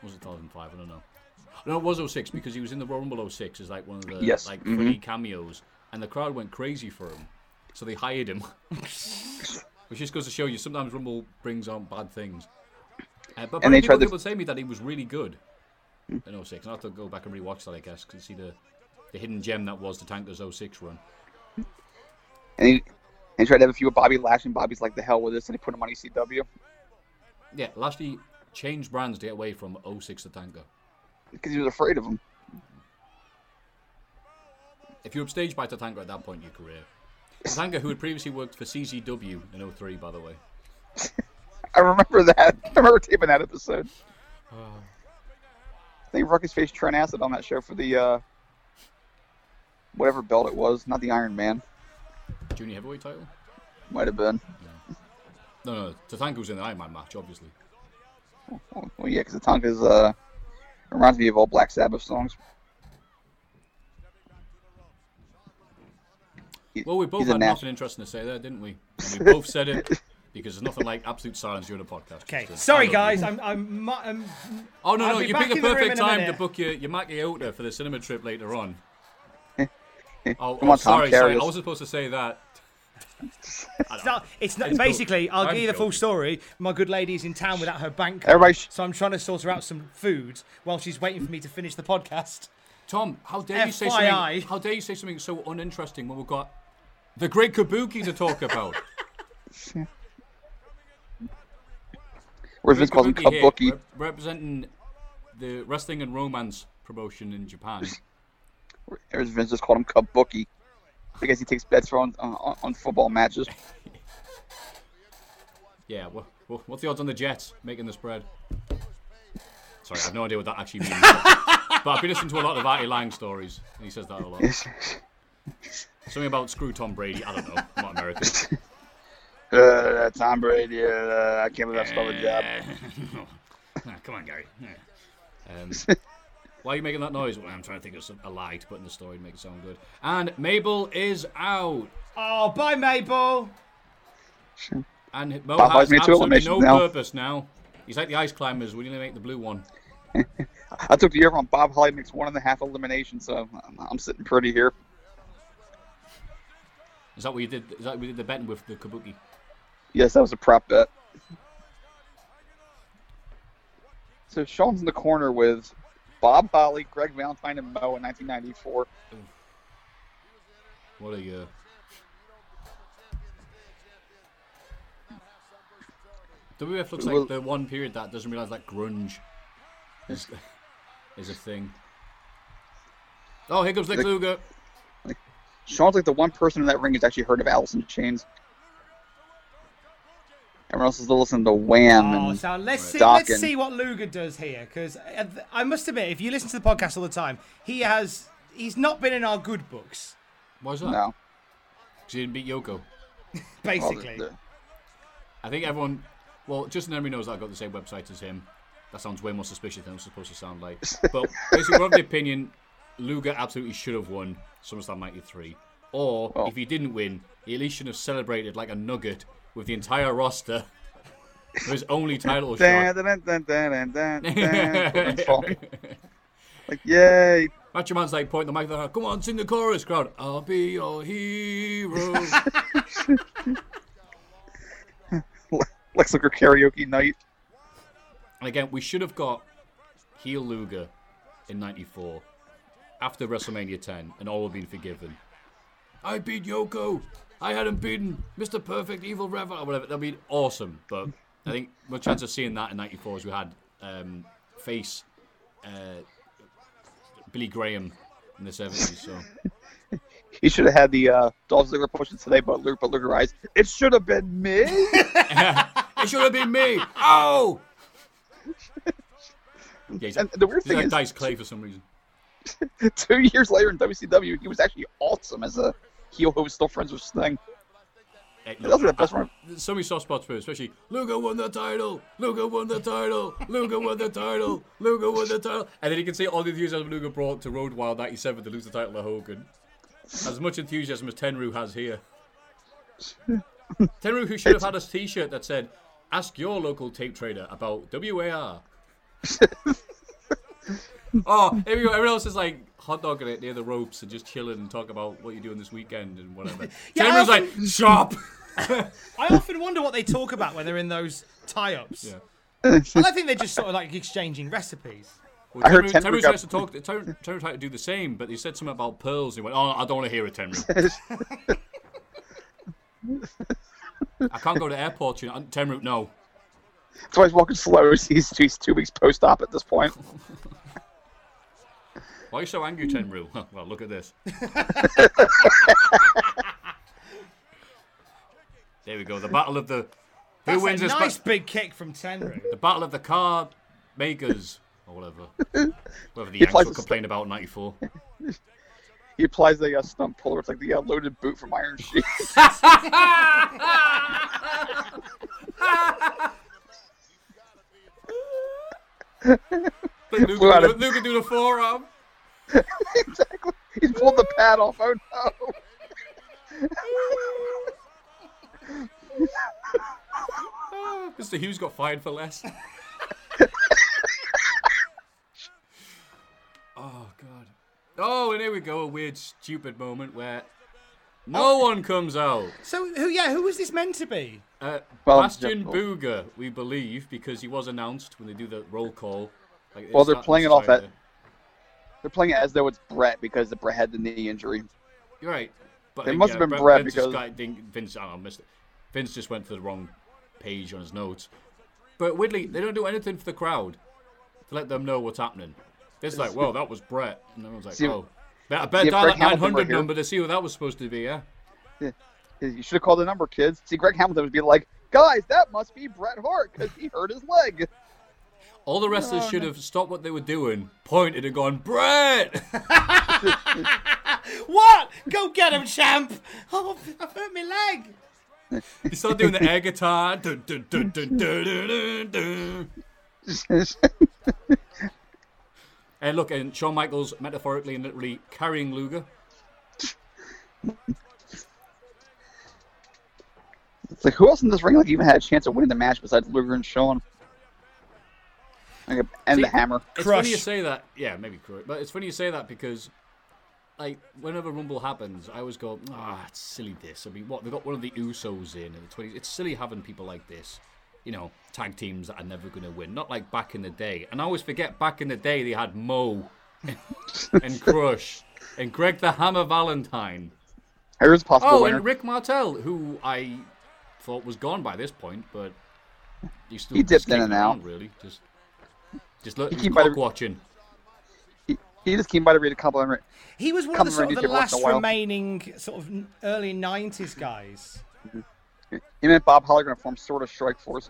C: was it 2005? I don't know. No, it was 06 because he was in the Royal Rumble 06 as like one of the
B: Yes,
C: like
B: mhm.
C: funny cameos, and the crowd went crazy for him, so they hired him. Which just goes to show you sometimes Rumble brings on bad things. Uh, but
B: And they
C: apparently people,
B: tried to-
C: people say to me that he was really good in 06. I'll have to go back and rewatch that, I guess, because see the, the hidden gem that was the Tankers 06 run.
B: And he, and he tried to have a few with Bobby Lash, and Bobby's like, the hell with this, and he put him on E ECW.
C: Yeah, Lashley changed brands to get away from 06 to Tanker.
B: Because he was afraid of him.
C: If you're upstaged by Tatanka at that point in your career. Tatanka, who had previously worked for CZW in 03, by the way.
B: I remember that. I remember taping that episode. I think Ruckus faced Trent Acid on that show for the, uh, whatever belt it was. Not the Iron Man.
C: Junior heavyweight title?
B: Might have been.
C: No, no, Tatanka was in the Iron Man match, obviously.
B: Well, well, yeah, because the Tonka's, uh, reminds me of all Black Sabbath songs. He-
C: Well, we both
B: he's a
C: had
B: nat-
C: nothing interesting to say there, didn't we? And we both said it because there's nothing like absolute silence during a podcast.
A: Okay,
C: Justin.
A: sorry
C: I love
A: guys,
C: you.
A: I'm I'm, mu- um, I'm
C: oh, no,
A: I'll
C: no,
A: be
C: you
A: back
C: picked the
A: in the room
C: perfect
A: in a
C: time to
A: minute.
C: book your, your Macchiota for the cinema trip later on. Oh,
B: Come
C: oh,
B: on, Tom,
C: sorry,
B: carry
C: sorry, I
B: us.
C: wasn't supposed to say that.
A: it's not, it's not
C: It's cool.
A: basically I'll
C: I'm
A: give you the full
C: joking.
A: story. My good lady is in town without her bank card,
B: Everybody, sh-
A: so I'm trying to sort her out some food while she's waiting for me to finish the podcast.
C: Tom, how dare you say
A: FYI.
C: something? How dare you say something so uninteresting when we've got the Great Kabuki to talk about?
B: where Vince calls him
C: here,
B: Kabuki.
C: rep- representing the wrestling and romance promotion in Japan.
B: Or as Vince just called him Kabuki. Because he takes bets for on, on, on football matches.
C: yeah, wha wha- what's the odds on the Jets making the spread? Sorry, I have no idea what that actually means. but I've been listening to a lot of Artie Lang stories, and he says that a lot. Something about screw Tom Brady. I don't know. I'm not American.
D: Uh, Tom Brady, uh, I can't believe I stole a job.
E: Ah, come on, Gary. Yeah.
C: Um, why are you making that noise? Well, I'm trying to think of some, a lie to put in the story to make it sound good. And Mabel is out.
A: Oh, bye, Mabel.
C: And Mo
B: Bob
C: has
B: Hosmer too,
C: absolutely
B: animation
C: no
B: now.
C: purpose now. He's like the ice climbers. We didn't make the blue one.
B: I took the over on Bob Holly makes one and a half elimination, so I'm, I'm sitting pretty here.
C: Is that what you did? Is that what we did the betting with the Kabuki?
B: Yes, that was a prop bet. So Sean's in the corner with Bob Holly, Greg Valentine, and Mo in 1994.
C: What a uh, year! WF looks
B: Well-
C: like the one period that doesn't realize that grunge is, is a thing. Oh, here comes Lex
B: The-
C: Luger.
B: Sean's like the one person in that ring who's actually heard of Allison Chains. Everyone else is listening to Wham.
A: Oh,
B: and
A: so let's see.
B: Darken.
A: Let's see what Luger does here, because I must admit, if you listen to the podcast all the time, he has he's not been in our good books.
C: Why is that?
B: no.
C: 'Cause he didn't beat Yoko.
B: Well,
A: Basically,
B: the-
C: I think everyone, well, Justin Henry knows that I've got the same website as him. That sounds way more suspicious than it's supposed to sound like. But basically, we're of the opinion Luger absolutely should have won SummerSlam 93. Or if he didn't win, he at least should have celebrated like a nugget with the entire roster for his only title
B: Dun,
C: shot.
B: dun, dun, dun, dun, dun, dun. Golden Falcon. Like, yay!
C: Macho Man's like pointing the mic, they're like, come on, sing the chorus, crowd. I'll be your hero.
B: Lex Luger karaoke night.
C: And again, we should have got heel Luger in '94 after WrestleMania 10, and all have been forgiven. I beat Yoko. I had him beaten. Mr. Perfect, Evil Rev, or whatever. That'd be awesome. But I think my chance of seeing that in '94 is we had um, face uh, Billy Graham in the '70s. So
B: He should have had the uh, Dolph Ziggler push it today, but Luke, but Luger eyes. It should have been me.
C: it should have been me. Oh. Yeah, he's
B: and
C: like,
B: the weird
C: he's
B: thing
C: like
B: is,
C: Dice Clay for some reason.
B: two years later in WCW, he was actually awesome as a heel who was still friends with Sting.
C: Uh,
B: Those are the best one.
C: there's so many soft spots for it, especially Luger won the title, Luger won the title, Luger won the title, Luger won the title, and then you can see all the enthusiasm Luger brought to Road Wild '97 to lose the title to Hogan. As much enthusiasm as Tenru has here. Tenru, who should have had a T-shirt that said "Ask your local tape trader about WAR." oh, everyone, everyone else is like hot dogging it near the ropes and just chilling and talking about what you're doing this weekend and whatever.
A: Yeah, I
C: Tenru's like shop.
A: I often wonder what they talk about when they're in those tie-ups.
C: Yeah.
A: And I think they're just sort of like exchanging recipes.
C: Well,
B: I heard
C: Tenru,
B: Tenru got-
C: Tenru tries to talk. Tenru, Tenru tried to do the same, but he said something about pearls. And he went, "Oh, I don't want to hear it, Tenru. I can't go to airports, you know. And Tenru, no.
B: That's why he's walking slow. He's, he's, he's two weeks post op at this point.
C: Why are you so angry, Tenru? well, look at this. there we go. The battle of the
A: That's
C: who wins
A: a
C: this? ba-
A: nice big kick from Tenru.
C: the battle of the card makers or whatever. Whatever the
B: He plays
C: Yanks were
B: a-
C: complaining about in '94.
B: He applies the uh, stump puller. It's like the uh, loaded boot from Iron Sheik.
C: Luke,
B: Flew out
C: Luke,
B: of-
C: do the forearm.
B: exactly. He's pulled the pad off. Oh no.
C: Mr. Hughes got fired for less. oh god. Oh, and here we go, a weird, stupid moment where
B: Oh.
C: no one comes out.
A: So who? Yeah, who was this meant to be?
C: Uh,
B: Well,
C: Bastian
B: yeah, well-
C: Booger, we believe, because he was announced when they do the roll call. Like,
B: Well,
C: it's
B: they're
C: not-
B: playing
C: it's
B: it off
C: right
B: that-
C: there.
B: They're playing it as though it's Brett because the Brett had the knee injury.
C: You're right. But
B: It
C: uh, I think,
B: must have been
C: Brett-
B: Brett
C: Vince
B: because-
C: just got, think Vince, oh, I don't know, missed it. Vince just went for the wrong page on his notes. But weirdly, they don't do anything for the crowd to let them know what's happening. It's like, well, that was Brett, and everyone's like,
B: See,
C: oh, I bet
B: yeah,
C: dial
B: Brett
C: that
B: Hamilton were
C: 900
B: here.
C: number to see who that was supposed to be. Yeah,
B: You should have called the number, kids. See, Greg Hamilton would be like, guys, that must be Bret Hart because he hurt his leg.
C: all the wrestlers should have stopped what they were doing, pointed, and gone, Brett.
A: What? Go get him, champ! Oh, I've hurt my leg.
C: He started doing the air guitar. Dun, dun, dun, dun, dun, dun, dun, dun. And look, and Shawn Michaels metaphorically and literally carrying Luger.
B: It's like, who else in this ring like even had a chance of winning the match besides Luger and Sean? Like, and the
C: See-
B: hammer.
C: It's funny you say that. Yeah, maybe crush. But it's funny you say that because, like, whenever Rumble happens, I always go, ah, it's silly this. I mean, what? They got one of the Usos in in the 20s. It's silly having people like this, you know, tag teams that are never going to win. Not like back in the day. And I always forget back in the day they had Mo and Crush and Greg the Hammer Valentine.
B: Here's a possible
C: Oh,
B: winner.
C: and Rick Martel, who I thought was gone by this point, but he still
B: He dipped
C: just
B: in
C: came
B: and
C: around,
B: out.
C: Really, just just look,
B: He
C: he's
B: keep by the-
C: clock watching.
B: he, he just came by to read a compliment.
A: He was one of
B: Come
A: the
B: and
A: sort
B: read
A: of
B: it
A: the last
B: once in a while.
A: remaining sort of n- early '90s guys.
B: Him and Bob Holly are going to form sort of strike force.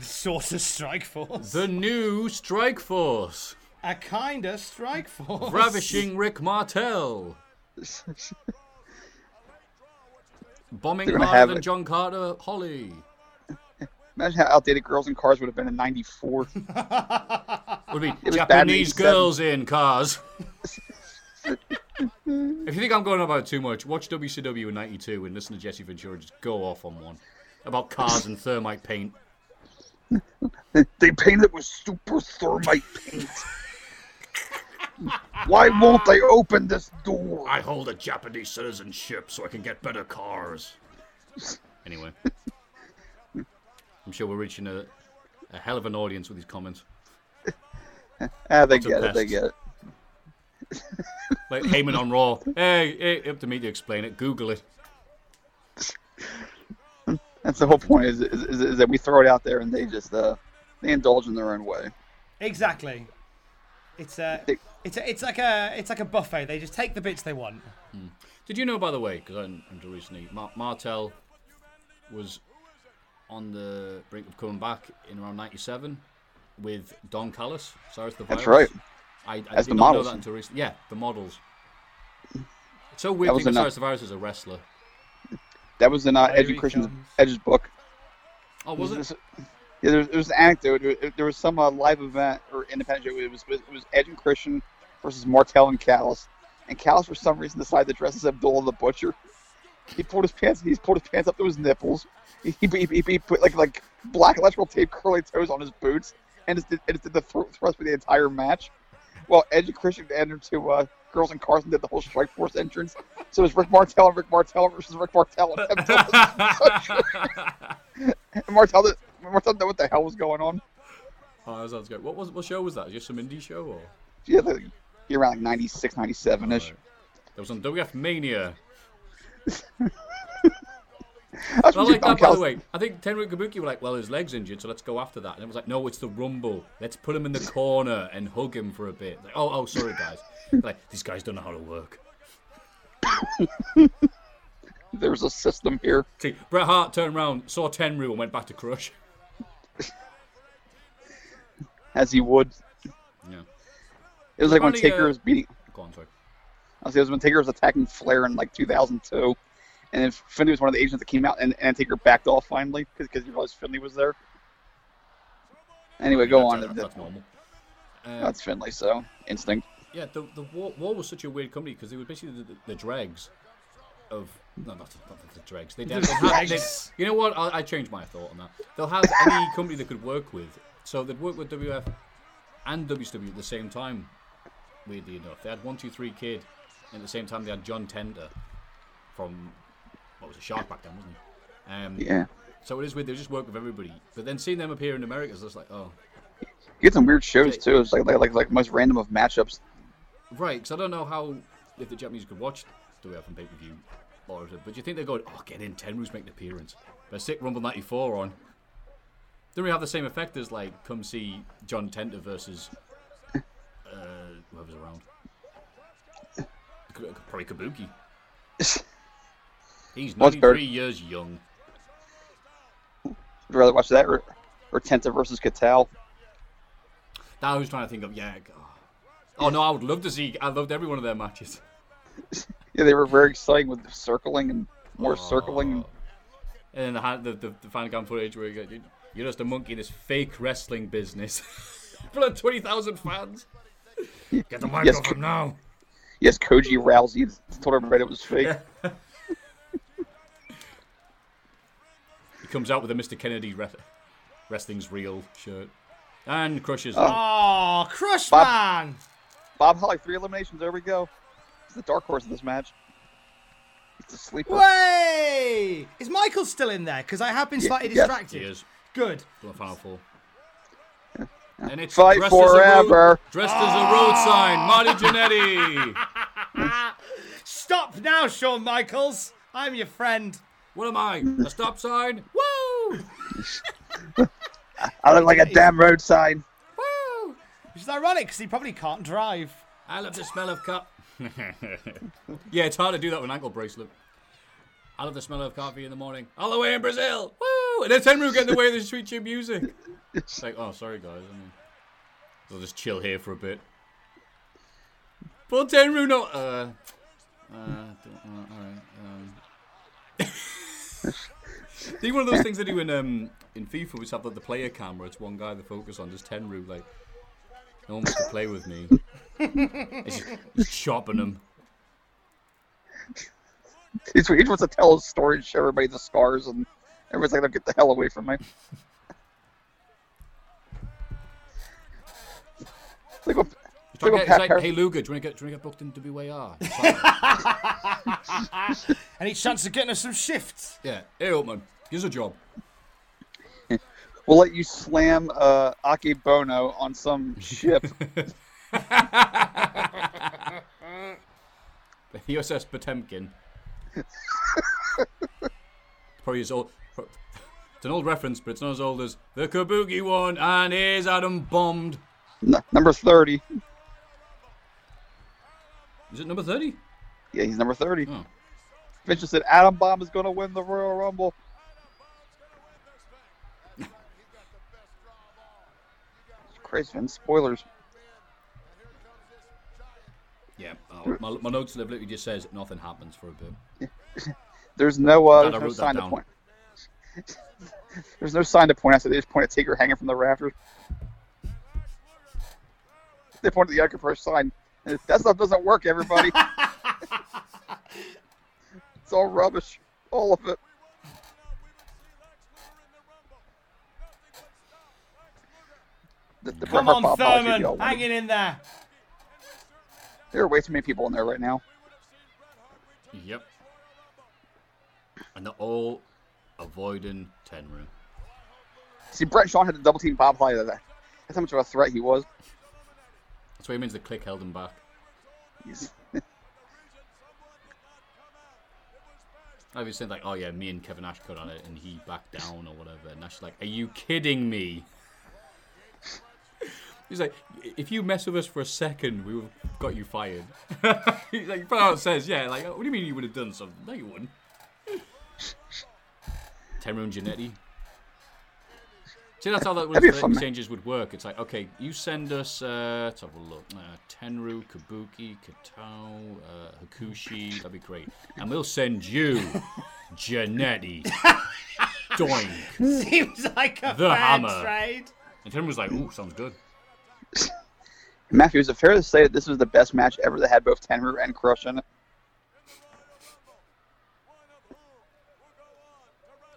A: Sort of strike force.
C: The new Strike Force,
A: A kind of strike force.
C: ravishing Rick Martel, bombing
B: They're
C: harder
B: gonna have
C: than
B: it.
C: John Carter Holly.
B: Imagine how outdated girls in cars would have been in '94.
C: Would be
B: was bad in
C: Japanese
B: 87.
C: girls in cars. if you think I'm going about it too much, watch WCW in '92 and listen to Jesse Ventura just go off on one about cars and thermite paint.
B: they painted it with super thermite paint. Why won't they open this door?
C: I hold a Japanese citizenship so I can get better cars. Anyway, I'm sure we're reaching a, a hell of an audience with these comments.
B: ah, they
C: Lots of
B: get it. They
C: pests.
B: get it.
C: Like Heyman on Raw. Hey, hey, up to me to explain it. Google it.
B: That's the whole point. Is, is, is, is that we throw it out there and they just uh, they indulge in their own way.
A: Exactly. It's a.
B: They-
A: It's, a, it's like a it's like a buffet. They just take the bits they want.
C: Did you know, by the way, because I didn't until recently, Mar- Martel was on the brink of coming back in around '97 with Don Callis, Cyrus the Virus.
B: That's right.
C: I, I
B: As
C: did
B: the
C: not know
B: models.
C: that until recently. Yeah, the models. It's so weird
B: That was
C: because
B: enough.
C: Cyrus the Virus is a wrestler.
B: That was in uh,
A: Here he
B: Education
A: comes.
B: Edge's book.
C: Oh, was it?
B: There's- Yeah, there, there was an anecdote. There- There was some uh, live event or independent show. It was it was Edge and Christian versus Martel and Callus, and Callus for some reason decided to dress as Abdullah the Butcher. He pulled his pants. He pulled his pants up to his nipples. He he, he, he put like like black electrical tape curly toes on his boots, and just did, and just did the thr- thrust for the entire match. Well, Edge and Christian entered to uh, Girls and Carson did the whole Strike Force entrance. So it was Rick Martel and Rick Martel versus Rick Martel and Abdullah the Butcher. And Martel, did, Martel didn't know what the hell was going on.
C: Oh, that sounds good. What was what show was that? Just some indie show or?
B: She had like be around like 96, 97 ish.
C: Right. That was on WF Mania.
B: That's
C: I
B: when Tom
C: like that, by the
B: Callis-
C: way. I think Tenru Kabuki were like, well, his leg's injured, so let's go after that. And it was like, no, it's the Rumble. Let's put him in the corner and hug him for a bit. Like, oh, oh, sorry, guys. like, these guys don't know how to work.
B: There's a system here.
C: See, Bret Hart turned around, saw Tenru, and went back to Crush.
B: As he would.
C: Yeah.
B: It was like when
C: Funny,
B: Taker
C: uh,
B: was beating.
C: Go on, sorry.
B: I see, it was when Taker was attacking Flair in like 2002. And then Finley was one of the agents that came out, and, and Taker backed off finally because he realized Finley was there. Anyway, go on.
C: that's,
B: That-
C: That's normal. Um,
B: that's Finley, so instinct.
C: Yeah, the the war, war was such a weird company because they were basically the, the, the dregs of no, not, not the dregs. They, they, they had, they, you know what? I, I changed my thought on that. They'll have any company they could work with, so they'd work with WF and WCW at the same time. Weirdly enough, they had one, two, three kid, and at the same time they had John Tender from what was a shark back then, wasn't he? Um,
B: Yeah.
C: So it is weird. They just work with everybody, but then seeing them appear in America is just like, oh,
B: You get some weird shows too. It's like like like, like most random of matchups.
C: Right, because I don't know how if the Japanese could watch the way from pay per view, or is it- but you think they're going, oh, get in, Tenru's making an appearance. But stick Rumble '94 on. Don't we have the same effect as like come see John Tenter versus uh, whoever's around? K- Probably Kabuki. He's
B: What's
C: 93
B: better?
C: years young.
B: Would you rather watch that or, or Tenta versus Catal?
C: That I was trying to think of. Yeah. g- oh. Oh no, I would love to see. I loved every one of their matches.
B: Yeah, they were very exciting with the circling and more circling. and-
C: And then the, hand- the, the, the fan cam footage where you go, "You- you're just a monkey in this fake wrestling business. Blood 20,000 fans.
E: Get the
B: Yes,
E: microphone now.
B: Yes, Koji Rousey told everybody it was fake.
C: He comes out with a Mr. Kennedy re- wrestling's real shirt. And crushes.
A: Oh, Crush
B: Bob-
A: Man!
B: Bob Holly, three eliminations. There we go. He's the dark horse in this match. He's a sleeper.
A: Way! Is Michael still in there? Because I have been slightly
B: yes.
A: distracted.
C: He is.
A: Good.
C: From the final four. And it's
B: Fight
C: dressed As a road,
B: forever.
C: dressed as a road sign. Marty Jannetty.
A: Stop now, Shawn Michaels. I'm your friend.
C: what am I? A stop sign? Woo!
B: I look like a damn road sign.
A: Woo! Which is ironic because he probably can't drive.
C: I love the smell of cup. yeah, it's hard to do that with an ankle bracelet. I love the smell of coffee in the morning. All the way in Brazil. Woo! And then Tenru get in the way of the street cheer music. It's like, oh, sorry, guys. I mean, I'll just chill here for a bit. But Tenru, no. Uh, uh, don't- uh, all right. Um. I think one of those things they do in um, in FIFA was have like, the player camera. It's one guy they focus on, just Tenru, like, no one wants to play with me. It's just- just chopping him.
B: He's, he wants to tell his story and show everybody the scars, and everybody's like, "Now get the hell away from me." It's like, what-
C: He's
B: it's like
C: trying to
B: what
C: get-
B: Pat
C: he's like,
B: Car-
C: hey Luger, do you want to get, do you want to get booked in WAR? It's like,
A: Any chance of getting us some shifts?
C: yeah, hey Oatman, here's a job.
B: We'll let you slam uh, Aki Bono on some ship.
C: The USS Potemkin. Probably as old. pro- It's an old reference, but it's not as old as the Kabuki one. And here's Adam bombed.
B: N- number thirty.
C: Is it number thirty?
B: Yeah, he's number thirty.
C: Oh.
B: Vince just said Adam Bomb is going to win the Royal Rumble. Christ, Vince, spoilers.
C: Yeah. Oh, my, my notes literally just says nothing happens for a bit.
B: There's no, uh,
C: God, I
B: there's no
C: wrote that
B: sign to
C: down.
B: point. there's no sign to point out, so they just point at Taker hanging from the rafters. They point at the Yucker first sign. and That stuff doesn't work, everybody. it's all rubbish. All of it. The, the
A: Come
B: Bret Hart
A: on,
B: pop apology, if y'all
A: Thurman.
B: want it.
A: Hanging in there.
B: There are way too many people in there right now.
C: Yep. And they're all avoiding Tenru.
B: See, Brett Sean had to double team Bob Holly. That that's how much of a threat he was.
C: That's what he means the click held him back.
B: He's-
C: I was saying like, oh yeah, me and Kevin Nash cut on it, and he backed down or whatever. And Nash's like, are you kidding me? He's like, if you mess with us for a second, we would've got you fired. He's like, flat out says, yeah. Like, what do you mean you would have done something? No, you wouldn't. Teron Janetti. See, that's how that was,
B: That'd be a fun match.
C: exchanges would work. It's like, okay, you send us, uh, let's have a look, uh, Tenru, Kabuki, Katao, uh, Hakushi, that'd be great. And we'll send you Janetti. Doink.
A: Seems like a
C: The
A: fair
C: hammer.
A: trade.
C: And Tenru was like, ooh, sounds good.
B: Matthew, is it fair to say that this was the best match ever that had both Tenru and Crush in it?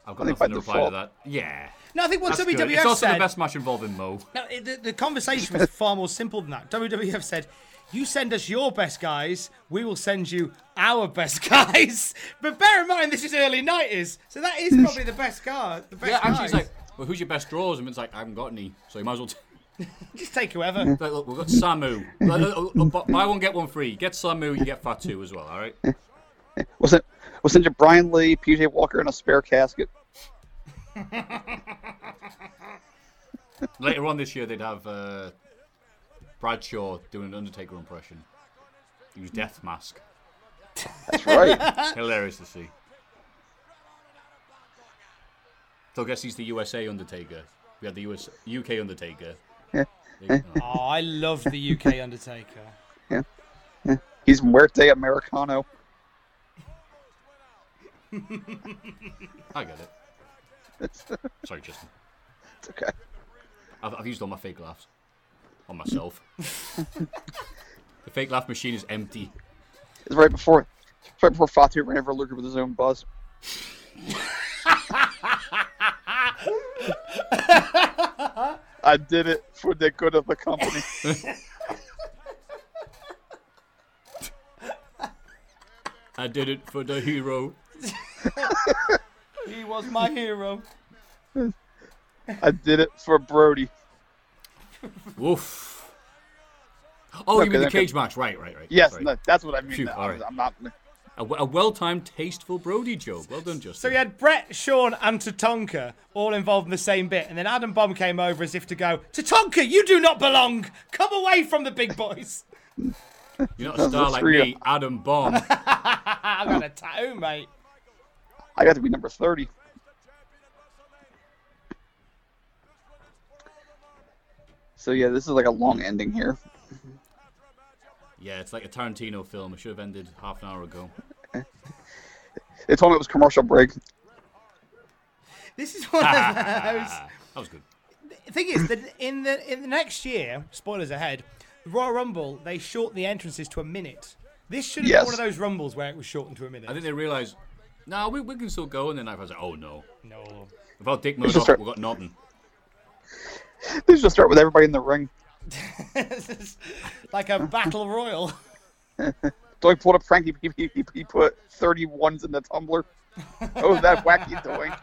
C: I've
B: I
C: got
B: think
C: nothing
B: by
C: to reply
B: default-
C: to that. Yeah.
A: No, I think what
C: that's good. It's
A: WWF
C: also the
A: said.
C: best match involving Mo.
A: No, it, the, the conversation was far more simple than that. WWF said, "You send us your best guys, we will send you our best guys." But bear in mind, this is early '90s, so that is probably the best guy. The best
C: Yeah, actually,
A: guys.
C: it's like, well, who's your best draws? And it's like, I haven't got any, so you might as well. T-
A: just take whoever.
C: like, look, we've got Samu. Like, look, look, bu- buy one, get one free. Get Samu, you get Fatu as well, all right?
B: Wasn't wasn't it Brian Lee, PJ Walker in a spare casket?
C: Later on this year, they'd have uh, Bradshaw doing an Undertaker impression. He was Death Mask.
B: That's right.
C: Hilarious to see. So I guess he's the USA Undertaker. We had the US, UK Undertaker. They- oh.
A: Oh, I love the UK Undertaker.
B: He's Muerte Americano.
C: I get it.
B: It's,
C: Sorry, Justin.
B: it's okay.
C: I've, I've used all my fake laughs on myself. the fake laugh machine is empty.
B: It's right before it's right before Fatu ran over Luger with his own bus. I did it for the good of the company.
C: I did it for the hero.
A: He was my hero.
B: I did it for Brody.
C: Woof. Oh,
B: Okay,
C: you mean the
B: then-
C: cage match? Right, right, right.
B: Yes,
C: Sorry.
B: no, that's what I mean.
C: Phew,
B: I'm,
C: all right.
B: I'm not.
C: A, w- a well-timed, tasteful Brody joke. Well done, Justin.
A: So we had Brett, Sean, and Tatonka all involved in the same bit, and then Adam Bomb came over as if to go, Tatonka, you do not belong. Come away from the big boys.
C: You're not a star like
B: real.
C: me, Adam Bomb.
A: I've got a tattoo, mate.
B: I got to be number thirty. So yeah, this is like a long ending here.
C: yeah, it's like a Tarantino film. It should have ended half an hour ago.
B: They told me it was commercial break.
A: This is one of those.
C: Ah, That was good.
A: The thing is that in the in the next year, spoilers ahead, the Royal Rumble they shortened the entrances to a minute. This should have
B: Yes.
A: been one of those rumbles where it was shortened to a minute.
C: I think they realised, nah, we, we can still go. And then I was like, oh no.
A: no.
C: Without Dick
B: should
C: Murdoch,
B: start-
C: we've got nothing.
B: They just start with everybody in the ring.
A: This is like a battle royal.
B: Doink pulled up Frankie. He, he, he- he put thirty ones in the tumbler. Oh, that wacky Doink.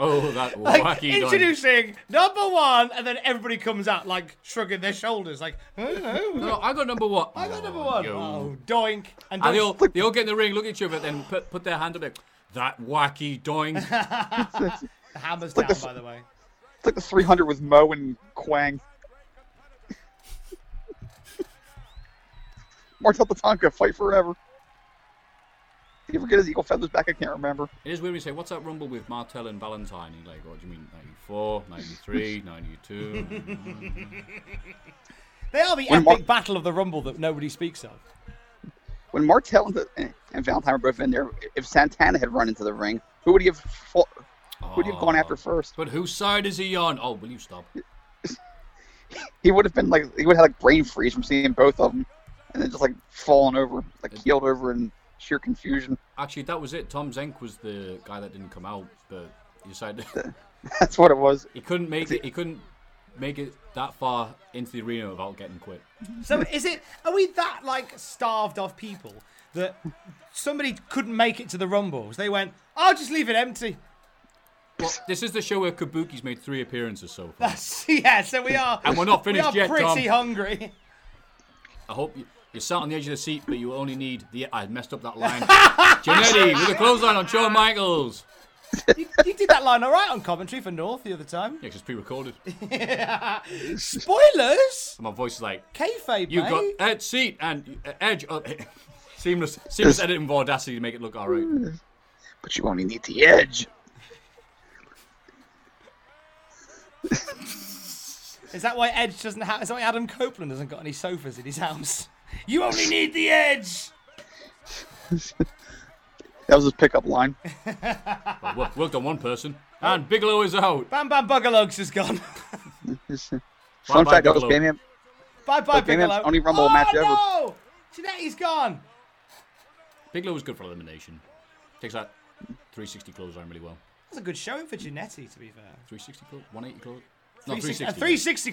C: Oh, that
A: Like
C: wacky dog.
A: introducing number one, and then everybody comes out like shrugging their shoulders, like, oh,
C: No, I got number one.
A: I got number one.
C: yo.
A: Oh, doink. And
C: And they all,
A: doink.
C: they all get in the ring, look at each other, then put, put their hand up. Like, that wacky doink.
A: the hammer's
B: like
A: down,
B: the-
A: by the way.
B: It's like the three hundred with Mo and Quang. Martel Tatanka, fight forever. Did he ever get his eagle feathers back? I can't remember.
C: It is weird when you say, what's that rumble with Martel and Valentine? You're like, what do you mean, 94, 93, 92?
A: They are the
B: When
A: epic
B: Mar-
A: battle of the Rumble that nobody speaks of.
B: When Martel and, the, and Valentine were both in there, if Santana had run into the ring, who would he have fought, who would he have gone after first?
C: But whose side is he on? Oh, will you stop?
B: He would have been like he would have had like brain freeze from seeing both of them, and then just like falling over, like keeled over in sheer confusion.
C: Actually, that was it. Tom Zenk was the guy that didn't come out, but he decided
B: That's what it was.
C: he couldn't make it. He couldn't make it that far into the arena without getting quit.
A: So is it? Are we that like starved of people that somebody couldn't make it to the Rumbles? They went, "I'll just leave it empty."
C: Well, this is the show where Kabuki's made three appearances so far.
A: yeah, so we are.
C: And we're not
A: we
C: finished
A: are
C: yet,
A: pretty
C: Tom.
A: hungry.
C: I hope you, you're sat on the edge of the seat, but you only need the. I messed up that line. Janetti with a clothesline on Shawn Michaels.
A: You, you did that line all right on commentary for North the other time.
C: Yeah, 'cause it's pre-recorded.
A: Spoilers.
C: My voice is like,
A: Kayfabe,
C: you
A: mate.
C: got edge seat and uh, edge. Uh, seamless, seamless editing of Audacity to make it look all right.
B: But you only need the edge.
A: Is that why Edge doesn't have? Is that why Adam Copeland hasn't got any sofas in his house? You only need the edge.
B: That was his pickup line.
C: Well, wo- worked on one person, and Bigelow is out.
A: Bam Bam Bugalugs has gone.
B: uh, Fun
C: Bye-bye,
B: fact: that was
C: Bigelow.
B: Bam
A: bye bye,
B: Okay, that's
A: Bigelow.
B: only Rumble
A: oh,
B: match ever.
A: no! Genetti's gone.
C: Bigelow was good for elimination. Takes that 360 clothesline really well.
A: That's a good showing for Genetti, to be fair.
C: 360 close, 180 close. No,
A: 360
C: 360.
A: a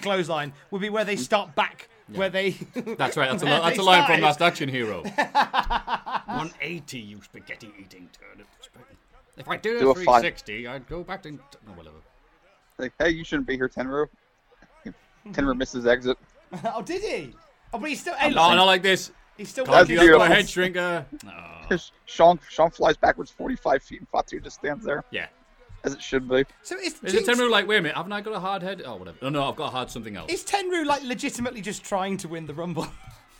A: 360 clothesline would be where they start back, where they.
C: That's right. That's a,
A: where
C: li- that's
A: they
C: a line from
A: started.
C: Last Action Hero. 180, you spaghetti eating turnip. spaghetti. If I did
B: Do
C: a
B: a five.
C: 360, I'd go back to. No, whatever.
B: Like, hey, you shouldn't be here, Tenru. Tenru misses exit.
A: Oh, did he? Oh, but he's still. Hey,
C: Oh,
A: look,
C: not like this.
A: he's still
C: Can't
A: working.
C: you
B: That'd be
C: up my
B: awful.
C: head shrinker? No.
B: Sean Sean flies backwards 45 feet, and Fatu just stands there
C: Yeah.
B: as it should be.
A: So is,
C: Is it Tenru like, wait a minute, haven't I got a hard head? Oh, whatever. No, no, I've got a hard something else.
A: Is Tenru like legitimately just trying to win the Rumble?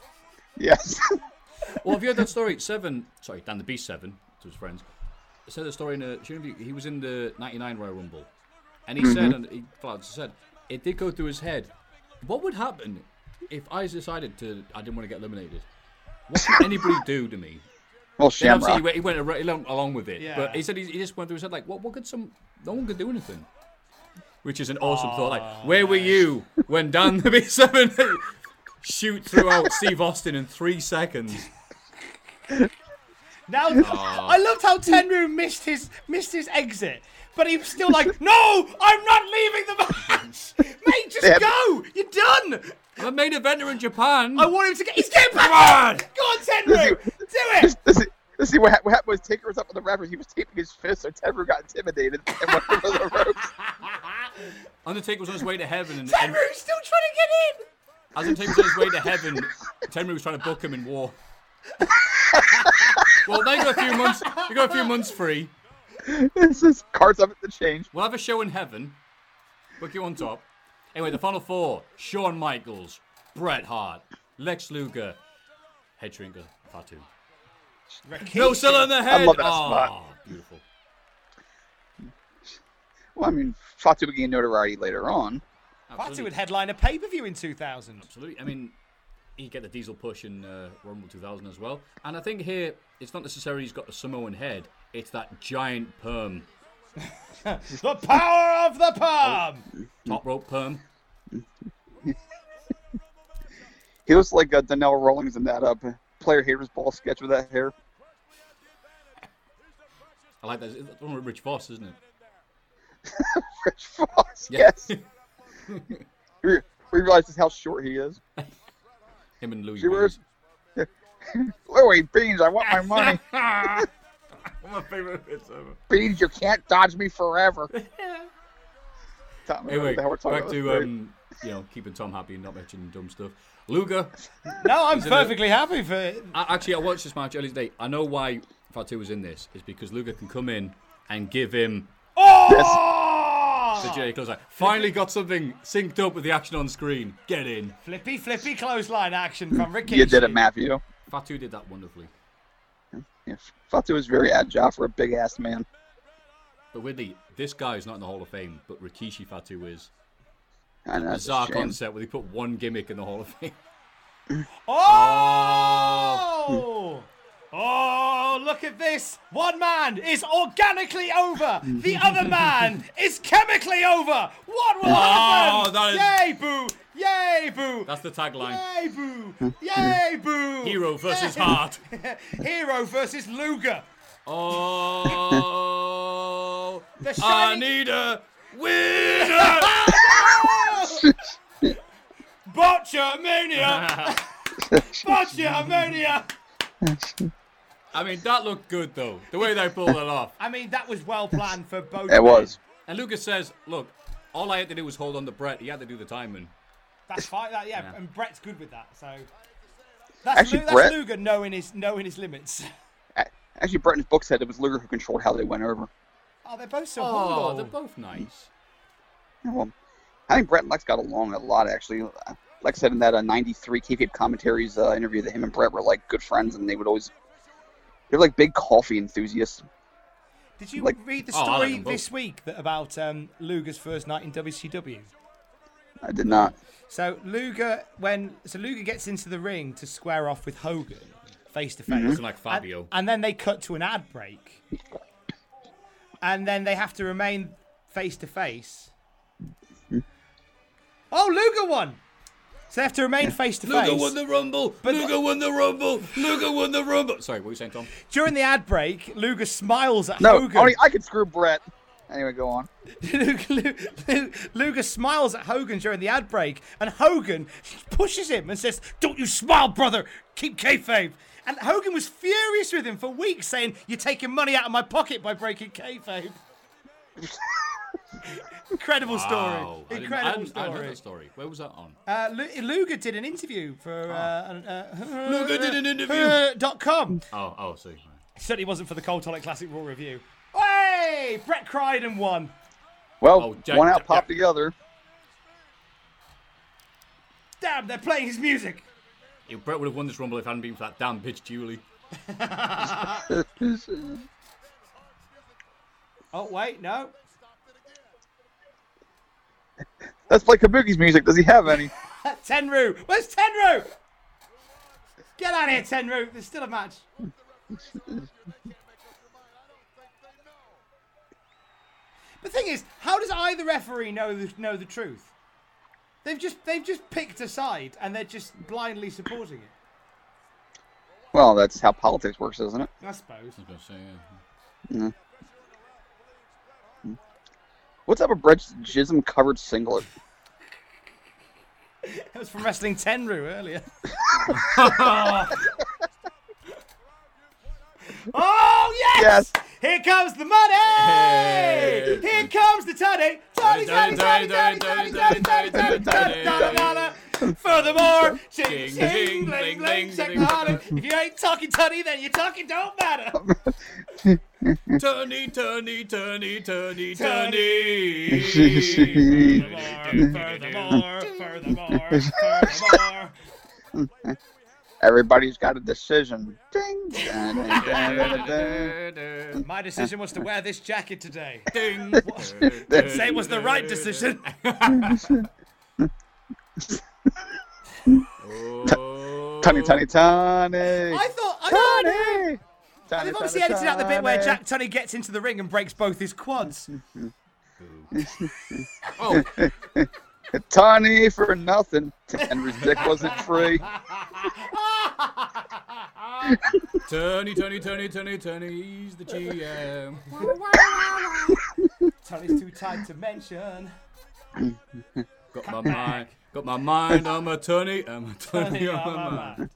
B: Yes.
C: well, have you heard that story? Seven, sorry, Dan the Beast Seven to his friends said the story in a she interview. He was in the '99 Royal Rumble, and he said, and he flat out said, it did go through his head. What would happen if I decided to? I didn't want to get eliminated. What could anybody do to me?
B: Well,
C: Then obviously
B: Shamrock.
C: he went, he went ar- along, along with it,
A: Yeah.
C: but he said he, he just went through his head like, what? What could some? No one could do anything. Which is an awesome thought. Like, where were you when Dan the Beast Seven shoot through out Steve Austin in three seconds?
A: Now, I loved how Tenru missed his missed his exit, but he was still like, "No, I'm not leaving the match, mate. Just
B: Yeah.
A: go. You're done.
C: I'm a main eventer in Japan.
A: I want him to get. He's getting back. Go on, Tenru. Do it.
B: Just- Let's see, let's see what, hap- what happened was Taker was up on the rafters. He was taping his fist, so Tenru got intimidated and went over the ropes.
C: Undertaker was on his way to heaven, and, and
A: Tenru's still trying to get in.
C: as Undertaker was on his way to heaven, Tenru was trying to book him in war. well, now you got a few months. You got a few months free.
B: This is cards up at the change.
C: We'll have a show in heaven. Book you on top. Anyway, the final four: Shawn Michaels, Bret Hart, Lex Luger, Head Shrinker, Fatu. No cell in the head.
B: love that
C: Aw,
B: spot.
C: beautiful.
B: Well, I mean, Fatu began notoriety later on.
A: Fatu
C: Absolutely.
A: would headline a pay per view in 2000.
C: Absolutely. I mean, he get the diesel push in uh, Rumble 2000 as well. And I think here, it's not necessarily he's got a Samoan head, it's that giant perm,
A: The power of the palm.
C: top rope perm.
B: He looks like uh, Donnell Rawlings in that uh, player haters ball sketch with that hair.
C: I like that. It's the one with Rich Voss, isn't it?
B: Rich Fox,
C: Yeah.
B: yes. we, we realize just how short he is.
C: Him and Louis.
B: She wears.
C: Beans.
B: Louis Beans, I want my money.
C: One of my favorite bits ever.
B: Beans, you can't dodge me forever. Tom, what
C: Anyway,
B: the hell we're talking
C: back
B: about?
C: to
B: That's great.
C: um, you know, keeping Tom happy and not mentioning dumb stuff. Luger,
A: No, I'm
C: it a-
A: perfectly happy for it.
C: I, actually, I watched this match earlier today. I know why Fatu was in this is because Luger can come in and give him the
A: Oh!
C: Jay clothesline. Finally, got something synced up with the action on screen. Get in.
A: Flippy, flippy clothesline action from Ricky.
B: you did it, Matthew.
C: Fatu did that wonderfully.
B: Yeah, Fatu is very agile for a big ass man.
C: But weirdly, this guy is not in the Hall of Fame, but Rikishi Fatu is.
B: I know. That's a
C: Bizarre
B: shame.
C: concept where they put one gimmick in the Hall of Fame.
A: Oh! Oh! Oh, look at this. One man is organically over. The other man is chemically over. What will happen?
C: Oh, that
A: Yay, boo! Yay, boo!
C: That's the tagline.
A: Yay, boo! Yay, boo!
C: Hero versus
A: Yay.
C: heart.
A: Hero versus Luger.
C: Oh,
A: The
C: I
A: shining
C: need a winner.
A: Botcha Ammonia! Botcha Ammonia!
C: I mean, that looked good though. The way they pulled it off.
A: I mean, that was well planned for both.
B: It was.
C: And Lucas says, "Look, all I had to do was hold on to Brett. He had to do the timing."
A: That's fine. That, yeah, and Brett's good with that. So that's,
B: Actually,
A: Lu- that's
B: Brett-
A: Luger knowing his knowing his limits.
B: A- Actually, Bretton's book said it was Luger who controlled how they went over.
A: Oh, they're both so
C: Oh, they're
A: horrible.
C: both nice.
B: Yeah, well, I think Brett and Lex got along a lot, actually. Uh, Lex said in that uh, 93 kayfabe commentaries uh, interview that him and Brett were like good friends, and they would always. They were like big coffee enthusiasts.
A: Did you
B: like-
A: read the
C: Oh, I like
A: story
C: them both.
A: this week that about um, Luger's first night in WCW?
B: I did not.
A: So Luger, when so Luger gets into the ring to square off with Hogan face to face,
C: Mm-hmm. Looking like
A: and-
C: Fabio.
A: and then they cut to an ad break, and then they have to remain face to face.
B: Mm-hmm.
A: Oh, Luger won. So they have to remain face to
C: Luger won
A: face.
C: the Rumble. Luger won the Rumble. Luger won the Rumble. Sorry, what were you saying, Tom?
A: During the ad break, Luger smiles at
B: No,
A: Hogan.
B: only I could screw Brett. Anyway, go on.
A: Luger, Luger smiles at Hogan during the ad break, and Hogan pushes him and says, "Don't you smile, brother? Keep kayfabe." And Hogan was furious with him for weeks, saying, "You're taking money out of my pocket by breaking kayfabe." Incredible
C: Wow. I
A: story.
C: didn't- I
A: Incredible
C: didn't- I
A: story.
C: didn't know that story. Where was that on?
A: Uh, Lu- Luger did an interview for uh, an- uh,
C: Ah. Luger did an interview.
A: uh, dot com.
C: Oh, oh, see.
A: Certainly wasn't for the Cold Tonic Classic Raw review. Hey, Brett Crichton won.
B: Well,
C: Oh, Jack-
B: one out
C: Jack-
B: popped the other.
A: Damn, they're playing his music.
C: Yeah, Brett would have won this Rumble if it hadn't been for that damn bitch Julie.
A: Oh wait, no.
B: Let's play Kabuki's music. Does he have any?
A: Tenru! Where's Tenru? Get out of here, Tenru! There's still a match. the thing is, how does either referee know the, know the truth? They've just they've just picked a side and they're just blindly supporting it.
B: well, that's how politics works, isn't it?
A: I suppose.
C: I was gonna say, yeah.
B: What's up with Brett's jism covered singlet?
A: That was from wrestling Tenru earlier. oh yes!
B: Yes!
A: Here comes the money!
C: Hey.
A: Here comes the toddy! Toddy, toddy, toddy, toddy, toddy, toddy, toddy, toddy, toddy, toddy, toddy. Furthermore,
C: Ding,
A: shing,
C: ding,
A: shing, bling, bling,
C: bling, bling,
A: check
C: ding.
A: the holler. If you ain't talking toddy, then your talking don't matter.
C: Turny, turny, turny, turny, turny.
A: Furthermore, furthermore, furthermore.
B: Everybody's got a decision. Ding! Dun, dun, dun, dun, dun.
A: My decision was to wear this jacket today.
C: Ding.
A: Say it was the right decision.
C: Oh.
B: Tony, Tony, Tony!
A: I thought, I thought.
B: Tony! Tony,
A: They've obviously
B: Tony,
A: edited out the bit where
B: Tony.
A: Jack Tunney gets into the ring and breaks both his quads.
C: Oh,
B: Tony for nothing. Henry's dick wasn't free.
C: Tony, Tony, Tony, Tony, Tony, he's the GM.
A: Tunney's too tight to mention.
C: Got my mind, got my mind on my Tony, and my Tony on my mind.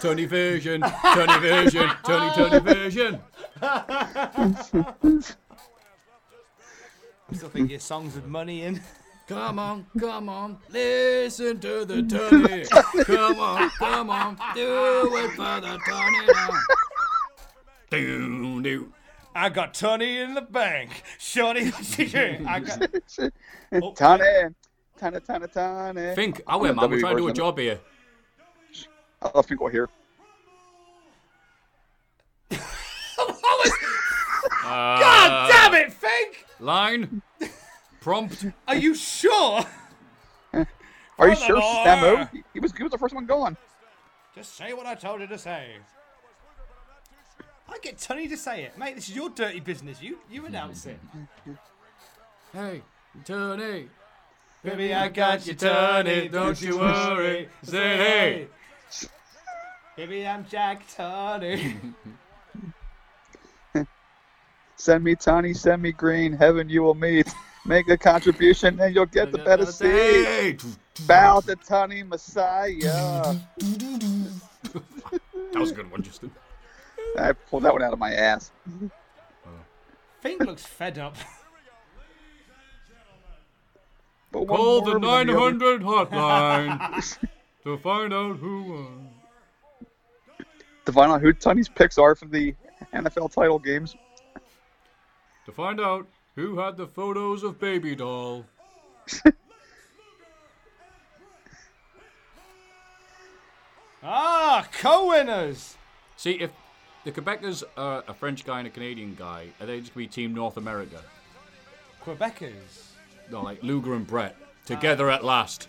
C: Tony Vision, Tony Vision, Tony, Tony Vision.
A: Still think your songs with money in.
C: Come on, come on, listen to the Tony. Come on, come on, do it for the Tony now. Do, do.
A: I got Tony in the bank. Shorty, I got. Oh.
B: Tony! Tony, Tony, Tony!
C: Think, I went, man, we're trying to do a job here.
B: I love people here.
A: God Oh, damn it, Fink!
C: Line, Uh, prompt.
A: Are you sure?
B: Are you sure,
A: Baltimore!
B: Samu? He- He was he was the first one going.
A: Just say what I told you to say. I get Tony to say it, mate. This is your dirty business. You you announce it.
C: Hey, Tony.
A: Baby,
C: I got you, Tony, don't you worry. Say hey.
A: Baby, I'm Jack Tony.
B: Send me Tony, send me Green. Heaven you will meet. Make a contribution and you'll get the better seat. Bow to Tony Messiah.
C: That was a good one, Justin.
B: I pulled that one out of my ass.
A: Fink looks fed up.
B: But one
C: Call
B: more
C: the
B: than other.
C: 900 hotline to find out who won.
B: To find out who Tony's picks are for the NFL title games.
C: To find out who had the photos of Baby Doll.
A: Ah, co-winners.
C: See, if the Quebecers are a French guy and a Canadian guy, are they just going to be Team North America?
A: Quebecers.
C: No, like Luger and Brett. Together at last.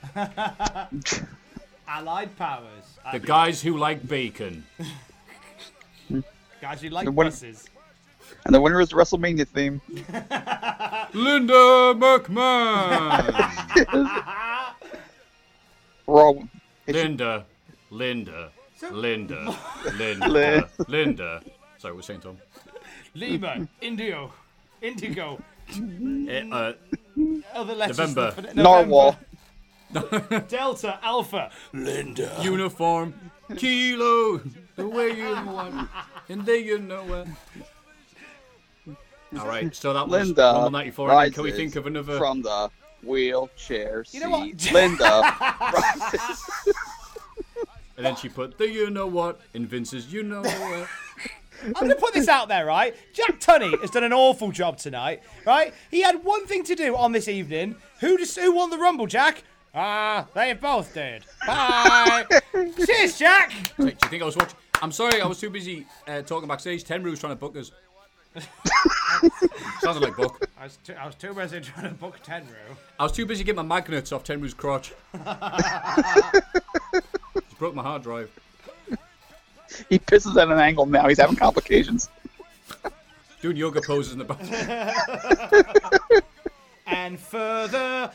A: Allied powers. Uh,
C: The guys who like bacon.
A: guys, you like
B: The one-
A: buses.
B: And the winner is the WrestleMania theme.
C: Linda McMahon!
B: Raw. It should-
C: Linda. Linda. Linda.
B: Lin-
C: Linda. Linda. Sorry, what was saying, Tom?
A: Lima, Indio, Indigo,
C: Eh, uh,
A: other letters.
C: November.
A: November.
B: Narwhal.
A: Delta, Alpha.
C: uniform, kilo, the way you want, and there you know it. All right, so that was
B: Linda.
C: Rumble 94. and then
B: rises
C: Can we think of another?
B: From the wheelchair seat.
A: know what?
B: Linda. rises.
C: And then she put the you know what in Vince's you know what.
A: I'm going to put this out there, right? Jack Tunney has done an awful job tonight, right? He had one thing to do on this evening. Who just, who won the Rumble, Jack? Ah, they both did. Bye. Cheers, Jack.
C: It's like, do you think I was watching? I'm sorry, I was too busy uh, talking backstage. Tenru was trying to book us. Sounded like book.
A: I was, too, I was too busy trying to book Tenru.
C: I was too busy getting my magnets off Tenru's crotch. Just broke my hard drive.
B: he pisses at an angle now. He's having complications.
C: Doing yoga poses in the bathroom.
A: And furthermore,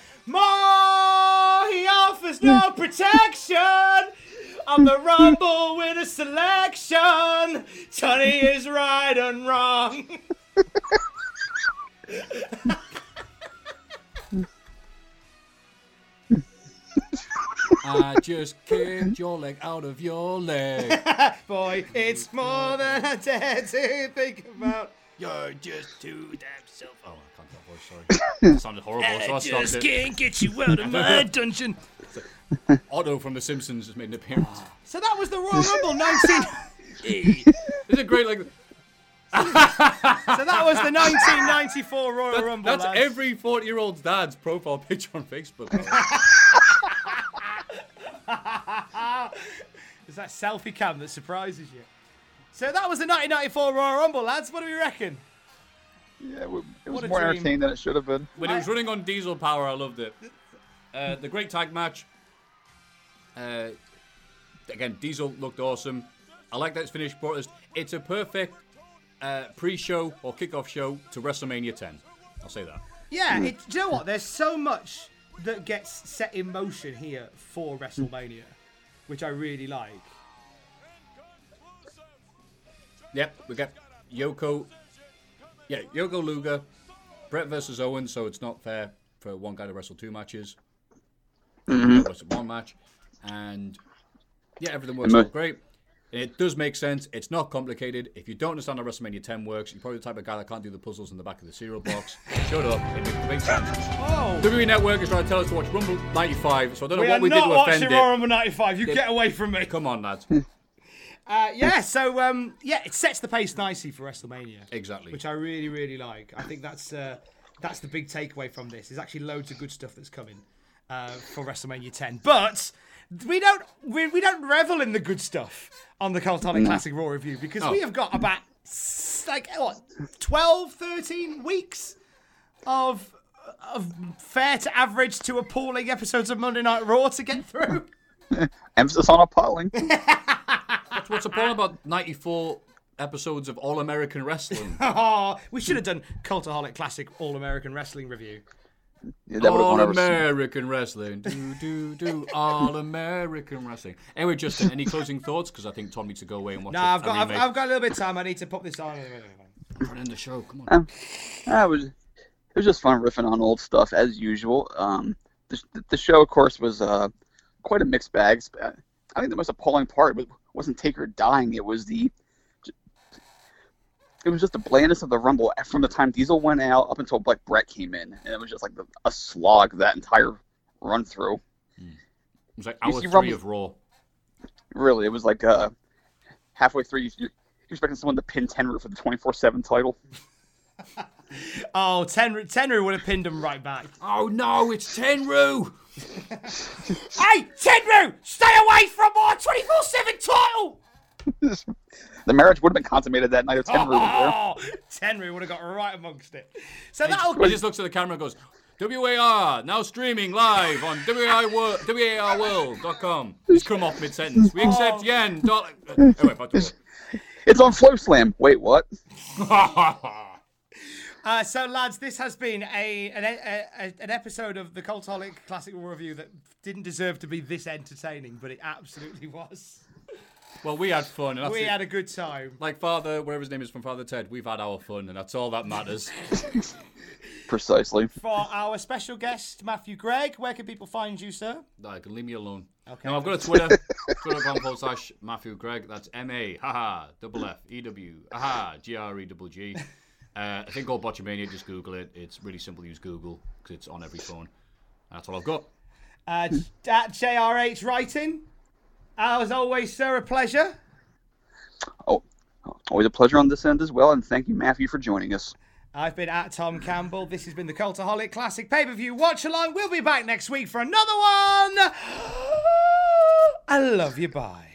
A: he offers no protection. On the Rumble winner selection, Tony is right and wrong.
C: I just kicked your leg out of your leg.
A: Boy, it's more than I dare to think about.
E: You're just too damn self.
C: Oh, I can't do that voice, sorry. It sounded horrible, so I stopped
E: Just
C: it.
E: can't get you out of my dungeon.
C: Otto from The Simpsons has made an appearance.
A: So that was the Royal Rumble 19.
E: Hey,
C: This is great, like,
A: so that was the 1994 Royal Rumble.
C: that's
A: lads.
C: every 40 year old dad's profile picture on Facebook. bro.
A: It's that selfie cam that surprises you. So that was the 1994 Royal Rumble, lads. What do we reckon?
B: Yeah, it was, it was
A: a
B: more
A: dream.
B: entertaining than it should have been.
C: when it was running on diesel power, I loved it. Uh, the great tag match. Uh, again, Diesel looked awesome. I like that it's finished. Brought us. It's a perfect uh, pre-show or kickoff show to WrestleMania 10. I'll say that.
A: Yeah, it, do you know what? There's so much that gets set in motion here for WrestleMania, which I really like.
C: Yep, we got Yoko. Yeah, Yoko Luger, Brett versus Owen. So it's not fair for one guy to wrestle two matches. Wrestle one match, and yeah, everything works
B: Am I-
C: out great. And it does make sense. It's not complicated. If you don't understand how WrestleMania 10 works, you're probably the type of guy that can't do the puzzles in the back of the cereal box. Shut up. It makes- makes sense.
A: Oh,
C: WWE Network is trying to tell us to watch Rumble 95, so I don't know
A: we
C: what
A: are
C: we did
A: not
C: to offend
A: watching
C: it.
A: Royal Rumble 95. You get away from me.
C: Come on, lads.
A: Uh, yeah, so um, yeah, it sets the pace nicely for WrestleMania,
C: Exactly.
A: which I really, really like. I think that's uh, that's the big takeaway from this. There's actually loads of good stuff that's coming uh, for WrestleMania 10, but we don't we, we don't revel in the good stuff on the Cultonic Classic Raw review because we have got about s- like what 12, 13 weeks of of fair to average to appalling episodes of Monday Night Raw to get through.
B: Emphasis on appalling.
C: That's what's appalling about 94 episodes of All American Wrestling.
A: oh, we should have done Cultaholic Classic All American Wrestling review.
B: Yeah, that would have
C: All
B: gone over. some-
C: American Wrestling. Do, do, do. All American Wrestling. Anyway, Justin, any closing thoughts? Because I think Tom needs to go away and watch
A: No,
C: a-
A: I've
C: a
A: got I've,
C: remake.
A: I've got a little bit of time. I need to pop this on.
C: Run in the show. Come on.
B: Um, I was, it was just fun riffing on old stuff as usual. Um, the, the show, of course, was uh, quite a mixed bag. Sp- uh, I think the most appalling part was, wasn't Taker dying. It was the, it was just the blandness of the Rumble e, from the time Diesel went out up until like Brett came in, and it was just like the, a slog that entire run through.
C: It was like
B: You
C: hour
B: see
C: three
B: Rumble-
C: of Raw.
B: Really, it was like uh, halfway through, you, you're expecting someone to pin Tenru for the 24/7 title.
A: Oh, Tenru, Tenru would have pinned him right back.
C: Oh no, it's Tenru!
A: hey, Tenru, stay away from my 24/7 title.
B: the marriage would have been consummated that night if Tenru was there.
A: Oh, Tenru would have got right amongst it. So that'll
C: He just looks at the camera and goes, WAR, now streaming live on WARworld.com. Just come off mid sentence. We
A: Oh.
C: accept yen, dollar. uh, Anyway, back to
B: It's on Flow Slam. Wait, what?
C: work.
A: Uh, so, lads, this has been a an, a, a an episode of the Cultaholic Classic War Review that didn't deserve to be this entertaining, but it absolutely was.
C: well, we had fun. And that's
A: We
C: it.
A: had a good time.
C: Like Father, whatever his name is from Father Ted, we've had our fun, and that's all that matters.
B: Precisely.
A: For our special guest, Matthew Gregg, where can people find you, sir?
C: No, you can leave me alone.
A: Okay.
C: No, I've got a Twitter. Twitter.com forward slash Matthew Gregg. That's M A, haha, double F, E W, haha, G R E double G. Uh, I think called Botchamania, just Google it. It's really simple to use Google because it's on every phone. That's all I've got.
A: Uh, j- at JRH Writing. As always, sir, a pleasure.
B: Oh, always a pleasure on this end as well, and thank you, Matthew, for joining us.
A: I've been at Tom Campbell. This has been the Cultaholic Classic pay per view watch along. We'll be back next week for another one. I love you. Bye.